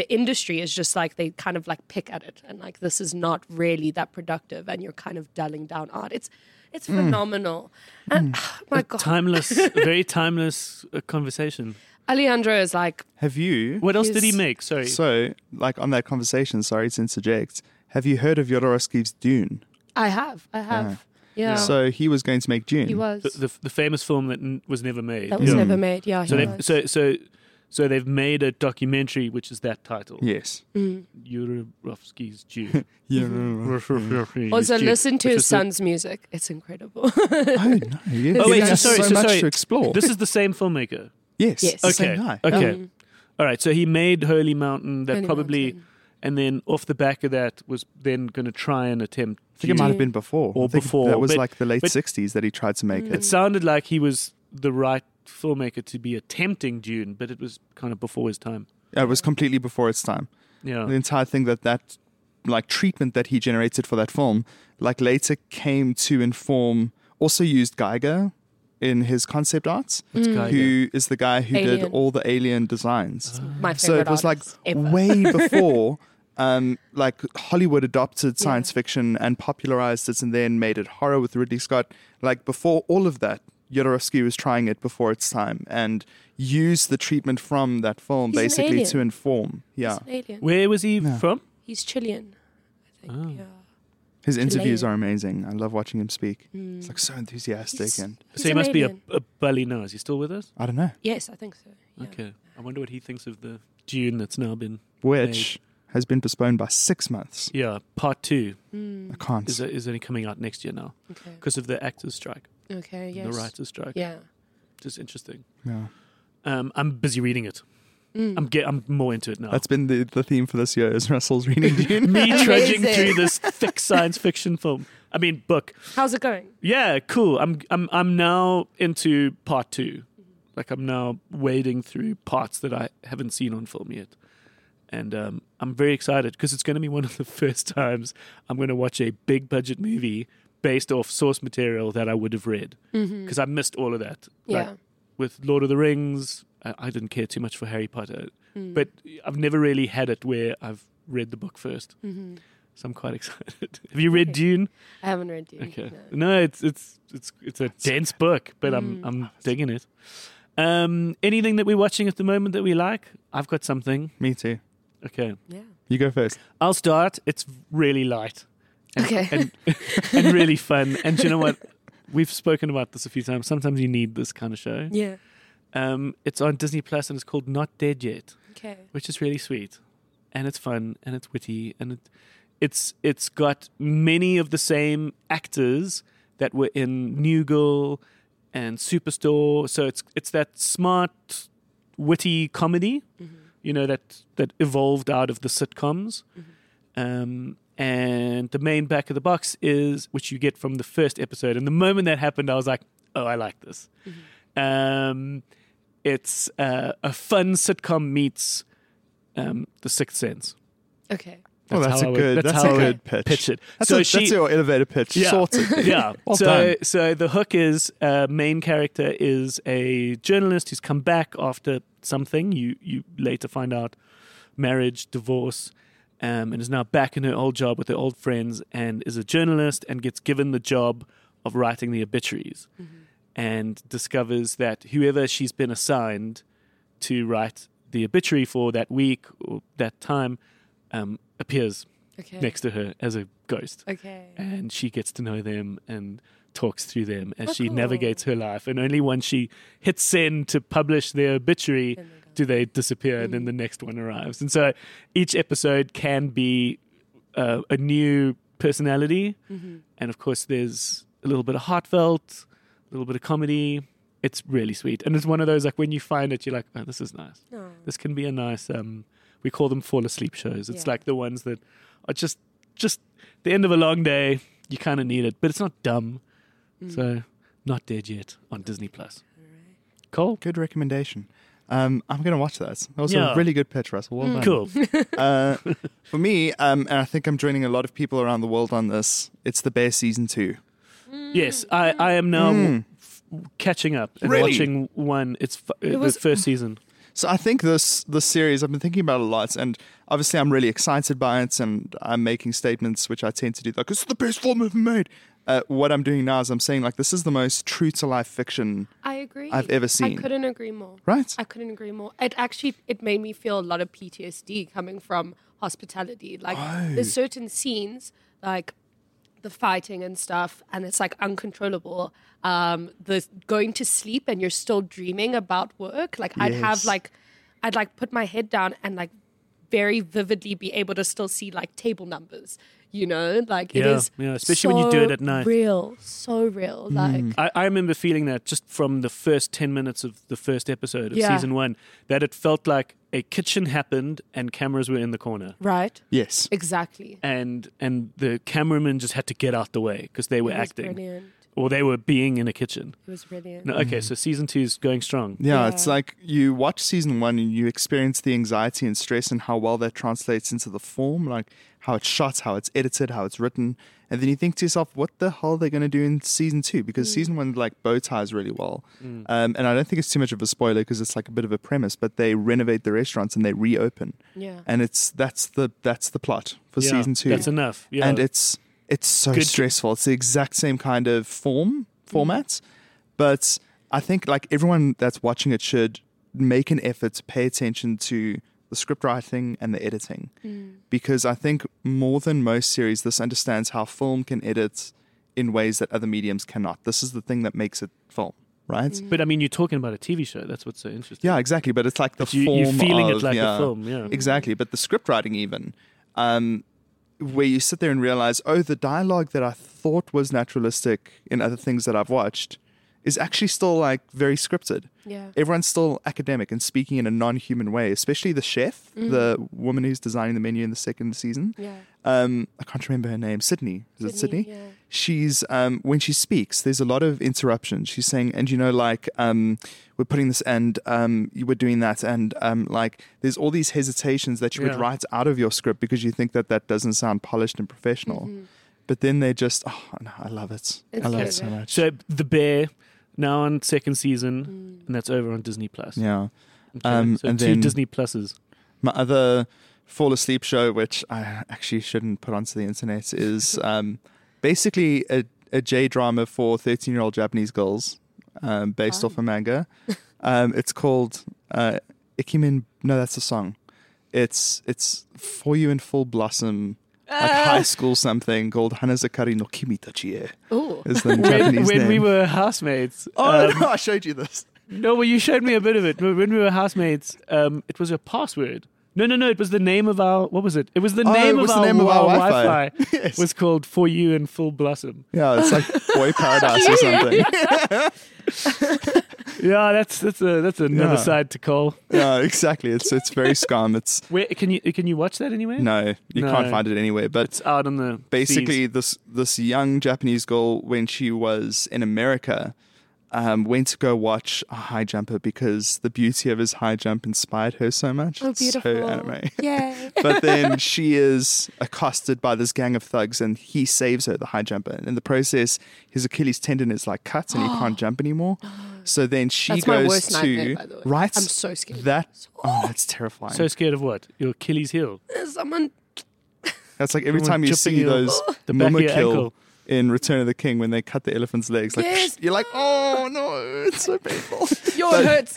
[SPEAKER 3] the industry is just like they kind of like pick at it and like this is not really that productive and you're kind of dulling down art it's it's
[SPEAKER 1] Hmm.
[SPEAKER 3] phenomenal and oh my god
[SPEAKER 1] Timeless, very timeless uh, conversation.
[SPEAKER 3] alejandro is like
[SPEAKER 4] Have you?
[SPEAKER 1] What else did he
[SPEAKER 3] He's-
[SPEAKER 1] make? Sorry.
[SPEAKER 4] So, like on that conversation, sorry to interject. Have you heard of Jodorowsky's Dune?
[SPEAKER 3] i have i have yeah,
[SPEAKER 4] So he was going to make Dune.
[SPEAKER 3] Oh. he was
[SPEAKER 1] the, the, the famous film that n- was never made.
[SPEAKER 3] that was
[SPEAKER 1] Yeah.
[SPEAKER 3] never made yeah he
[SPEAKER 1] So
[SPEAKER 3] was.
[SPEAKER 1] they've, so so so they've made a documentary which is that title.
[SPEAKER 4] Yes. Oh,
[SPEAKER 1] Yurovsky's Jew.
[SPEAKER 3] also
[SPEAKER 1] Also
[SPEAKER 3] Oh, listen to his son's music it's incredible Um,
[SPEAKER 4] Oh no! Yes.
[SPEAKER 1] Oh, wait,
[SPEAKER 4] He
[SPEAKER 1] so
[SPEAKER 4] has
[SPEAKER 1] sorry,
[SPEAKER 4] so
[SPEAKER 1] so
[SPEAKER 4] much
[SPEAKER 1] sorry.
[SPEAKER 4] to explore.
[SPEAKER 1] This is the same filmmaker.
[SPEAKER 4] yes.
[SPEAKER 3] Yes.
[SPEAKER 4] Oh. the
[SPEAKER 1] Okay.
[SPEAKER 4] Same guy.
[SPEAKER 1] Okay.
[SPEAKER 3] Mm.
[SPEAKER 1] All right. So he made Holy Mountain. That
[SPEAKER 3] Holy
[SPEAKER 1] probably,
[SPEAKER 3] Mountain.
[SPEAKER 1] and then off the back of that was then going to try and attempt.
[SPEAKER 4] I think it
[SPEAKER 1] Dune.
[SPEAKER 4] might have been before.
[SPEAKER 1] Or
[SPEAKER 4] I think
[SPEAKER 1] before,
[SPEAKER 4] That was
[SPEAKER 1] but-
[SPEAKER 4] like the late
[SPEAKER 1] but-
[SPEAKER 4] '60s that he tried to make
[SPEAKER 1] It
[SPEAKER 4] it.
[SPEAKER 1] sounded like he was the right filmmaker to be attempting Dune, but it was kind of before his time.
[SPEAKER 4] uh, It was completely before its time. The
[SPEAKER 1] Yeah.
[SPEAKER 4] entire thing that that like treatment that he generated for that film, like later came to inform. Also used Geiger in his concept arts,
[SPEAKER 3] Hmm.
[SPEAKER 1] Geiger?
[SPEAKER 4] who is the guy who
[SPEAKER 3] Alien.
[SPEAKER 4] did all the Alien designs.
[SPEAKER 3] my favorite
[SPEAKER 4] so it was like
[SPEAKER 3] artist ever.
[SPEAKER 4] way before um, like hollywood adopted science fiction and popularized it and then made it horror with ridley scott like before all of that Jodorowsky was trying it before its time and used the treatment from that film
[SPEAKER 3] He's an
[SPEAKER 4] basically
[SPEAKER 3] alien.
[SPEAKER 4] to inform yeah
[SPEAKER 3] He's an alien.
[SPEAKER 1] Where was he from?
[SPEAKER 3] He's Chilean, I think.
[SPEAKER 1] Oh.
[SPEAKER 3] Yeah.
[SPEAKER 4] his interviews
[SPEAKER 3] layer.
[SPEAKER 4] are amazing i love watching him speak he's like so enthusiastic
[SPEAKER 3] Mm. He's-
[SPEAKER 4] and
[SPEAKER 3] he's
[SPEAKER 1] so he
[SPEAKER 3] an
[SPEAKER 1] must
[SPEAKER 3] alien.
[SPEAKER 1] be a, a bully now. Is he still with us?
[SPEAKER 4] i don't know
[SPEAKER 3] Yes, I think so. Yeah.
[SPEAKER 1] Okay. I wonder what he thinks of the Dune that's now been
[SPEAKER 4] which has been postponed by six months
[SPEAKER 1] yeah part two
[SPEAKER 4] i can't
[SPEAKER 1] is is only coming out next year now
[SPEAKER 3] Mm, Okay.
[SPEAKER 1] because of the actors strike,
[SPEAKER 3] Okay. Yes.
[SPEAKER 1] and the writers strike.
[SPEAKER 3] Yeah.
[SPEAKER 1] Just interesting.
[SPEAKER 4] yeah.
[SPEAKER 1] Um, I'm busy reading it.
[SPEAKER 3] Mm. Hmm.
[SPEAKER 1] I'm get, I'm more into it now.
[SPEAKER 4] that's been the, the theme for this year is russell's reading dune
[SPEAKER 1] me trudging
[SPEAKER 3] Amazing.
[SPEAKER 1] through this thick science fiction film. I mean book.
[SPEAKER 3] How's it going?
[SPEAKER 1] Yeah, cool. I'm I'm I'm now into part two. Like I'm now wading through parts that I haven't seen on film yet. And um, I'm very excited because it's going to be one of the first times I'm going to watch a big budget movie based off source material that I would have read because
[SPEAKER 3] Mm.
[SPEAKER 1] I missed all of that.
[SPEAKER 3] Mm-hmm. Yeah.
[SPEAKER 1] Like, with Lord of the Rings, I, I didn't care too much for Harry Potter,
[SPEAKER 3] Mm-hmm. Mm.
[SPEAKER 1] but I've never really had it where I've read the book 1st So I'm quite excited. have you read Dune?
[SPEAKER 3] Mm-hmm. I haven't read Dune.
[SPEAKER 1] Okay.
[SPEAKER 3] no.
[SPEAKER 1] No, it's it's it's it's a dense book, but I'm I'm digging it. Um, anything that we're watching at the moment that we like? I've got something.
[SPEAKER 4] me too
[SPEAKER 1] Okay,
[SPEAKER 3] Yeah.
[SPEAKER 4] you go first
[SPEAKER 1] I'll start. It's really light
[SPEAKER 3] okay.
[SPEAKER 1] and and really fun. And do you know what? We've spoken about this a few times. Sometimes you need this kind of show.
[SPEAKER 3] yeah.
[SPEAKER 1] Um, it's on Disney Plus and it's called Not Dead Yet,
[SPEAKER 3] Okay.
[SPEAKER 1] which is really sweet, and it's fun and it's witty and it, it's it's got many of the same actors that were in New Girl and Superstore. So it's it's that smart, witty comedy, you know that that evolved out of the sitcoms. Um, and the main back of the box is which you get from the first episode. And the moment that happened, I was like, "Oh, I like this." Um, it's uh, a fun sitcom meets um, the Sixth Sense.
[SPEAKER 3] Okay.
[SPEAKER 4] Well, that's
[SPEAKER 1] how
[SPEAKER 4] a
[SPEAKER 1] I would-
[SPEAKER 4] good.
[SPEAKER 1] that's
[SPEAKER 4] that's
[SPEAKER 1] how
[SPEAKER 4] a
[SPEAKER 1] I
[SPEAKER 4] good
[SPEAKER 1] would
[SPEAKER 4] pitch.
[SPEAKER 1] pitch it.
[SPEAKER 4] That's,
[SPEAKER 1] So
[SPEAKER 4] a,
[SPEAKER 1] she-
[SPEAKER 4] that's your elevator pitch.
[SPEAKER 1] Yeah.
[SPEAKER 4] Sorted.
[SPEAKER 1] yeah.
[SPEAKER 4] Well
[SPEAKER 1] so,
[SPEAKER 4] done.
[SPEAKER 1] so the hook is uh, main character is a journalist who's come back after something. You you later find out marriage, divorce, um, and is now back in her old job with her old friends and is a journalist and gets given the job of writing the obituaries
[SPEAKER 4] Mm-hmm.
[SPEAKER 1] and discovers that whoever she's been assigned to write the obituary for that week or that time um, appears
[SPEAKER 3] Okay.
[SPEAKER 1] next to her as a ghost
[SPEAKER 3] Okay.
[SPEAKER 1] and she gets to know them and talks through them as
[SPEAKER 3] Oh,
[SPEAKER 1] she
[SPEAKER 3] cool.
[SPEAKER 1] navigates her life. And only when she hits send to publish their obituary do they disappear,
[SPEAKER 3] Mm.
[SPEAKER 1] and then the next one arrives. And so each episode can be uh, a new personality,
[SPEAKER 3] Mm-hmm.
[SPEAKER 1] and of course, there's a little bit of heartfelt, a little bit of comedy. It's really sweet, and it's one of those like when you find it, you're like, "Oh, this is nice.
[SPEAKER 3] No.
[SPEAKER 1] This can be a nice um, we call them fall asleep shows. It's
[SPEAKER 3] Yeah.
[SPEAKER 1] like the ones that are just just the end of a long day. You kind of need it, but it's not dumb.
[SPEAKER 3] Oh. Mm.
[SPEAKER 1] So not dead yet on Disney Plus. Cool.
[SPEAKER 4] Good recommendation. Um, I'm going to watch that. That was
[SPEAKER 1] Yeah. Mm.
[SPEAKER 4] a really good pitch, Russell.
[SPEAKER 3] Mm.
[SPEAKER 4] Well done.
[SPEAKER 1] Cool.
[SPEAKER 4] Uh, for me, um, and I think I'm joining a lot of people around the world on this, it's The Bear Season 2.
[SPEAKER 1] yes, I, I am now
[SPEAKER 4] Mm.
[SPEAKER 1] f- catching up and
[SPEAKER 4] Really?
[SPEAKER 1] watching one. It's f- it
[SPEAKER 3] was-
[SPEAKER 1] the first season.
[SPEAKER 4] So I think this this series I've been thinking about a lot, and obviously I'm really excited by it, and I'm making statements which I tend to do like it's the best film ever made. Uh, what I'm doing now is I'm saying like this is the most true to life fiction,
[SPEAKER 3] I agree.
[SPEAKER 4] I've ever
[SPEAKER 3] I
[SPEAKER 4] seen.
[SPEAKER 3] couldn't agree more.
[SPEAKER 4] right?
[SPEAKER 3] I couldn't agree more. It actually it made me feel a lot of PTSD coming from hospitality. Like there's certain scenes like the fighting and stuff and it's like uncontrollable. Um the going to sleep and you're still dreaming about work. Like I'd have
[SPEAKER 4] Yes.
[SPEAKER 3] like I'd like put my head down and like very vividly be able to still see like table numbers, you know? Like it
[SPEAKER 1] Yeah,
[SPEAKER 3] is
[SPEAKER 1] yeah, especially when you do it
[SPEAKER 3] so
[SPEAKER 1] at night. Mm.
[SPEAKER 3] Real, so real. Like
[SPEAKER 1] I, I remember feeling that just from the first 10 minutes of the first episode of
[SPEAKER 3] Yeah.
[SPEAKER 1] season one, that it felt like a kitchen happened and cameras were in the corner.
[SPEAKER 3] right?
[SPEAKER 4] Yes.
[SPEAKER 3] Exactly.
[SPEAKER 1] And and the cameramen just had to get out the way because they were
[SPEAKER 3] It was
[SPEAKER 1] acting
[SPEAKER 3] brilliant.
[SPEAKER 1] or they were being in a kitchen.
[SPEAKER 3] It was brilliant.
[SPEAKER 1] No, okay, so season two is going strong.
[SPEAKER 4] Mm. Yeah,
[SPEAKER 3] Yeah.
[SPEAKER 4] it's like you watch season one and you experience the anxiety and stress and how well that translates into the form, like how it's shot, how it's edited, how it's written. And then you think to yourself, what the hell are they going to do in season two? Because season one, like, bow ties really well. Um, and I don't think it's too much of a spoiler because it's like a bit of a premise, but they renovate the restaurants and they reopen.
[SPEAKER 3] Yeah.
[SPEAKER 4] And it's that's the that's the plot for
[SPEAKER 1] Yeah,
[SPEAKER 4] season two.
[SPEAKER 1] That's enough. Yeah.
[SPEAKER 4] And it's it's so
[SPEAKER 1] Good. Mm.
[SPEAKER 4] stressful. It's the exact same kind of form format, but I think like everyone that's watching it should make an effort to pay attention to the script writing and the editing
[SPEAKER 3] Hmm.
[SPEAKER 4] because I think more than most series this understands how film can edit in ways that other mediums cannot. This is the thing that makes it film, right?
[SPEAKER 1] but I mean, you're talking about a TV show. That's what's so interesting.
[SPEAKER 4] Yeah, exactly. But it's like the
[SPEAKER 1] you,
[SPEAKER 4] form
[SPEAKER 1] you're feeling
[SPEAKER 4] of,
[SPEAKER 1] it like
[SPEAKER 4] yeah,
[SPEAKER 1] a film.
[SPEAKER 3] Mm-hmm.
[SPEAKER 1] Yeah.
[SPEAKER 4] Exactly. But the script writing, even, um, where you sit there and realize, oh, the dialogue that I thought was naturalistic in other things that I've watched is actually still like very scripted.
[SPEAKER 3] Yeah.
[SPEAKER 4] Everyone's still academic and speaking in a non human way, especially the chef,
[SPEAKER 3] Mm.
[SPEAKER 4] the woman who's designing the menu in the second season.
[SPEAKER 3] Yeah.
[SPEAKER 4] Um, I can't remember her name. Sydney. Is
[SPEAKER 3] Sydney,
[SPEAKER 4] it Sydney?
[SPEAKER 3] yeah.
[SPEAKER 4] She's um, when she speaks, there's a lot of interruption. She's saying, and you know, like um, we're putting this, and um, you were doing that, and um, like there's all these hesitations that you would
[SPEAKER 1] Yeah.
[SPEAKER 4] write out of your script because you think that that doesn't sound polished and professional. But then they just, oh, no, I love it.
[SPEAKER 3] Mm-hmm. It's
[SPEAKER 4] I love
[SPEAKER 3] so
[SPEAKER 4] it so
[SPEAKER 3] good.
[SPEAKER 4] much.
[SPEAKER 1] So The Bear, now on second season,
[SPEAKER 4] Mm-hmm.
[SPEAKER 1] and that's over on Disney Plus.
[SPEAKER 4] yeah.
[SPEAKER 1] Okay,
[SPEAKER 4] Um,
[SPEAKER 1] so
[SPEAKER 4] and
[SPEAKER 1] two
[SPEAKER 4] then-
[SPEAKER 1] Disney Pluses.
[SPEAKER 4] My other fall asleep show, which I actually shouldn't put onto the internet, is um, basically a, a J drama for 13 year old Japanese girls um, based off a manga. Um, it's called uh, Ikimen. No, that's a song. It's it's for you in full blossom, like
[SPEAKER 1] Ah.
[SPEAKER 4] high school something called Hanazakari no Kimitachi e
[SPEAKER 3] Oh,
[SPEAKER 4] is the
[SPEAKER 1] when,
[SPEAKER 4] Japanese
[SPEAKER 1] when
[SPEAKER 4] name.
[SPEAKER 1] we were housemates.
[SPEAKER 4] oh
[SPEAKER 1] um,
[SPEAKER 4] no, I showed you this.
[SPEAKER 1] no, well, you showed me a bit of it. When we were housemates, um, it was a password. No, no, no. It was the name of our. What was it? It was the
[SPEAKER 4] Oh,
[SPEAKER 1] name
[SPEAKER 4] it was
[SPEAKER 1] of
[SPEAKER 4] the
[SPEAKER 1] our,
[SPEAKER 4] name of our Wi-Fi.
[SPEAKER 1] Wi-Fi.
[SPEAKER 4] Yes.
[SPEAKER 1] Was called for you in full blossom.
[SPEAKER 4] Yeah, it's like Boy Paradise or something.
[SPEAKER 1] Yeah, that's that's a that's another
[SPEAKER 4] Yeah.
[SPEAKER 1] side to call.
[SPEAKER 4] Yeah, exactly. It's it's very scum. It's
[SPEAKER 1] Where can you can you watch that anywhere?
[SPEAKER 4] No, you
[SPEAKER 1] No.
[SPEAKER 4] can't find it anywhere. But
[SPEAKER 1] it's out on the
[SPEAKER 4] basically,
[SPEAKER 1] seas.
[SPEAKER 4] this this young Japanese girl, when she was in America, um, went to go watch a high jumper because the beauty of his high jump inspired her so much.
[SPEAKER 3] oh
[SPEAKER 4] It's so
[SPEAKER 3] beautiful.
[SPEAKER 4] anime.
[SPEAKER 3] Yay.
[SPEAKER 4] but then she is accosted by this gang of thugs, and he saves her, the high jumper. And in the process, his Achilles tendon is like cut, and he can't jump anymore. So then she
[SPEAKER 3] That's my
[SPEAKER 4] goes
[SPEAKER 3] worst
[SPEAKER 4] to
[SPEAKER 3] nightmare, by the way.
[SPEAKER 4] right.
[SPEAKER 3] I'm so scared.
[SPEAKER 4] That oh, that's terrifying.
[SPEAKER 1] so scared of what your Achilles heel.
[SPEAKER 3] Someone
[SPEAKER 4] That's like every
[SPEAKER 1] Someone
[SPEAKER 4] time you
[SPEAKER 1] chipping
[SPEAKER 4] see
[SPEAKER 1] your-
[SPEAKER 4] those
[SPEAKER 1] the back of
[SPEAKER 4] mama
[SPEAKER 1] your
[SPEAKER 4] kill
[SPEAKER 1] ankle.
[SPEAKER 4] in Return of the King when they cut the elephant's legs, like
[SPEAKER 3] Yes.
[SPEAKER 4] you're like, oh no, it's so painful.
[SPEAKER 3] your
[SPEAKER 4] But-
[SPEAKER 3] hurts.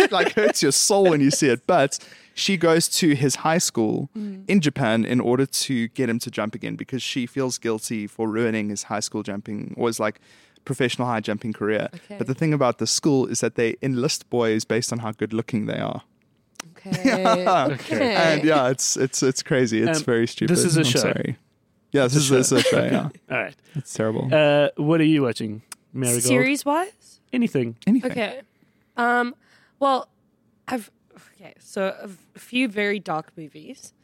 [SPEAKER 4] it like hurts your soul when you see it. But she goes to his high school in Japan in order to get him to jump again because she feels guilty for ruining his high school jumping or his like professional high jumping career.
[SPEAKER 3] Okay.
[SPEAKER 4] But the thing about the school is that they enlist boys based on how good looking they are. Ah,
[SPEAKER 3] okay. okay.
[SPEAKER 4] And yeah, it's it's it's crazy. It's
[SPEAKER 1] Um,
[SPEAKER 4] very stupid.
[SPEAKER 1] this is a
[SPEAKER 4] I'm
[SPEAKER 1] show.
[SPEAKER 4] Sorry. Yeah, this is, this is a show. Yeah.
[SPEAKER 1] All right.
[SPEAKER 4] It's terrible.
[SPEAKER 1] Uh, what are you watching, Marigold?
[SPEAKER 3] Series wise?
[SPEAKER 1] Anything?
[SPEAKER 4] Anything.
[SPEAKER 3] Okay. Um well I've okay, so a v- a few very dark movies,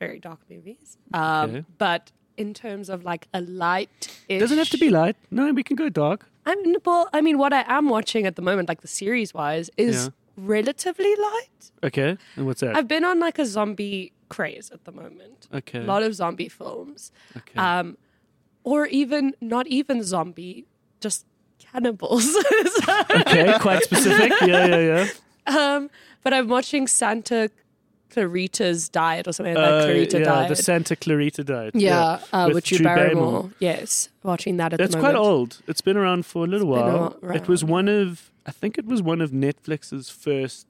[SPEAKER 3] very dark movies. Um,
[SPEAKER 1] Okay.
[SPEAKER 3] But in terms of like a light,
[SPEAKER 1] Doesn't have to be light. No, we can go dark.
[SPEAKER 3] I mean, well, I mean, what I am watching at the moment, like the series wise, is
[SPEAKER 1] Yeah.
[SPEAKER 3] relatively light.
[SPEAKER 1] Okay. And what's that?
[SPEAKER 3] I've been on like a zombie craze at the moment.
[SPEAKER 1] okay.
[SPEAKER 3] A lot of zombie films,
[SPEAKER 1] okay.
[SPEAKER 3] um, or even not even zombie, just cannibals. So,
[SPEAKER 1] okay. Quite specific. Yeah, yeah, yeah.
[SPEAKER 3] um, but I'm watching Santa Clarita's Diet or something like
[SPEAKER 1] Uh,
[SPEAKER 3] that. Clarita
[SPEAKER 1] yeah,
[SPEAKER 3] Diet.
[SPEAKER 1] the Santa Clarita diet.
[SPEAKER 3] yeah, Uh,
[SPEAKER 1] With
[SPEAKER 3] with Drew
[SPEAKER 1] Drew
[SPEAKER 3] Barrymore.
[SPEAKER 1] Barrymore.
[SPEAKER 3] Yes, watching that at
[SPEAKER 1] That's
[SPEAKER 3] the
[SPEAKER 1] quite
[SPEAKER 3] moment.
[SPEAKER 1] old. It's been around for a little
[SPEAKER 3] been
[SPEAKER 1] while.
[SPEAKER 3] a-
[SPEAKER 1] It was one of, I think it was one of Netflix's first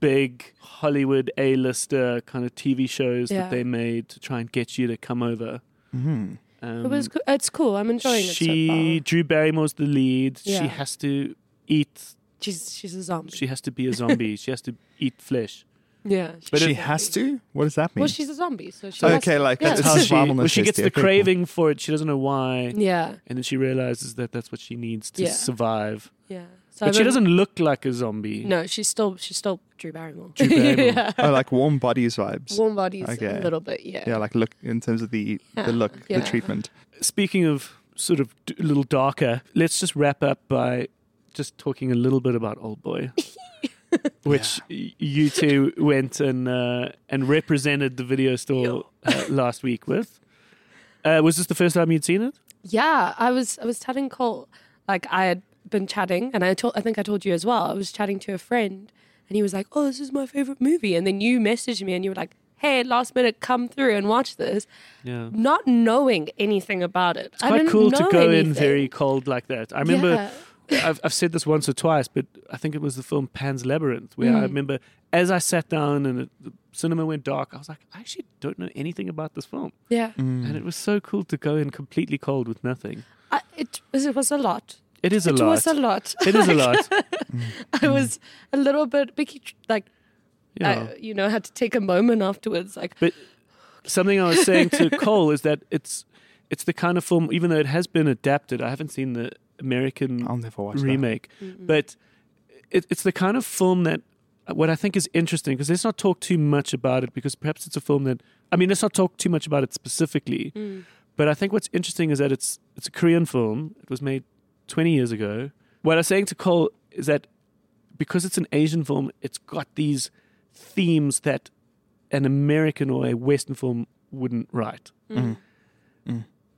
[SPEAKER 1] big Hollywood A-lister kind of TV shows
[SPEAKER 3] Yeah.
[SPEAKER 1] that they made to try and get you to come over.
[SPEAKER 4] Mm-hmm.
[SPEAKER 1] Um,
[SPEAKER 3] It was. co- It's cool. I'm enjoying it. So
[SPEAKER 1] she
[SPEAKER 3] far.
[SPEAKER 1] Drew Barrymore's the lead.
[SPEAKER 3] Yeah.
[SPEAKER 1] She has to eat.
[SPEAKER 3] She's she's a zombie.
[SPEAKER 1] She has to be a zombie. she has to eat flesh.
[SPEAKER 3] yeah.
[SPEAKER 1] But
[SPEAKER 4] she
[SPEAKER 1] it-
[SPEAKER 4] has to. What does that mean?
[SPEAKER 3] Well, she's a zombie, so she
[SPEAKER 4] Okay,
[SPEAKER 3] has-
[SPEAKER 4] like,
[SPEAKER 3] yeah.
[SPEAKER 4] that's It's
[SPEAKER 1] How
[SPEAKER 4] just
[SPEAKER 1] she,
[SPEAKER 4] survival
[SPEAKER 1] well, she gets the
[SPEAKER 4] instinct, yeah.
[SPEAKER 1] craving for it. She doesn't know why,
[SPEAKER 3] yeah,
[SPEAKER 1] and then she realizes that that's what she needs to
[SPEAKER 3] Yeah.
[SPEAKER 1] survive.
[SPEAKER 3] yeah. So
[SPEAKER 1] But she
[SPEAKER 3] I'm-
[SPEAKER 1] doesn't look like a zombie.
[SPEAKER 3] No, she's still she's still Drew Barrymore.
[SPEAKER 1] Drew Barrymore.
[SPEAKER 3] yeah.
[SPEAKER 4] oh, like warm bodies vibes.
[SPEAKER 3] Warm bodies
[SPEAKER 4] Okay.
[SPEAKER 3] a little bit. Yeah.
[SPEAKER 4] Yeah, like look in terms of the
[SPEAKER 3] Yeah,
[SPEAKER 4] the look,
[SPEAKER 3] yeah.
[SPEAKER 4] the treatment.
[SPEAKER 1] Speaking of sort of d- little darker, let's just wrap up by just talking a little bit about Old Boy. Which y you two went and uh, and represented the video store uh, last week with. Uh, was this the first time you'd seen it?
[SPEAKER 3] Yeah, I was I was telling Cole like I had been chatting, and I told I think I told you as well. I was chatting to a friend, and he was like, "Oh, this is my favorite movie," and then you messaged me, and you were like. Hey, last minute, come through and watch this,
[SPEAKER 1] Yeah.
[SPEAKER 3] not knowing anything about it. It's I
[SPEAKER 1] Quite
[SPEAKER 3] didn't
[SPEAKER 1] cool to
[SPEAKER 3] know
[SPEAKER 1] go in
[SPEAKER 3] anything.
[SPEAKER 1] very cold like that. I remember
[SPEAKER 3] Yeah.
[SPEAKER 1] I've, I've said this once or twice, but I think it was the film Pan's Labyrinth where I
[SPEAKER 3] Mm.
[SPEAKER 1] remember as I sat down and it, the cinema went dark, I was like, I actually don't know anything about this film.
[SPEAKER 3] Yeah,
[SPEAKER 1] And it was so cool to go in completely cold with nothing.
[SPEAKER 3] I, it was it was a lot.
[SPEAKER 1] It is a
[SPEAKER 3] it
[SPEAKER 1] lot. Mm.
[SPEAKER 3] was a lot.
[SPEAKER 1] It is a lot.
[SPEAKER 3] I was a little bit Becky, like
[SPEAKER 1] Yeah.
[SPEAKER 3] I, you know, had to take a moment afterwards. Like,
[SPEAKER 1] But something I was saying to Cole is that it's it's the kind of film, even though it has been adapted, I haven't seen the American
[SPEAKER 4] I'll never watch that. Mm-hmm.
[SPEAKER 1] remake. But it, it's the kind of film that uh, what I think is interesting because let's not talk too much about it because perhaps it's a film that I mean let's not talk too much about it specifically.
[SPEAKER 4] Mm.
[SPEAKER 1] But I think what's interesting is that it's it's a Korean film. It was made 20 years ago. What I was saying to Cole is that because it's an Asian film, it's got these themes that an American or a Western film wouldn't write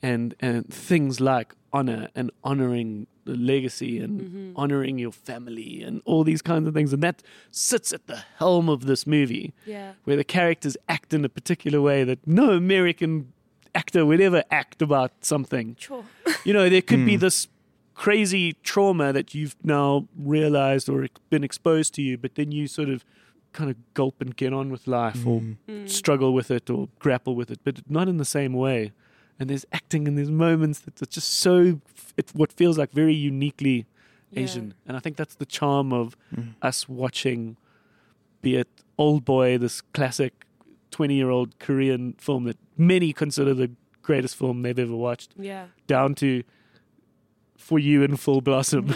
[SPEAKER 1] and and things like honor and honoring the legacy and honoring your family and all these kinds of things and that sits at the helm of this movie
[SPEAKER 3] yeah,
[SPEAKER 1] where the characters act in a particular way that no american actor would ever act about something
[SPEAKER 3] sure.
[SPEAKER 1] you know there could be this crazy trauma that you've now realized or been exposed to you but then you sort of kind of gulp and get on with life or struggle with it or grapple with it but not in the same way and there's acting and there's moments that are just so it what feels like very uniquely
[SPEAKER 3] Yeah.
[SPEAKER 1] asian and i think that's the charm of
[SPEAKER 4] Mm-hmm.
[SPEAKER 1] us watching be it old boy this classic 20 year old korean film that many consider the greatest film they've ever watched
[SPEAKER 3] Yeah,
[SPEAKER 1] down to for you in full blossom.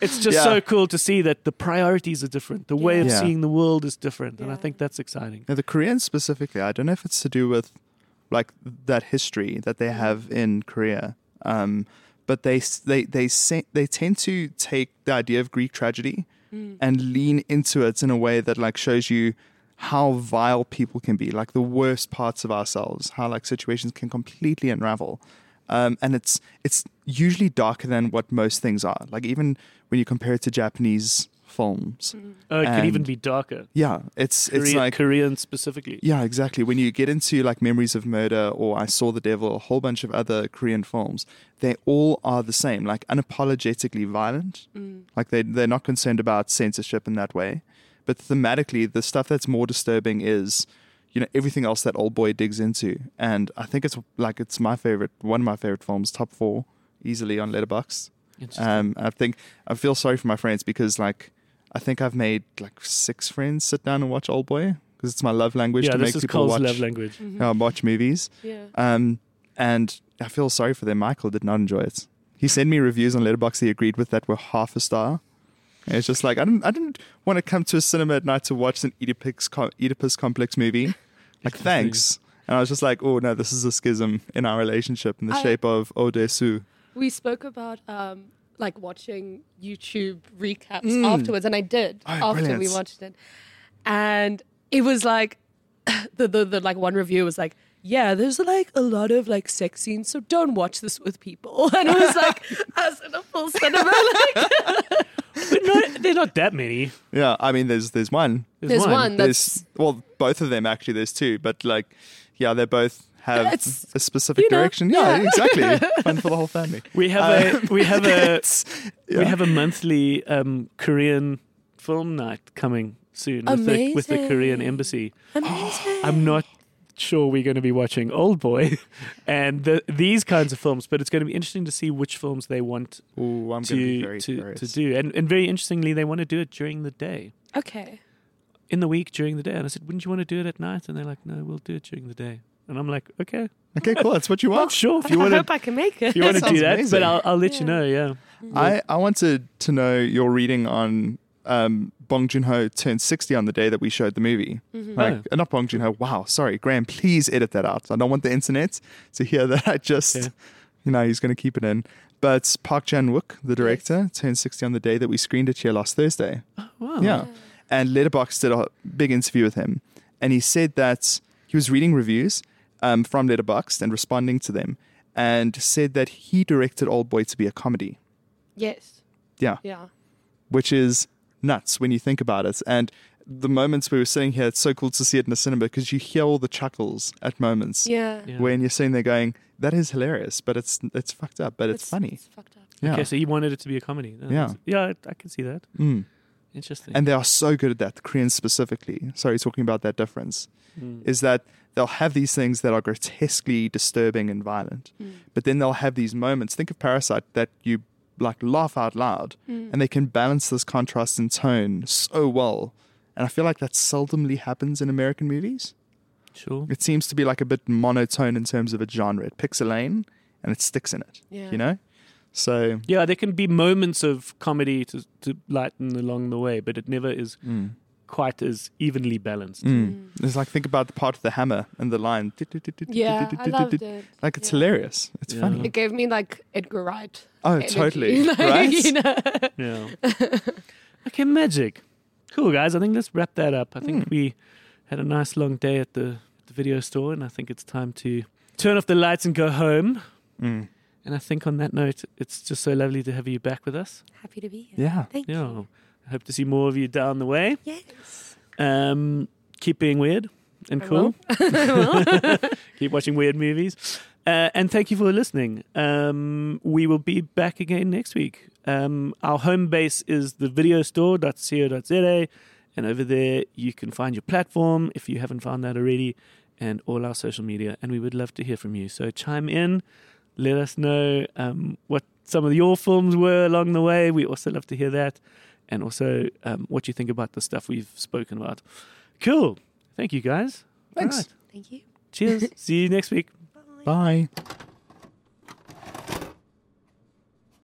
[SPEAKER 1] it's just
[SPEAKER 4] Yeah.
[SPEAKER 1] so cool to see that the priorities are different. The way of
[SPEAKER 4] Yeah.
[SPEAKER 1] seeing the world is different. And I
[SPEAKER 3] Yeah.
[SPEAKER 1] think that's exciting.
[SPEAKER 4] Now, the Koreans specifically, I don't know if it's to do with like that history that they have in Korea, um, but they s- they they se- they tend to take the idea of Greek tragedy and lean into it in a way that like shows you how vile people can be, like the worst parts of ourselves, how like situations can completely unravel. Um, and it's it's usually darker than what most things are. Like even when you compare it to Japanese films,
[SPEAKER 1] Oh, it could even
[SPEAKER 4] And
[SPEAKER 1] be darker.
[SPEAKER 4] yeah, it's it's
[SPEAKER 1] Korean,
[SPEAKER 4] like
[SPEAKER 1] Korean specifically.
[SPEAKER 4] yeah, exactly. When you get into like Memories of Murder or I Saw the Devil, a whole bunch of other Korean films, they all are the same, like unapologetically violent.
[SPEAKER 3] Mm.
[SPEAKER 4] Like they they're not concerned about censorship in that way. But thematically, the stuff that's more disturbing is, you know, everything else that old boy digs into. And I think it's like it's my favorite, one of my favorite films, top four, easily on Letterboxd.
[SPEAKER 1] Interesting.
[SPEAKER 4] Um, I think I feel sorry for my friends because like I think I've made like six friends sit down and watch Old Boy because it's my love language
[SPEAKER 1] yeah,
[SPEAKER 4] to
[SPEAKER 1] this
[SPEAKER 4] make
[SPEAKER 1] is
[SPEAKER 4] people
[SPEAKER 1] Cole's
[SPEAKER 4] watch
[SPEAKER 1] love language.
[SPEAKER 4] uh, watch movies.
[SPEAKER 3] yeah.
[SPEAKER 4] Um, and I feel sorry for them. Michael did not enjoy it. He sent me reviews on Letterboxd he agreed with that were half a star. And it's just like I didn't I didn't want to come to a cinema at night to watch an Oedipus co- Oedipus complex movie. Like thanks. And I was just like, oh no, this is a schism in our relationship in the
[SPEAKER 3] I-
[SPEAKER 4] shape of Odesu.
[SPEAKER 3] We spoke about um, like watching YouTube recaps afterwards, and I did
[SPEAKER 4] Oh,
[SPEAKER 3] after we
[SPEAKER 4] Mm. brilliant.
[SPEAKER 3] watched it, and it was like the, the the like one review was like. Yeah, there's like a lot of like sex scenes, so don't watch this with people. And it was like us in a full cinema. Like,
[SPEAKER 1] But no, they're not that many.
[SPEAKER 4] Yeah, I mean there's there's one.
[SPEAKER 3] there's one that's
[SPEAKER 4] There's well, both of them actually. There's two, but like, yeah, they both have
[SPEAKER 3] It's-
[SPEAKER 4] a specific
[SPEAKER 3] you know,
[SPEAKER 4] direction. Yeah, exactly. Fun for the whole family.
[SPEAKER 1] We have a we have a
[SPEAKER 4] Uh, Yeah.
[SPEAKER 1] we have a monthly um, Korean film night coming soon with the, with the Korean
[SPEAKER 3] Amazing.
[SPEAKER 1] embassy.
[SPEAKER 3] amazing.
[SPEAKER 1] I'm not sure we're going to be watching Old Boy and the, these kinds of films, but it's going to be interesting to see which films they want
[SPEAKER 4] Ooh, I'm going to be
[SPEAKER 1] to
[SPEAKER 4] very
[SPEAKER 1] to,
[SPEAKER 4] curious.
[SPEAKER 1] to do. And and very interestingly, they want to do it during the day,
[SPEAKER 3] Okay.
[SPEAKER 1] in the week, during the day. And I said, wouldn't you want to do it at night? And they're like, no, we'll do it during the day. And I'm like, okay,
[SPEAKER 4] Okay, cool. That's what you
[SPEAKER 1] well,
[SPEAKER 4] want.
[SPEAKER 1] sure, if you want to.
[SPEAKER 3] I hope I can make
[SPEAKER 1] If
[SPEAKER 3] it.
[SPEAKER 1] you want to
[SPEAKER 4] sounds
[SPEAKER 1] do that,
[SPEAKER 4] amazing.
[SPEAKER 1] but I'll, I'll let you know. Yeah,
[SPEAKER 4] I, I wanted to know your reading on um, Bong Joon Ho turned 60 on the day that we showed the movie. Like,
[SPEAKER 1] Oh.
[SPEAKER 4] uh, Not Bong Joon Ho. Wow, sorry, Graham. Please edit that out. I don't want the internet to hear that. I just,
[SPEAKER 1] Yeah.
[SPEAKER 4] you know, he's going to keep it in. But Park Chan Wook, the director, turned 60 on the day that we screened it here last Thursday.
[SPEAKER 1] Oh, wow.
[SPEAKER 4] Yeah. And Letterbox did a big interview with him, and he said that he was reading reviews um, from Letterbox and responding to them, and said that he directed Old Boy to be a comedy.
[SPEAKER 3] Yes.
[SPEAKER 4] Yeah,
[SPEAKER 3] Yeah.
[SPEAKER 4] which is nuts when you think about it. And the moments we were sitting here, it's so cool to see it in the cinema because you hear all the chuckles at moments
[SPEAKER 3] Yeah.
[SPEAKER 1] Yeah.
[SPEAKER 4] when you're sitting there going, "That is hilarious," but it's it's fucked up, but it's, funny.
[SPEAKER 3] It's fucked up.
[SPEAKER 4] Yeah.
[SPEAKER 1] Okay, so you wanted it to be a comedy. That's-
[SPEAKER 4] Yeah.
[SPEAKER 1] yeah, I, I can see that.
[SPEAKER 4] Mm.
[SPEAKER 1] Interesting.
[SPEAKER 4] and they are so good at that the koreans specifically sorry talking about that difference is that they'll have these things that are grotesquely disturbing and violent
[SPEAKER 3] Mm.
[SPEAKER 4] but then they'll have these moments think of parasite that you like laugh out loud
[SPEAKER 3] Mm.
[SPEAKER 4] and they can balance this contrast in tone so well and i feel like that seldomly happens in american movies
[SPEAKER 1] sure.
[SPEAKER 4] it seems to be like a bit monotone in terms of a genre it picks a lane and it sticks in it
[SPEAKER 3] Yeah.
[SPEAKER 4] you know so
[SPEAKER 1] Yeah, there can be moments of comedy to to lighten along the way, but it never is quite as evenly balanced.
[SPEAKER 4] mm. it's like think about the part of the hammer and the line
[SPEAKER 3] Yeah,
[SPEAKER 4] Mm.
[SPEAKER 3] I loved it.
[SPEAKER 4] Like it's
[SPEAKER 3] Yeah.
[SPEAKER 4] hilarious. It's
[SPEAKER 1] Yeah.
[SPEAKER 4] funny.
[SPEAKER 3] It gave me like Edgar Wright.
[SPEAKER 4] Mm. Oh,
[SPEAKER 3] energy.
[SPEAKER 4] totally.
[SPEAKER 3] Like,
[SPEAKER 4] right?
[SPEAKER 3] you know?
[SPEAKER 1] Yeah. okay, magic. Cool guys. I think let's wrap that up. I think we had a nice long day at the, the video store, and I think it's time to turn off the lights and go home.
[SPEAKER 4] Mm.
[SPEAKER 1] And I think on that note, it's just so lovely to have you back with us.
[SPEAKER 3] Happy to be here.
[SPEAKER 4] Yeah.
[SPEAKER 3] Thank
[SPEAKER 1] Yeah. I hope to see more of you down the way.
[SPEAKER 3] you. Yes.
[SPEAKER 1] Um, keep being weird and
[SPEAKER 3] I
[SPEAKER 1] cool.
[SPEAKER 3] will.
[SPEAKER 1] keep watching weird movies. Uh, and thank you for listening. Um, we will be back again next week. Um, our home base is the videostore.co.za. And over there, you can find your platform if you haven't found that already, and all our social media. And we would love to hear from you. So chime in, let us know um, what some of your films were along the way. We also love to hear that. And also um, what you think about the stuff we've spoken about. Cool. Thank you, guys.
[SPEAKER 4] Thanks.
[SPEAKER 1] All right.
[SPEAKER 3] Thank you.
[SPEAKER 1] Cheers. See you next week.
[SPEAKER 4] Bye.